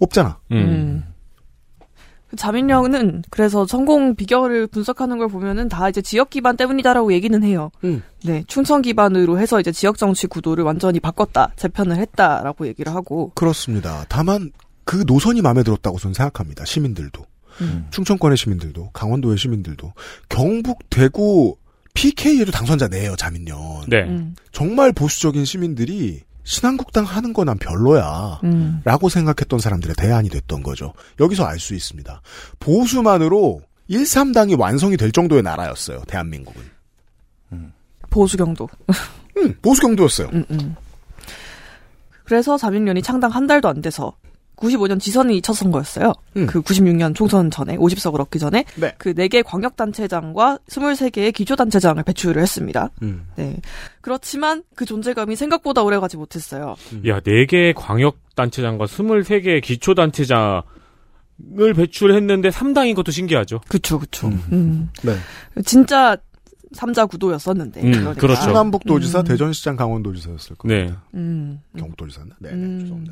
B: 없잖아.
C: 음.
D: 음.
C: 그 자민령은 그래서 성공 비결을 분석하는 걸 보면은 다 이제 지역 기반 때문이다라고 얘기는 해요. 네, 충청 기반으로 해서 이제 지역 정치 구도를 완전히 바꿨다, 재편을 했다라고 얘기를 하고.
B: 그렇습니다. 다만 그 노선이 마음에 들었다고 저는 생각합니다. 시민들도.
C: 음.
B: 충청권의 시민들도 강원도의 시민들도 경북 대구 PK에도 당선자 내요 자민련
C: 음.
D: 네.
B: 정말 보수적인 시민들이 신한국당 하는 거 난 별로야.
C: 음.
B: 라고 생각했던 사람들의 대안이 됐던 거죠. 여기서 알 수 있습니다. 보수만으로 1, 3당이 완성이 될 정도의 나라였어요. 대한민국은.
C: 보수경도.
B: 음, 보수경도였어요.
C: 그래서 자민련이 창당 한 달도 안 돼서 95년 지선이 첫 선거였어요.
D: 음.
C: 그 96년 총선 전에 50석을 얻기 전에
D: 네.
C: 그 4개 광역단체장과 23개의 기초단체장을 배출을 했습니다.
B: 음.
C: 네. 그렇지만 그 존재감이 생각보다 오래가지 못했어요.
D: 야, 4개의 광역단체장과 23개의 기초단체장을 배출했는데 3당인 것도 신기하죠.
C: 그쵸, 그쵸. 음. 진짜 삼자 구도였었는데.
D: 네.
C: 그러니까.
D: 음, 그렇죠.
B: 충남북도지사,
C: 음.
B: 대전시장, 강원도지사였을
D: 네.
B: 겁니다.
C: 음.
B: 경북도지사였나? 네.
C: 음.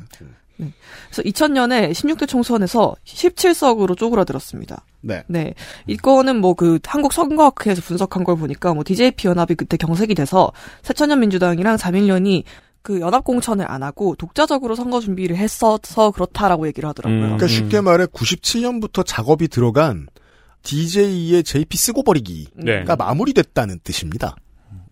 C: 네. 그래서 2000년에 16대 총선에서 17석으로 쪼그라들었습니다.
B: 네.
C: 네. 이거는 뭐 그 한국 선거학회에서 분석한 걸 보니까 뭐 DJP 연합이 그때 경색이 돼서 새천년 민주당이랑 자민련이 그 연합 공천을 안 하고 독자적으로 선거 준비를 했어서 그렇다라고 얘기를 하더라고요.
D: 음.
B: 그러니까 쉽게 말해 97년부터 작업이 들어간 DJ의 JP 쓰고 버리기가
D: 네. 음.
B: 마무리됐다는 뜻입니다.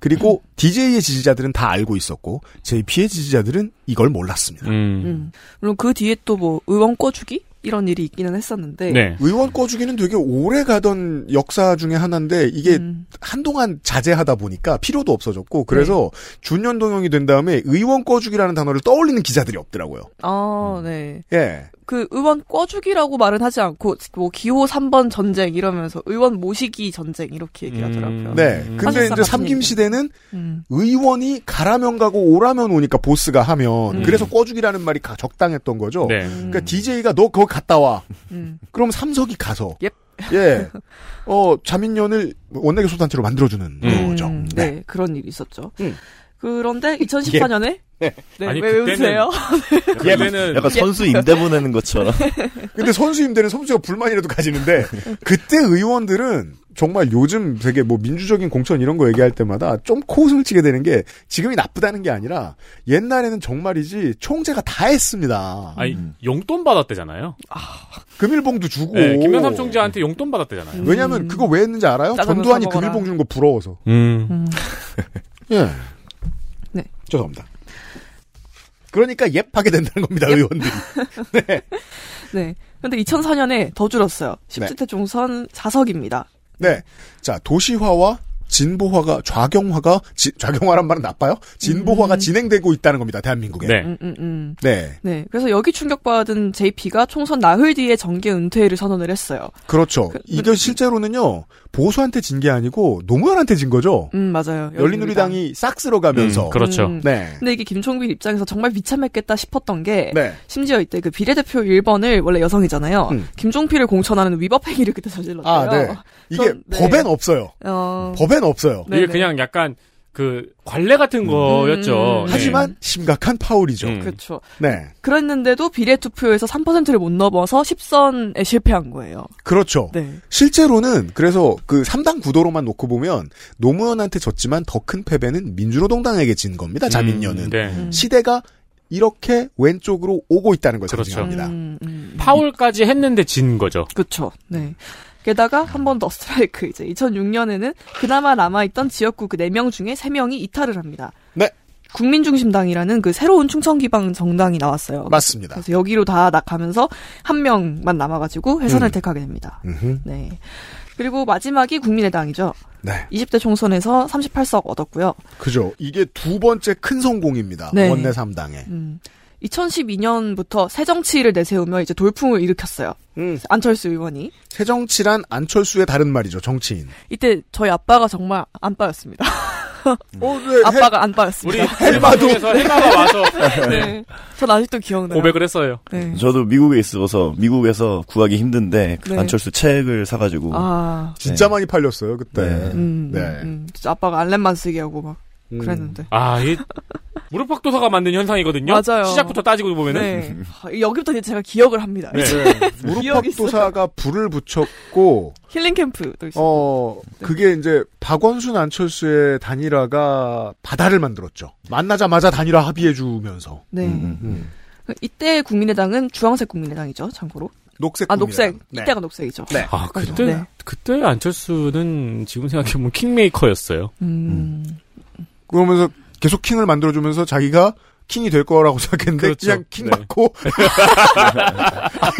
B: 그리고 DJ의 지지자들은 다 알고 있었고 JP의 지지자들은 이걸 몰랐습니다.
C: 음. 물론 그 뒤에 또 뭐 의원 꿔주기 이런 일이 있기는
D: 네.
C: 했었는데
B: 네. 의원 꺼주기는 되게 오래 가던 역사 중에 하나인데 이게
C: 음.
B: 한동안 자제하다 보니까 필요도 없어졌고 그래서
C: 네.
B: 준연동형이 된 다음에 의원 꺼주기라는 단어를 떠올리는 기자들이 없더라고요.
C: 아, 네.
B: 예.
C: 그 의원 꿔주기라고 말은 하지 않고 뭐 기호 3번 전쟁 이러면서 의원 모시기 전쟁 이렇게
D: 아,
C: 얘기하더라고요.
B: 네.
D: 음.
B: 근데
C: 사실상
B: 이제 삼김
C: 같은
B: 시대는
C: 음.
B: 의원이 가라면 가고 오라면 오니까 보스가 하면
D: 음.
B: 그래서 꺼주기라는 말이 가- 적당했던 거죠.
D: 네.
B: 그러니까 DJ가 너 거기 갔다 와. 그럼 삼석이 가서 예. 어, 자민련을 원내 교섭단체로 만들어 주는
C: 음,
B: 거죠. 음. 예.
C: 네. 그런 일이 있었죠. 그런데 2014년에
B: 네.
C: 아니, 왜 그때는- 웃으세요?
E: 약간,
C: 그때는- 네.
E: 약간 선수 임대
C: *laughs*
E: 보내는 것처럼.
B: 근데 선수 임대는 선수가 불만이라도 가지는데 그때 의원들은 정말 요즘 되게 뭐 민주적인 공천 이런 거 얘기할 때마다 좀 코웃음을 치게 되는 게 지금이 나쁘다는 게 아니라 옛날에는 정말이지 총재가 다 했습니다.
D: 아니, 용돈 받았대잖아요.
B: 금일봉도 주고
D: 네, 김영삼 총재한테 용돈 받았대잖아요.
B: 왜냐면 그거 왜 했는지 알아요?
D: 짜장면
B: 전두환이
D: 사 먹어라.
B: 금일봉 주는 거 부러워서.
D: 음.
B: 예.
C: 네.
B: 죄송합니다. 그러니까 옙하게 된다는 겁니다, 의원들이.
C: *laughs* 네. 근데 2004년에 더 줄었어요. 17대 총선 4석입니다.
B: 네. 자, 도시화와 진보화가 좌경화가 지- 좌경화란 말은 나빠요? 진보화가 진행되고 있다는 겁니다, 대한민국에.
D: 네.
C: 음, 음, 음.
B: 네.
C: 네. 그래서 여기 충격받은 JP가 총선 나흘 뒤에 정계 은퇴를 선언을 했어요.
B: 그렇죠. 이게 실제로는요. 보수한테 진 게 아니고 노무현한테 진 거죠.
C: 음, 맞아요.
B: 열린우리당이 싹 쓸어가면서.
D: 음, 그렇죠.
C: 음.
B: 네.
C: 근데 이게 김총빈 입장에서 정말 비참했겠다 싶었던 게
B: 네.
C: 심지어 이때 그 비례대표 1번을 원래 여성이잖아요.
B: 음.
C: 김종필을 공천하는 위법 행위를 그때 저질렀대요.
B: 아, 네. 이게
C: 전- 네.
B: 법엔 없어요.
C: 어,
B: 법엔 없어요.
D: 이게 그냥 약간 그 관례 같은 거였죠. 네.
B: 음. 하지만 심각한 파울이죠.
C: 그렇죠.
B: 네.
C: 그랬는데도 비례 투표에서 3%를 못 넘어서 10선에 실패한 거예요.
B: 그렇죠.
C: 네.
B: 실제로는 그래서 그 3당 구도로만 놓고 보면 노무현한테 졌지만 더 큰 패배는 민주노동당에게 진
C: 음.
B: 겁니다. 자민련은 어,
C: 네.
D: 네.
B: 네. 시대가 이렇게 왼쪽으로 오고 있다는 걸 상징합니다.
C: 음.
D: 파울까지 했는데 진 거죠.
C: 그렇죠. 네. 게다가 한 번 더 스트라이크 이제 2006년에는 그나마 남아있던 지역구 그 4명 중에 3명이 이탈을 합니다.
B: 네.
C: 국민중심당이라는 그 새로운 충청기방 정당이 나왔어요.
B: 맞습니다.
C: 그래서 여기로 다 나가면서 한 명만 남아가지고
B: 음.
C: 해산을 택하게 됩니다. 네. 그리고 마지막이 국민의당이죠.
B: 네.
C: 20대 총선에서 38석 얻었고요.
B: 그죠. 이게 두 번째 큰 성공입니다.
C: 네.
B: 원내 3당에.
C: 2012년부터 새정치를 내세우며 이제 돌풍을 일으켰어요.
B: 음.
C: 안철수 의원이.
B: 새정치란 안철수의 다른 말이죠. 정치인.
C: 네. 이때 저희 아빠가 정말
B: *laughs*
C: 안빠였습니다.
B: 어, 네.
C: 아빠가 안빠였습니다.
D: 헬마도. 헬마가 네, 와서 네.
C: 네. 전 아직도 기억나요.
D: 고백을 했어요.
C: 네.
E: 저도 미국에 있어서 미국에서 구하기 힘든데 그
C: 네.
E: 안철수 책을 사가지고
C: 아.
B: 진짜 많이 팔렸어요 그때.
C: 음,
B: 네.
C: 음, 진짜 아빠가 알렘만 쓰게 하고 막
B: 음.
C: 그랬는데.
D: 아, 이 무릎팍도사가 만든 현상이거든요.
C: 맞아요.
D: 시작부터 따지고 보면은
C: 네. 아, 여기부터 이제 제가 기억을 합니다.
D: 네.
C: 이제. 기억이 있어요.
B: 무릎팍도사가 불을 붙였고
C: *laughs* 힐링 캠프도 있어요.
B: 어 그게 이제 박원순 안철수의 단일화가 바다를 만들었죠. 만나자마자 단일화 합의해주면서.
C: 네.
E: 음,
C: 이때 국민의당은 주황색 국민의당이죠, 참고로.
B: 녹색
C: 아, 녹색.
B: 국민의당. 네.
C: 이때가 녹색이죠.
B: 네.
D: 아,
C: 맞아.
D: 그때
C: 네.
D: 그때 안철수는 지금 생각해 보면 킹메이커였어요.
C: 음.
B: 그러면서 계속 킹을 만들어주면서 자기가 킨이 될 거라고 생각했는데
D: 그렇죠.
B: 그냥 킨
D: 네.
B: 맞고 *laughs*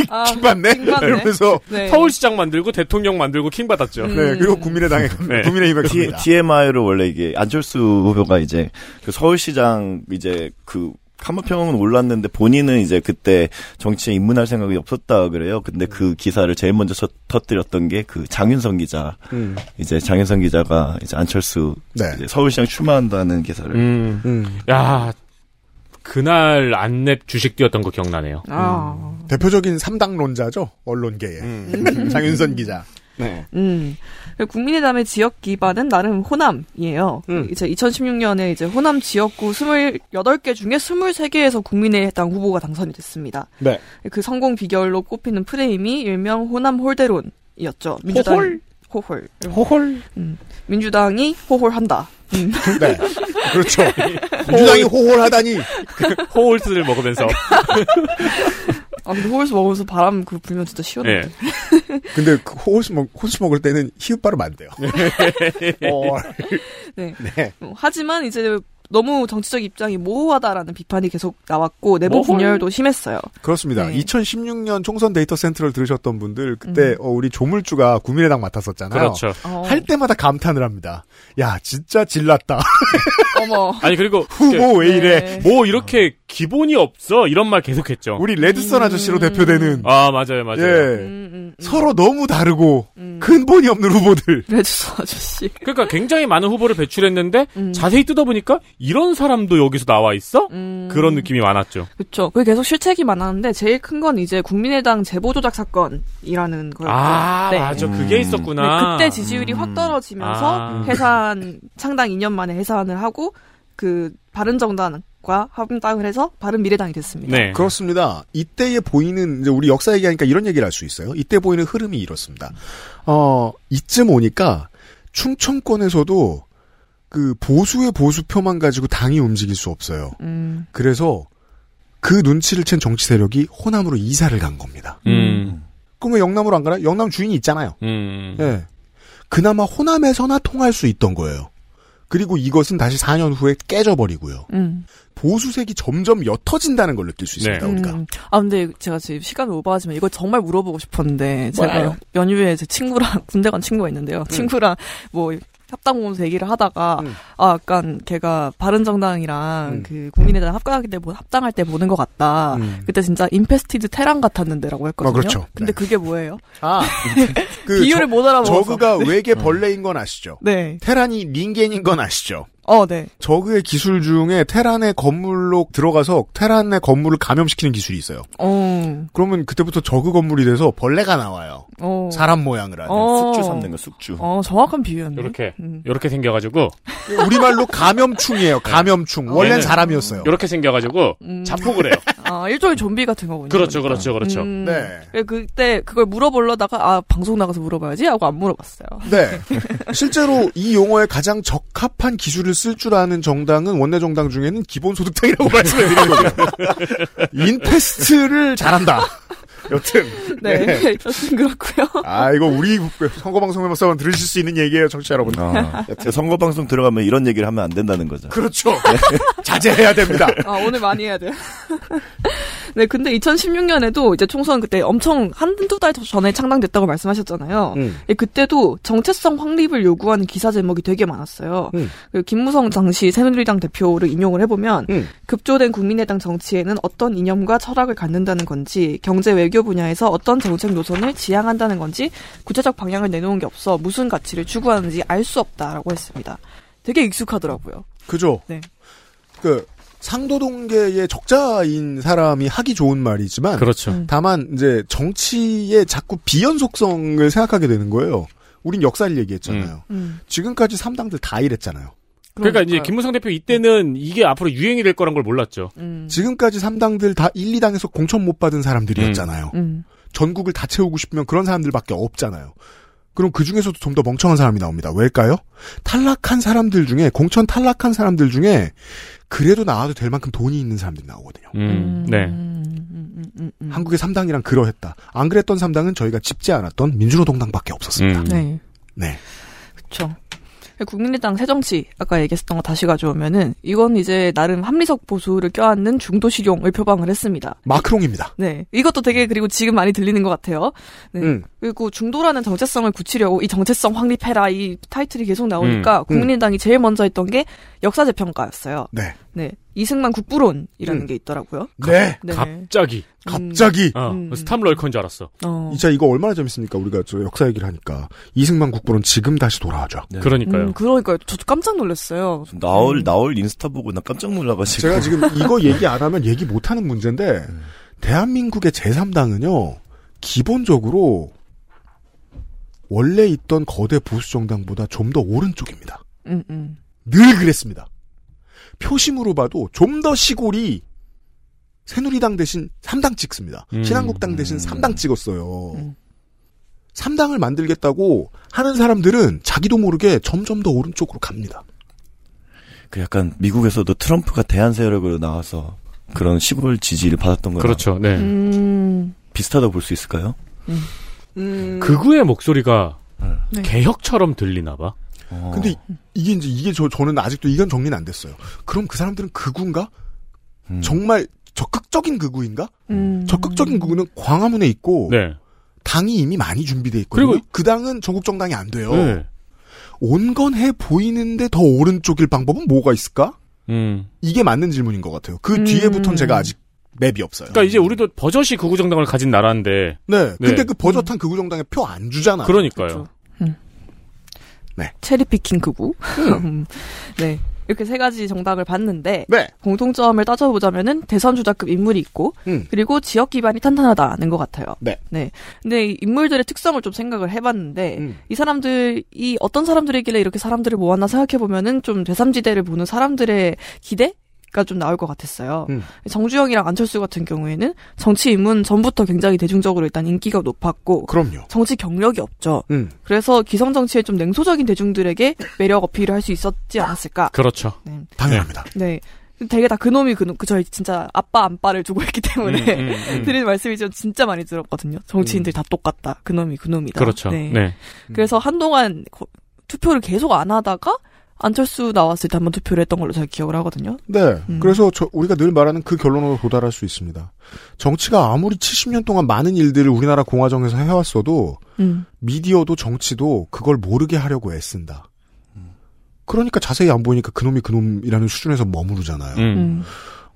C: 아,
B: 킹 받네? 이러면서
C: 네.
D: 서울시장 만들고 대통령 만들고 킹 받았죠.
C: 음.
B: 네, 그리고 *laughs* 국민의당에 갑니다. 국민의힘에 갑니다.
E: TMI로 원래 이게 안철수 후보가 이제 그 서울시장 이제 그 한마평은 올랐는데 본인은 이제 그때 정치에 입문할 생각이 없었다 그래요. 근데 그 기사를 제일 먼저 쳐- 터뜨렸던 게 그 장윤성 기자.
B: 음.
E: 이제 장윤성 기자가 이제 안철수
B: 네.
E: 이제 서울시장 출마한다는 기사를.
D: 음. 야 그날 안랩 주식 뛰었던 거 기억나네요.
B: 음.
C: 아.
B: 대표적인 삼당론자죠 언론계에 음. *laughs* 장윤선 기자. 네.
C: 음. 국민의담의 지역 기반은 나름 호남이에요.
B: 음.
C: 이제 2016년에 이제 호남 지역구 28개 중에 23개에서 국민의당 후보가 당선이 됐습니다.
B: 네.
C: 그 성공 비결로 꼽히는 프레임이 일명 호남 홀대론이었죠. 민주당
N: 호홀?
C: 호홀. 음.
N: 호홀.
C: 민주당이 호홀한다. 음.
B: 네. *laughs* 그렇죠. 민주당이 호홀하다니.
D: 호홀스를 *laughs* 먹으면서.
C: 아, 근데 호홀스 먹으면서 바람 그 불면 진짜
D: 예,
B: 네.
C: 시원해.
B: 근데 그 호스 먹 호스 먹을 때는 히읗 발음 안 돼요. 네. *laughs* 어, 헐.
C: 네.
B: 네.
C: 어, 하지만 이제 너무 정치적 입장이 모호하다라는 비판이 계속 나왔고 내부
B: 모호?
C: 분열도 심했어요.
B: 그렇습니다. 2016년 총선 데이터 센트럴 들으셨던 분들 그때 어, 우리 조물주가 국민의당 맡았었잖아요.
D: 그렇죠.
C: 어.
B: 할 때마다 감탄을 합니다. 야 진짜 질났다. *laughs*
D: 네.
C: 어머.
D: 아니 그리고
B: 후보 왜 이래?
D: 뭐 이렇게 기본이 없어 이런 말 계속했죠.
B: 우리 레드선 아저씨로 대표되는
D: 아 맞아요 맞아요.
B: 예.
C: 음,
B: 서로 너무 다르고 근본이 없는 후보들.
C: 레드선 *laughs* 아저씨.
D: 그러니까 굉장히 많은 후보를 배출했는데
C: 음.
D: 자세히 뜯어보니까 이런 사람도 여기서 나와 있어?
C: 음.
D: 그런 느낌이 많았죠.
C: 그렇죠. 그게 계속 실책이 많았는데 제일 큰 건 이제 국민의당 제보 조작 사건이라는
B: 음.
C: 거였고.
D: 아 맞아 네, 그게 있었구나. 음.
C: 그때 지지율이 확 떨어지면서
D: 아.
C: 해산 창당 2년 만에 해산을 하고 그 바른 정당과 합당을 해서 바른 미래당이 됐습니다.
D: 네.
B: 음. 그렇습니다. 이때에 보이는 이제 우리 역사 얘기하니까 이런 얘기를 할 수 있어요. 이때 보이는 흐름이 이렇습니다. 어, 이쯤 오니까 충청권에서도 그 보수의 보수표만 가지고 당이 움직일 수 없어요.
D: 네.
C: 음.
B: 그래서 그 눈치를 챈 정치 세력이 호남으로 이사를 간 겁니다.
D: 음.
E: 네,
B: 그럼 왜 영남으로 안 가나? 영남 주인이 있잖아요.
D: 음.
B: 예. 그나마 호남에서나 통할 수 있던 거예요. 그리고 이것은 다시 4년 후에 깨져버리고요.
C: 음.
B: 보수색이 점점 옅어진다는 걸 느낄 수 있습니다. 우리가.
C: 음. 아 근데 제가 지금 시간을 오버하지만 이걸 정말 물어보고 싶었는데 제가
B: 뭐라요? 음.
C: 연휴에 제 친구랑 *laughs* 군대 간 친구가 있는데요. 친구랑 뭐 합당 모임에서 얘기를 하다가 아 약간 걔가 바른정당이랑
B: 음.
C: 그 국민의당 합당할 때, 보- 합당할 때 보는 것 같다.
B: 음.
C: 그때 진짜 인페스티드 테랑 같았는데라고 했거든요.
B: 아, 그렇죠.
C: 근데 그게 뭐예요?
B: 아,
C: 비율을 못 알아먹어서.
B: 저그가
C: 네.
B: 외계 벌레인 건 아시죠?
C: 네.
B: 테란이 링겐인 건 아시죠?
C: 어, 네.
B: 저그의 기술 중에 테란의 건물로 들어가서 테란의 건물을 감염시키는 기술이 있어요.
C: 어.
B: 그러면 그때부터 저그 건물이 돼서 벌레가 나와요.
C: 어.
B: 사람 모양을 하는
C: 어. 숙주 삼는
E: 거 숙주.
C: 어, 정확한 비유였네.
D: 이렇게 이렇게 생겨가지고
B: 우리말로 감염충이에요. 감염충. 원래는 사람이었어요.
D: 이렇게 생겨가지고 자폭을 해요.
C: 아, 일종의 좀비 같은 거군요.
D: 그렇죠, 그렇죠, 그렇죠.
B: 네.
C: 그래, 그때 그걸 물어보려다가 아 방송 나가서 물어봐야지 하고 안 *laughs* 물어봤어요.
B: 네. 실제로 이 용어에 가장 적합한 기술을 쓸 줄 아는 정당은 원내 정당 중에는 기본소득당이라고 *laughs* 말씀해 드리는 거죠. 인테스트를 잘한다. 여튼.
C: 네, 여튼 *laughs* 그렇고요.
B: 아, 이거 우리 선거방송에서만 들으실 수 있는 얘기예요, 청취자 여러분.
E: *laughs* 아, 선거 방송 들어가면 이런 얘기를 하면 안 된다는 거죠.
B: 그렇죠. 자제해야 됩니다.
C: *laughs* 아 오늘 많이 해야 돼요. *laughs* 네, 근데 2016년에도 이제 총선 그때 엄청 한두달 전에 창당됐다고 말씀하셨잖아요.
M: 음.
C: 예, 그때도 정체성 확립을 요구하는 기사 제목이 되게 많았어요. 그리고 김무성 당시 새누리당 대표를 인용을 해보면 급조된 국민의당 정치에는 어떤 이념과 철학을 갖는다는 건지 경제 외교 분야에서 어떤 정책 노선을 지향한다는 건지 구체적 방향을 내놓은 게 없어 무슨 가치를 추구하는지 알 수 없다라고 했습니다. 되게 익숙하더라고요.
B: 그죠?
C: 네.
B: 그 상도동계의 적자인 사람이 하기 좋은 말이지만
D: 그렇죠. 음.
B: 다만 이제 정치의 자꾸 비연속성을 생각하게 되는 거예요. 우린 역사를 얘기했잖아요.
C: 음,
B: 지금까지 삼당들다 이랬잖아요.
D: 그러니까 이제 김무성 대표 이때는 이게 앞으로 유행이 될 거란 걸 몰랐죠.
C: 음,
B: 지금까지 삼당들다 1, 2당에서 공천 못 받은 사람들이었잖아요.
C: 음.
B: 전국을 다 채우고 싶으면 그런 사람들밖에 없잖아요. 그럼 그 중에서도 좀 더 멍청한 사람이 나옵니다. 왜일까요? 탈락한 사람들 중에 공천 탈락한 사람들 중에 그래도 나와도 될 만큼 돈이 있는 사람들이 나오거든요.
C: 음.
D: 네.
B: 한국의 3당이랑 그러했다. 안 그랬던
D: 음. 네.
B: 3당은 저희가 짚지 않았던 민주노동당밖에 없었습니다.
C: 네.
B: 네.
C: 그렇죠. 국민의당 새정치 아까 얘기했었던 거 다시 가져오면은 이건 이제 나름 합리적 보수를 껴안는 중도 실용을 표방을 했습니다.
B: 마크롱입니다.
C: 네, 이것도 되게 그리고 지금 많이 들리는 것 같아요. 네.
B: 음.
C: 그리고 중도라는 정체성을 굳히려고 이 정체성 확립해라 이 타이틀이 계속 나오니까
B: 음.
C: 국민의당이 제일 먼저 했던 게 역사 재평가였어요.
B: 네.
C: 네, 이승만 국부론이라는
B: 음.
C: 게 있더라고요.
B: 네.
D: 갑자기.
B: 갑자기.
D: 어, 스탑럴커인 줄 알았어.
C: 어.
B: 이차 이거 얼마나 재밌습니까? 우리가 저 역사 얘기를 하니까 이승만 국부론 지금 다시 돌아와죠.
D: 네.
C: 음, 그러니까요. 저도 깜짝 놀랐어요.
E: 나올
C: 음.
E: 나올 인스타 보고 나 깜짝 놀라가지고
B: 제가 지금 이거 얘기 안 하면 얘기 못 하는 문제인데 대한민국의 제3당은요. 기본적으로 원래 있던 거대 보수 정당보다 좀 더 오른쪽입니다.
C: 음, 음.
B: 늘 그랬습니다. 표심으로 봐도 좀 더 시골이 새누리당 대신 3당 찍습니다.
M: 음.
B: 신한국당 대신 3당 찍었어요.
D: 음.
B: 3당을 만들겠다고 하는 사람들은 자기도 모르게 점점 더 오른쪽으로 갑니다.
E: 그 약간 미국에서도 트럼프가 대한 세력으로 나와서 그런 시골 지지를 받았던 거랑
D: 그렇죠, 네.
C: 음.
E: 비슷하다고 볼 수 있을까요?
B: 음.
D: 그구의 목소리가
C: 네.
D: 개혁처럼 들리나 봐.
E: 어.
D: 어.
B: 근데 이게 이제 이게 저 저는 아직도 이건 정리는 안 됐어요. 그럼 그 사람들은 극우인가?
D: 음.
B: 정말 적극적인 극우인가?
C: 음.
B: 적극적인 극우는 광화문에 있고
D: 네.
B: 당이 이미 많이 준비돼 있거든요.
D: 그리고-
B: 그 당은 전국 정당이 안 돼요.
D: 네.
B: 온건해 보이는데 더 오른쪽일 방법은 뭐가 있을까?
D: 음.
B: 이게 맞는 질문인 것 같아요. 그
D: 음.
B: 뒤에부터는 제가 아직 맵이 없어요.
D: 그러니까 이제 우리도 버젓이 극우 정당을 가진 나라인데.
B: 네. 근데 그 버젓한 극우 정당에 표 안 주잖아요.
D: 그러니까요.
B: 그
C: 체리피킹 극우. 음. *laughs* 네. 이렇게 세 가지 정당을 봤는데
B: 네.
C: 공통점을 따져보자면은 대선 주자급 인물이 있고
B: 음.
C: 그리고 지역 기반이 탄탄하다는 것 같아요.
B: 네.
C: 근데 이 인물들의 특성을 좀 생각을 해봤는데
B: 음.
C: 이 사람들이 어떤 사람들이길래 이렇게 사람들을 모았나 생각해보면은 좀 대삼지대를 보는 사람들의 기대? 가좀 나올 것 같았어요.
B: 음.
C: 정주영이랑 안철수 같은 경우에는 정치 입문 전부터 굉장히 대중적으로 일단 인기가 높았고,
B: 그럼요.
C: 정치 경력이 없죠.
B: 음.
C: 그래서 기성 정치에 좀 냉소적인 대중들에게 매력 어필을 할 수 있었지 않았을까.
D: 그렇죠.
B: 당연합니다.
C: 네. 되게 다 그놈이 그놈, 그 저희 진짜 아빠 안빠를 주고 했기 때문에
D: 음, *laughs* 음,
C: *laughs*
D: 음.
C: 드리는 말씀이 좀 진짜 많이 들었거든요. 정치인들 다 똑같다. 그놈이 그놈이다.
D: 그렇죠. 네.
C: 그래서 한동안 거- 투표를 계속 안 하다가 안철수 나왔을 때 한번 투표를 했던 걸로 제가 기억을 하거든요.
B: 네. 그래서 저- 우리가 늘 말하는 그 결론으로 도달할 수 있습니다. 정치가 아무리 70년 동안 많은 일들을 우리나라 공화정에서 해왔어도
C: 음.
B: 미디어도 정치도 그걸 모르게 하려고 애쓴다.
D: 음.
B: 그러니까 자세히 안 보니까 그놈이 그놈이라는 수준에서 머무르잖아요.
D: 음.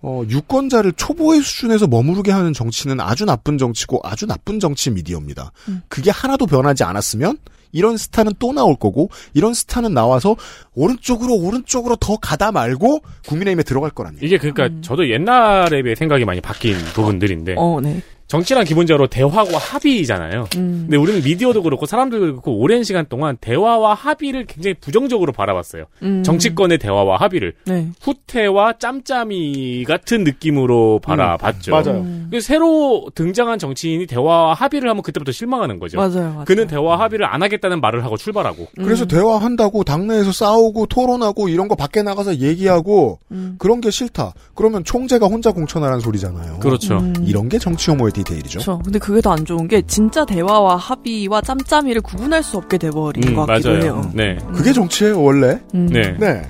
B: 어, 유권자를 초보의 수준에서 머무르게 하는 정치는 아주 나쁜 정치고 아주 나쁜 정치 미디어입니다. 그게 하나도 변하지 않았으면 이런 스타는 또 나올 거고 이런 스타는 나와서 오른쪽으로 오른쪽으로 더 가다 말고 국민의힘에 들어갈 거란 얘기.
D: 이게 그러니까 저도 옛날에 비해 생각이 많이 바뀐 부분들인데.
C: 어, 네.
D: 정치란 기본적으로 대화와 합의잖아요.
C: 음.
D: 근데 우리는 미디어도 그렇고 사람들도 그렇고 오랜 시간 동안 대화와 합의를 굉장히 부정적으로 바라봤어요.
C: 음.
D: 정치권의 대화와 합의를
C: 네.
D: 후퇴와 짬짬이 같은 느낌으로
C: 음.
D: 바라봤죠.
B: 맞아요.
D: 그 새로 등장한 정치인이 대화와 합의를 하면 그때부터 실망하는 거죠.
B: 맞아요, 맞아요.
D: 그는 대화 합의를 안 하겠다는 말을 하고 출발하고.
B: 그래서 대화한다고 당내에서 싸우고 토론하고 이런 거 밖에 나가서 얘기하고
C: 음.
B: 그런 게 싫다. 그러면 총재가 혼자 공천하라는 소리잖아요.
D: 그렇죠. 음.
B: 이런 게 정치 혐오의 디테일이죠.
C: 그렇죠. 근데 그게 더 안 좋은 게 진짜 대화와 합의와 짬짬이를 구분할 수 없게 돼버린
B: 음,
C: 것 같기도
B: 맞아요.
C: 해요.
D: 네.
B: 그게 정치예요 원래.
C: 음.
D: 네.
B: 네.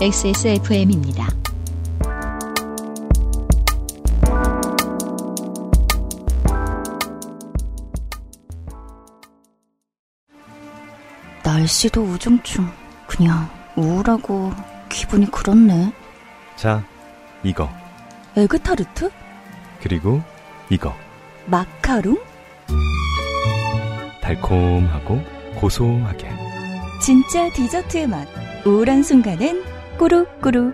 J: XSFM입니다.
O: 날씨도 우중충 그냥 우울하고 기분이 그렇네
F: 자, 이거
O: 에그타르트?
F: 그리고 이거
O: 마카롱?
F: 달콤하고 고소하게
P: 진짜 디저트의 맛. 우울한 순간엔 꾸룩꾸룩.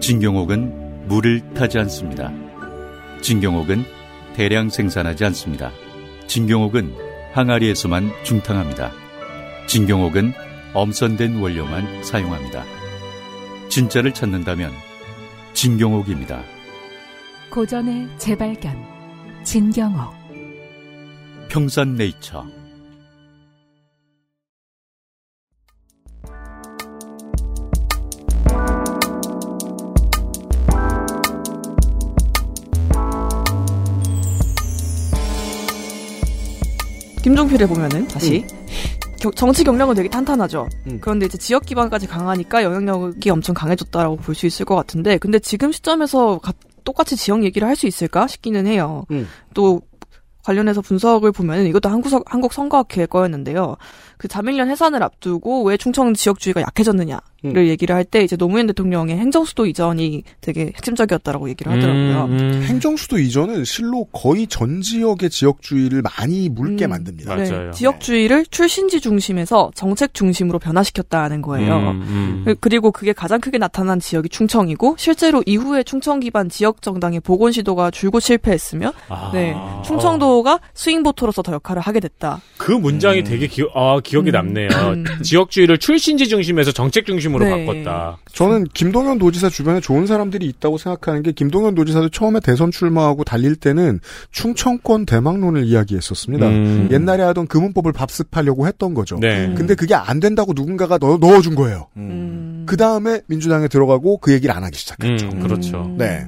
I: 진경옥은 물을 타지 않습니다. 진경옥은 대량 생산하지 않습니다. 진경옥은 항아리에서만 중탕합니다. 진경옥은 엄선된 원료만 사용합니다. 진짜를 찾는다면 진경옥입니다.
G: 고전의 재발견 진경옥
I: 평산네이처
C: 김종필에 보면은 다시 겨- 정치 경력은 되게 탄탄하죠. 그런데 이제 지역 기반까지 강하니까 영향력이 엄청 강해졌다라고 볼 수 있을 것 같은데, 근데 지금 시점에서 가- 똑같이 지역 얘기를 할 수 있을까 싶기는 해요. 또 관련해서 분석을 보면은 이것도 한국 선- 한국 선거학회 거였는데요. 그 자민련 해산을 앞두고 왜 충청 지역주의가 약해졌느냐를
M: 음.
C: 얘기를 할 때 이제 노무현 대통령의 행정수도 이전이 되게 핵심적이었다라고 얘기를
D: 음.
C: 하더라고요.
B: 음. 행정수도 이전은 실로 거의 전 지역의 지역주의를 많이 물게 만듭니다.
C: 네, 지역주의를 출신지 중심에서 정책 중심으로 변화시켰다는 거예요.
D: 음,
C: 그- 그리고 그게 가장 크게 나타난 지역이 충청이고 실제로 이후에 충청 기반 지역 정당의 보건 시도가 줄곧 실패했으며
D: 아.
C: 네, 충청도가 스윙 보토로서 더 역할을 하게 됐다.
D: 그 문장이
C: 음.
D: 되게 기, 아, 기억이 남네요. 지역주의를 출신지 중심에서 정책 중심으로
B: 네.
D: 바꿨다.
B: 저는 김동현 도지사 주변에 좋은 사람들이 있다고 생각하는 게 김동현 도지사도 처음에 대선 출마하고 달릴 때는 충청권 대망론을 이야기했었습니다.
D: 음.
B: 옛날에 하던 금은법을 밥습하려고 했던 거죠.
D: 네. 음.
B: 근데 그게 안 된다고 누군가가 넣, 넣어준 거예요.
C: 음.
B: 그 다음에 민주당에 들어가고 그 얘기를 안 하기 시작했죠.
C: 음,
D: 그렇죠.
B: 네.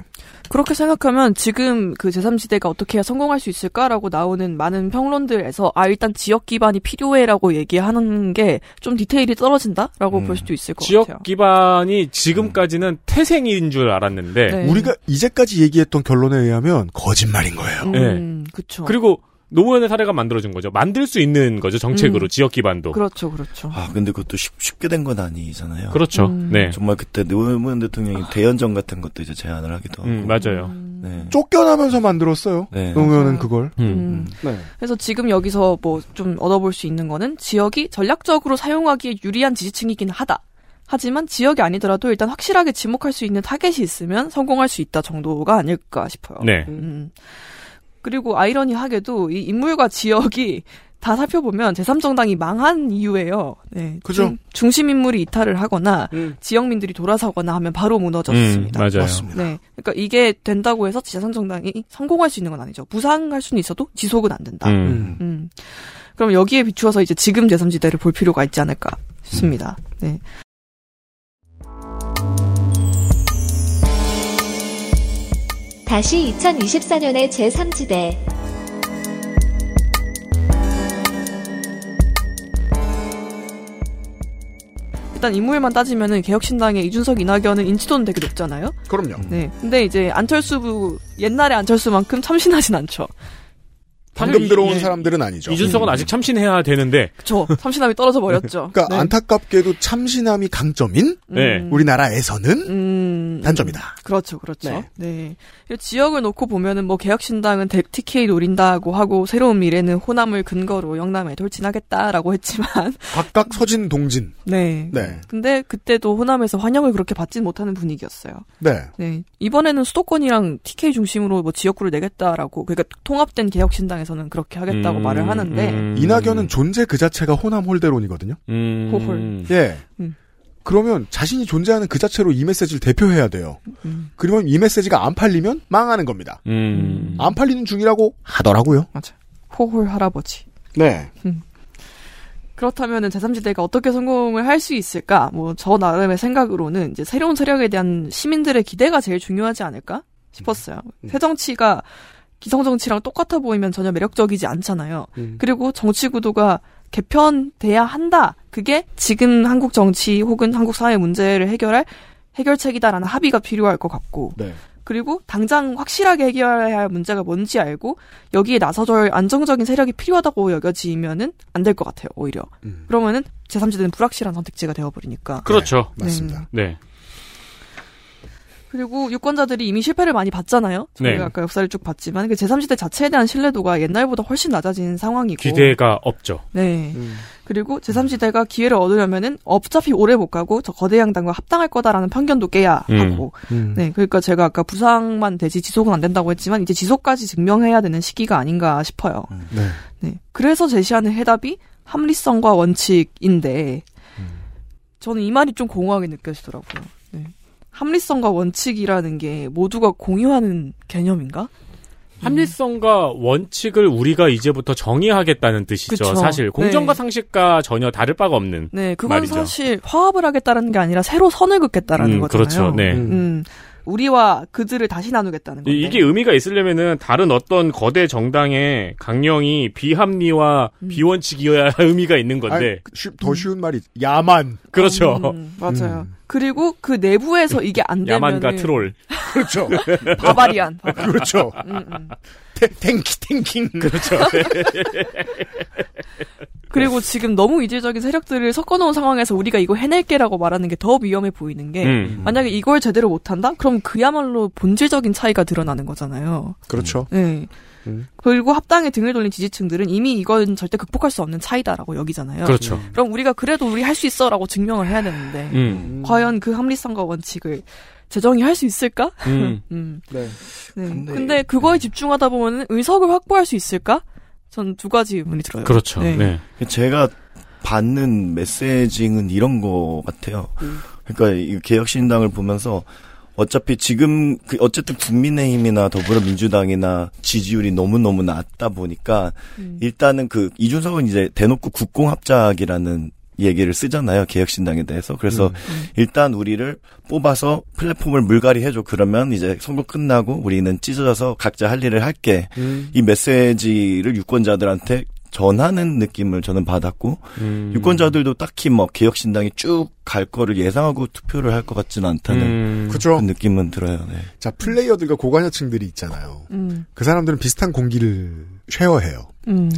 C: 그렇게 생각하면 지금 그 제3지대가 어떻게 해야 성공할 수 있을까라고 나오는 많은 평론들에서 아 일단 지역 기반이 필요해라고 얘기하는 게 좀 디테일이 떨어진다라고 볼 수도 있을 것
D: 지역
C: 같아요.
D: 기반이 지금까지는 태생인 줄 알았는데
C: 네.
B: 우리가 이제까지 얘기했던 결론에 의하면 거짓말인 거예요.
D: 네.
C: 그렇죠.
D: 그리고 노무현의 사례가 만들어진 거죠. 만들 수 있는 거죠. 정책으로
E: 음.
D: 지역 기반도.
C: 그렇죠, 그렇죠.
E: 아, 근데 그것도 쉽, 쉽게 된 건 아니잖아요.
D: 그렇죠. 음. 네. 아.
E: 정말 그때 노무현 대통령이 대연정 같은 것도 이제 제안을
C: 음,
E: 하기도 하고.
D: 음, 맞아요.
E: 네.
B: 쫓겨나면서 만들었어요.
E: 네.
B: 노무현은 그걸.
C: 음.
B: 네.
C: 그래서 지금 여기서 뭐 좀 얻어볼 수 있는 거는 지역이 전략적으로 사용하기에 유리한 지지층이긴 하다. 하지만 지역이 아니더라도 일단 확실하게 지목할 수 있는 타겟이 있으면 성공할 수 있다 정도가 아닐까 싶어요.
D: 네.
C: 음. 그리고 아이러니하게도 이 인물과 지역이 *laughs* 다 살펴보면 제3정당이 망한 이유예요. 네.
B: 그죠. 음.
C: 중, 심 인물이 이탈을 하거나 지역민들이 돌아서거나 하면 바로 무너졌습니다.
D: 음, 맞아요. 맞습니다.
C: 네. 그러니까 이게 된다고 해서 제3정당이 성공할 수 있는 건 아니죠. 부상할 수는 있어도 지속은 안 된다.
D: 음.
C: 음. 그럼 여기에 비추어서 이제 지금 제3지대를 볼 필요가 있지 않을까 싶습니다. 네.
L: 다시 2024년의 제3지대
C: 일단 인물만 따지면은 개혁신당의 이준석, 이낙연은 인지도는 되게 높잖아요.
B: 그럼요.
C: 네. 근데 이제 안철수 부- 옛날의 안철수만큼 참신하진 않죠.
B: 방금
D: 사실
B: 들어온
D: 이-
B: 사람들은 아니죠. 음.
D: 이준석은 아직 네. 참신해야 되는데.
C: 그쵸. 참신함이 떨어져
B: *laughs*
C: 버렸죠.
B: 그러니까 안타깝게도 참신함이 강점인
C: 음,
D: 네.
B: 우리나라에서는
D: 음.
B: 단점이다.
C: 그렇죠, 그렇죠.
B: 네.
C: 네. 그리고 지역을 놓고 보면은 뭐 개혁신당은 대- TK 노린다고 하고 새로운 미래는 호남을 근거로 영남에 돌진하겠다라고 했지만 *laughs*
B: 각각 서진 동진.
C: 네.
B: 네.
C: 근데 그때도 호남에서 환영을 그렇게 받진 못하는 분위기였어요.
B: 네.
C: 네. 이번에는 수도권이랑 TK 중심으로 뭐 지역구를 내겠다라고 그러니까 통합된 개혁신당에서는 그렇게
D: 음,
C: 하겠다고 말을 하는데
B: 이낙연은 존재 그 자체가 호남 홀대론이거든요.
D: 음.
C: 호홀.
B: 예.
C: 음.
B: 그러면 자신이 존재하는 그 자체로 이 메시지를 대표해야 돼요.
D: 음.
B: 그러면 이 메시지가 안 팔리면 망하는 겁니다.
C: 음.
D: 음.
B: 안 팔리는 중이라고 하더라고요.
C: 맞아. 호홀 할아버지.
B: 네.
C: 그렇다면은 제3지대가 어떻게 성공을 할 수 있을까? 뭐 저 나름의 생각으로는 이제 새로운 세력에 대한 시민들의 기대가 제일 중요하지 않을까 싶었어요. 새 정치가 기성 정치랑 똑같아 보이면 전혀 매력적이지 않잖아요. 그리고 정치 구도가 개편돼야 한다. 그게 지금 한국 정치 혹은 한국 사회 문제를 해결할 해결책이다라는 합의가 필요할 것 같고. 그리고 당장 확실하게 해결해야 할 문제가 뭔지 알고 여기에 나서줄 안정적인 세력이 필요하다고 여겨지면은 안 될 것 같아요 오히려 그러면은 제3지대는 불확실한 선택지가 되어버리니까
D: 그렇죠.
C: 네, 맞습니다.
D: 네.
C: 그리고 유권자들이 이미 실패를 많이 봤잖아요 저희가
D: 네.
C: 아까 역사를 쭉 봤지만 그 제3지대 자체에 대한 신뢰도가 옛날보다 훨씬 낮아진 상황이고
D: 기대가 없죠.
C: 네. 그리고 제3지대가 기회를 얻으려면은 어차피 오래 못 가고 저 거대 양당과 합당할 거다라는 편견도 깨야
D: 음.
C: 하고. 네. 그러니까 제가 아까 부상만 되지 지속은 안 된다고 했지만 이제 지속까지 증명해야 되는 시기가 아닌가 싶어요.
B: 네.
C: 네. 그래서 제시하는 해답이 합리성과 원칙인데 저는 이 말이 좀 공허하게 느껴지더라고요. 네. 합리성과 원칙이라는 게 모두가 공유하는 개념인가? 음.
D: 합리성과 원칙을 우리가 이제부터 정의하겠다는 뜻이죠.
C: 그쵸.
D: 사실 공정과 상식과 전혀 다를 바가 없는
C: 네, 그건
D: 말이죠.
C: 사실 화합을 하겠다는 게 아니라 새로 선을 긋겠다라는
D: 음,
C: 거잖아요.
D: 그렇죠. 네.
C: 음, 우리와 그들을 다시 나누겠다는 거예요.
D: 이- 이게 의미가 있으려면은 다른 어떤 거대 정당의 강령이 비합리와
C: 음.
D: 비원칙이어야 의미가 있는 건데.
B: 더그 쉬운 말이 야만.
D: 그렇죠.
C: 음, 맞아요. 그리고 그 내부에서 이게 안 되면
D: *laughs* 야만과 트롤.
B: 그렇죠.
C: *laughs* 바바리안. 음, 바바리안.
B: *laughs* 그렇죠. 탱- 탱키 탱킹.
D: 그렇죠.
C: 그리고
D: 네.
C: 지금 너무 이질적인 세력들을 섞어놓은 상황에서 우리가 이거 해낼게라고 말하는 게 더 위험해 보이는 게
D: 음.
C: 만약에 이걸 제대로 못한다? 그럼 그야말로 본질적인 차이가 드러나는 거잖아요.
B: 그렇죠.
C: 네.
D: 음.
C: 그리고 합당에 등을 돌린 지지층들은 이미 이건 절대 극복할 수 없는 차이다라고 여기잖아요.
D: 그렇죠.
C: 그럼 우리가 그래도 우리 할 수 있어라고 증명을 해야 되는데
D: 음.
C: 과연 그 합리성과 원칙을 재정이 할 수 있을까?
D: 음.
C: 음.
B: 네.
C: 네. 근데, 그거에 집중하다 보면 의석을 확보할 수 있을까? 전 두 가지 의문이 들어요. 네.
E: 제가 받는 메시징은 이런 거 같아요. 그러니까 이 개혁신당을 보면서 어차피 지금 그 어쨌든 국민의힘이나 더불어민주당이나 지지율이 너무 너무 낮다 보니까 일단은 그 이준석은 이제 대놓고 국공합작이라는 얘기를 쓰잖아요 개혁신당에 대해서 그래서 일단 우리를 뽑아서 플랫폼을 물갈이 해줘 그러면 이제 선거 끝나고 우리는 찢어져서 각자 할 일을 할게
M: 음.
E: 이 메시지를 유권자들한테 전하는 느낌을 저는 받았고
M: 음.
E: 유권자들도 딱히 뭐 개혁신당이 쭉 갈 거를 예상하고 투표를 할 것 같지는 않다는
B: 음.
E: 그 느낌은 들어요. 네.
B: 자 플레이어들과 고관여층들이 있잖아요. 그 사람들은 비슷한 공기를 쉐어해요.
C: 음.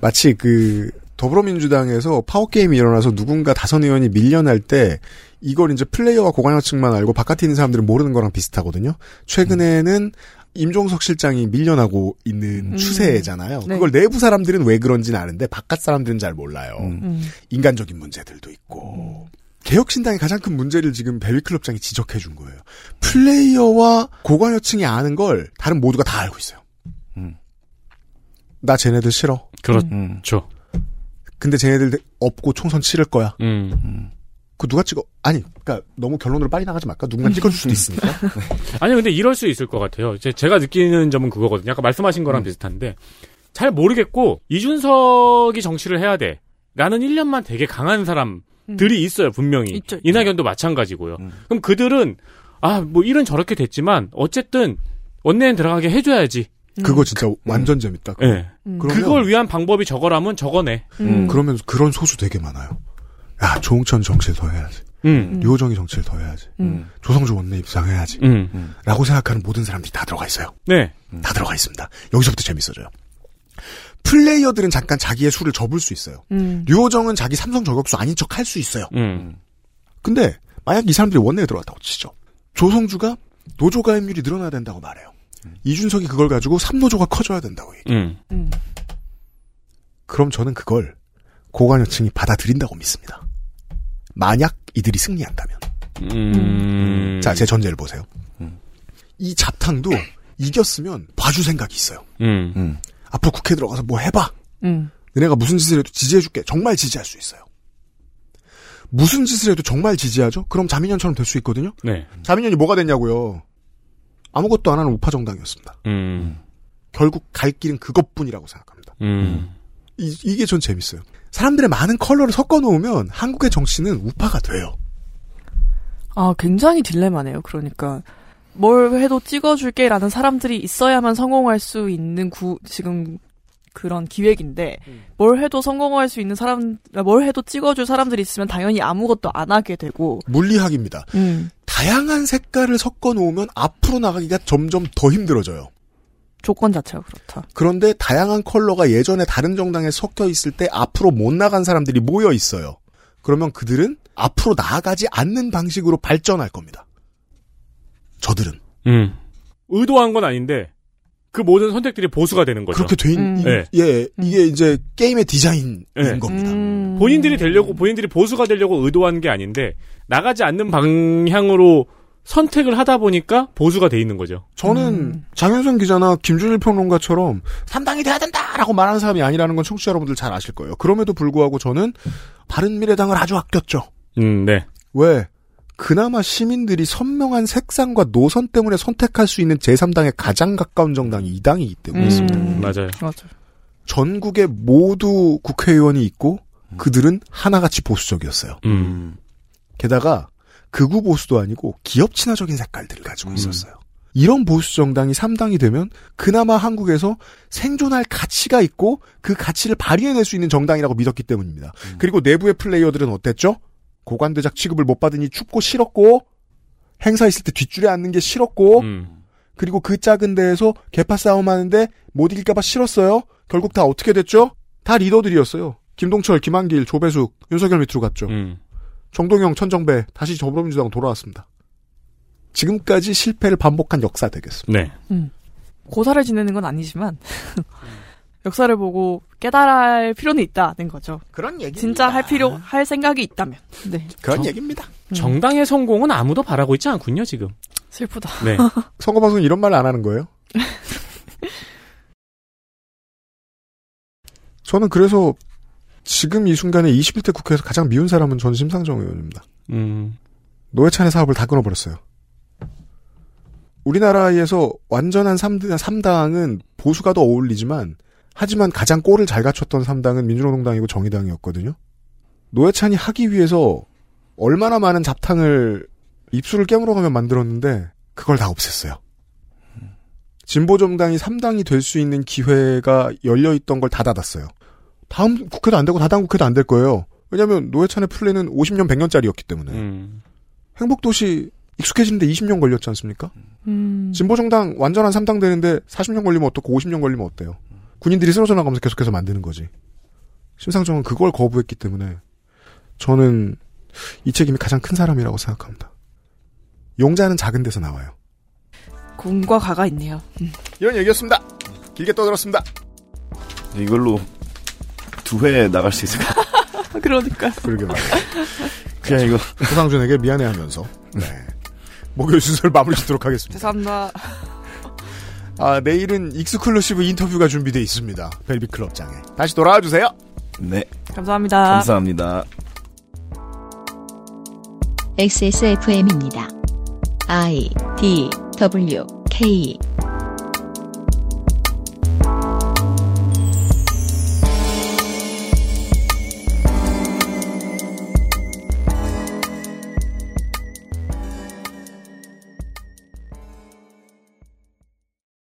B: 마치 그 더불어민주당에서 파워게임이 일어나서 누군가 다선 의원이 밀려날 때 이걸 이제 플레이어와 고관여층만 알고 바깥에 있는 사람들은 모르는 거랑 비슷하거든요. 최근에는 임종석 실장이 밀려나고 있는
M: 음.
B: 추세잖아요.
M: 네.
B: 그걸 내부 사람들은 왜 그런지는 아는데 바깥 사람들은 잘 몰라요.
M: 음.
B: 인간적인 문제들도 있고. 개혁신당의 가장 큰 문제를 지금 베비클럽장이 지적해 준 거예요. 플레이어와 고관여층이 아는 걸 다른 모두가 다 알고 있어요.
D: 음.
B: 나 쟤네들 싫어.
C: 음.
D: 그렇죠.
B: 근데 쟤네들 업고 총선 치를 거야.
D: 음.
B: 그 누가 찍어? 아니, 그러니까 너무 결론으로 빨리 나가지 말까? 누군가 찍어줄 수도 있으니까.
D: 음. 아니 근데 이럴 수 있을 것 같아요. 제, 제가 느끼는 점은 그거거든요. 아까 말씀하신 거랑 비슷한데 잘 모르겠고 이준석이 정치를 해야 돼. 라는 1년만 되게 강한 사람들이 있어요, 분명히.
M: 있죠, 있죠.
D: 이낙연도 마찬가지고요. 그럼 그들은 아, 뭐 일은 저렇게 됐지만 어쨌든 원내엔 들어가게 해 줘야지.
B: 그거 진짜 완전 재밌다.
D: 예. 그걸 위한 방법이 저거라면 저거네.
B: 음. 그러면 그런 소수 되게 많아요. 야, 조홍천 정치를 더 해야지.
D: 음.
B: 류호정이 정치를 더 해야지.
D: 음.
B: 조성조 원내 입상해야지.
D: 음.
B: 라고 생각하는 모든 사람들이 다 들어가 있어요.
D: 네.
B: 다 들어가 있습니다. 여기서부터 재밌어져요. 플레이어들은 잠깐 자기의 수를 접을 수 있어요.
M: 음.
B: 류호정은 자기 삼성 저격수 아닌 척 할 수 있어요.
D: 음.
B: 근데 만약 이 사람들이 원내에 들어갔다고 치죠. 조성주가 노조 가입률이 늘어나야 된다고 말해요. 이준석이 그걸 가지고 삼노조가 커져야 된다고 얘기.
D: 음.
B: 그럼 저는 그걸 고관여층이 받아들인다고 믿습니다. 만약 이들이 승리한다면.
D: 음.
B: 자, 제 전제를 보세요. 이 잡탕도 이겼으면 봐줄 생각이 있어요.
D: 음.
B: 앞으로 국회 들어가서 뭐 해봐.
C: 음.
B: 너네가 무슨 짓을 해도 지지해줄게. 정말 지지할 수 있어요. 무슨 짓을 해도 정말 지지하죠? 그럼 자민련처럼 될 수 있거든요?
D: 네.
B: 자민련이 뭐가 됐냐고요? 아무것도 안 하는 우파 정당이었습니다.
D: 음.
B: 결국 갈 길은 그것뿐이라고 생각합니다.
D: 음.
B: 이, 이게 전 재밌어요. 사람들의 많은 컬러를 섞어 놓으면 한국의 정치는 우파가 돼요.
C: 아, 굉장히 딜레마네요. 그러니까 뭘 해도 찍어줄게라는 사람들이 있어야만 성공할 수 있는 구 지금 그런 기획인데 뭘 해도 성공할 수 있는 사람 뭘 해도 찍어줄 사람들이 있으면 당연히 아무것도 안 하게 되고
B: 물리학입니다.
C: 음.
B: 다양한 색깔을 섞어 놓으면 앞으로 나가기가 점점 더 힘들어져요.
C: 조건 자체가 그렇다.
B: 그런데 다양한 컬러가 예전에 다른 정당에 섞여 있을 때 앞으로 못 나간 사람들이 모여 있어요. 그러면 그들은 앞으로 나아가지 않는 방식으로 발전할 겁니다. 저들은
D: 음. 의도한 건 아닌데 그 모든 선택들이 보수가 되는 거죠.
B: 그렇게 된 이,
D: 예.
B: 예, 이게 이제 게임의 디자인인
D: 네.
B: 겁니다.
C: 음.
D: 본인들이 되려고 본인들이 보수가 되려고 의도한 게 아닌데 나가지 않는 방향으로 선택을 하다 보니까 보수가 돼 있는 거죠.
B: 저는 장윤선 기자나 김준일 평론가처럼 삼당이 돼야 된다라고 말하는 사람이 아니라는 건 청취자 여러분들 잘 아실 거예요. 그럼에도 불구하고 저는 바른미래당을 아주 아꼈죠.
D: 음, 네.
B: 왜? 그나마 시민들이 선명한 색상과 노선 때문에 선택할 수 있는 제3당에 가장 가까운 정당이 이 당이기
D: 음.
B: 때문이었습니다.
D: 맞아요.
B: 전국에 모두 국회의원이 있고 그들은 하나같이 보수적이었어요.
D: 음.
B: 게다가 극우 보수도 아니고 기업 친화적인 색깔들을 가지고 있었어요. 이런 보수 정당이 3당이 되면 그나마 한국에서 생존할 가치가 있고 그 가치를 발휘해낼 수 있는 정당이라고 믿었기 때문입니다. 그리고 내부의 플레이어들은 어땠죠? 고관대작 취급을 못 받으니 춥고 싫었고 행사 있을 때 뒷줄에 앉는 게
D: 어?
B: 싫었고
D: 음.
B: 그리고 그 작은 데에서 개파 싸움하는데 못 이길까봐 싫었어요. 결국 다 어떻게 됐죠? 다 리더들이었어요. 김동철, 김한길, 조배숙, 윤석열 밑으로
D: 음.
B: 갔죠. 정동영, 천정배 다시 더불어민주당 돌아왔습니다. 지금까지 실패를 반복한 역사 되겠습니다.
D: 네.
C: 고사를 지내는 건 아니지만 *laughs* 역사를 보고 깨달을 필요는 있다는 거죠.
B: 그런 얘기.
C: 진짜 할 필요 할 생각이 있다면. 네.
B: 그런 얘기입니다.
M: 정당의 성공은 아무도 바라고 있지 않군요, 지금.
C: 슬프다.
M: 네.
B: 선거방송 이런 말을 안 하는
C: *laughs*
B: 거예요? 저는 그래서 지금 이 순간에 21대 국회에서 가장 미운 사람은 전 심상정 의원입니다.
D: *laughs* 음.
B: 노회찬의 사업을 다 끊어버렸어요. 우리나라에서 완전한 3당, 은 보수가 더 어울리지만 하지만 가장 꼴을 잘 갖췄던 3당은 민주노동당이고 정의당이었거든요. 노회찬이 하기 위해서 얼마나 많은 잡탕을 입술을 깨물어가며 만들었는데 그걸 다 없앴어요. 진보 정당이 3당이 될 수 있는 기회가 열려 있던 걸 다 닫았어요. 다음 국회도 안 되고 다다음 국회도 안 될 거예요. 왜냐하면 노회찬의 플랜은 50년 100년짜리였기
D: 네.
B: 때문에
D: 음.
B: 행복도시 익숙해지는데 20년 걸렸지 않습니까?
C: 음.
B: 진보 정당 완전한 3당 되는데 40년 걸리면 어떻고 50년 걸리면 어때요? 군인들이 쓰러져 나가면서 계속해서 만드는 거지. 심상정은 그걸 거부했기 때문에 저는 이 책임이 가장 큰 사람이라고 생각합니다. 용자는 작은 데서 나와요.
C: 공과 가가 있네요. 음.
B: 이런 얘기였습니다. 길게 떠들었습니다.
E: 이걸로 두 회 나갈 수 있을까?
C: 그러니까.
B: 그러게 말이에요. *laughs*
E: 그냥 이거
B: 호상준에게 미안해하면서 네. 목요일 순서를 마무리 짓도록 하겠습니다.
C: *laughs* 죄송합니다.
B: 아, 내일은 익스클루시브 인터뷰가 준비되어 있습니다. 벨비 클럽장에. 다시 돌아와 주세요.
E: 네.
C: 감사합니다.
E: 감사합니다.
J: XSFM입니다. I D W K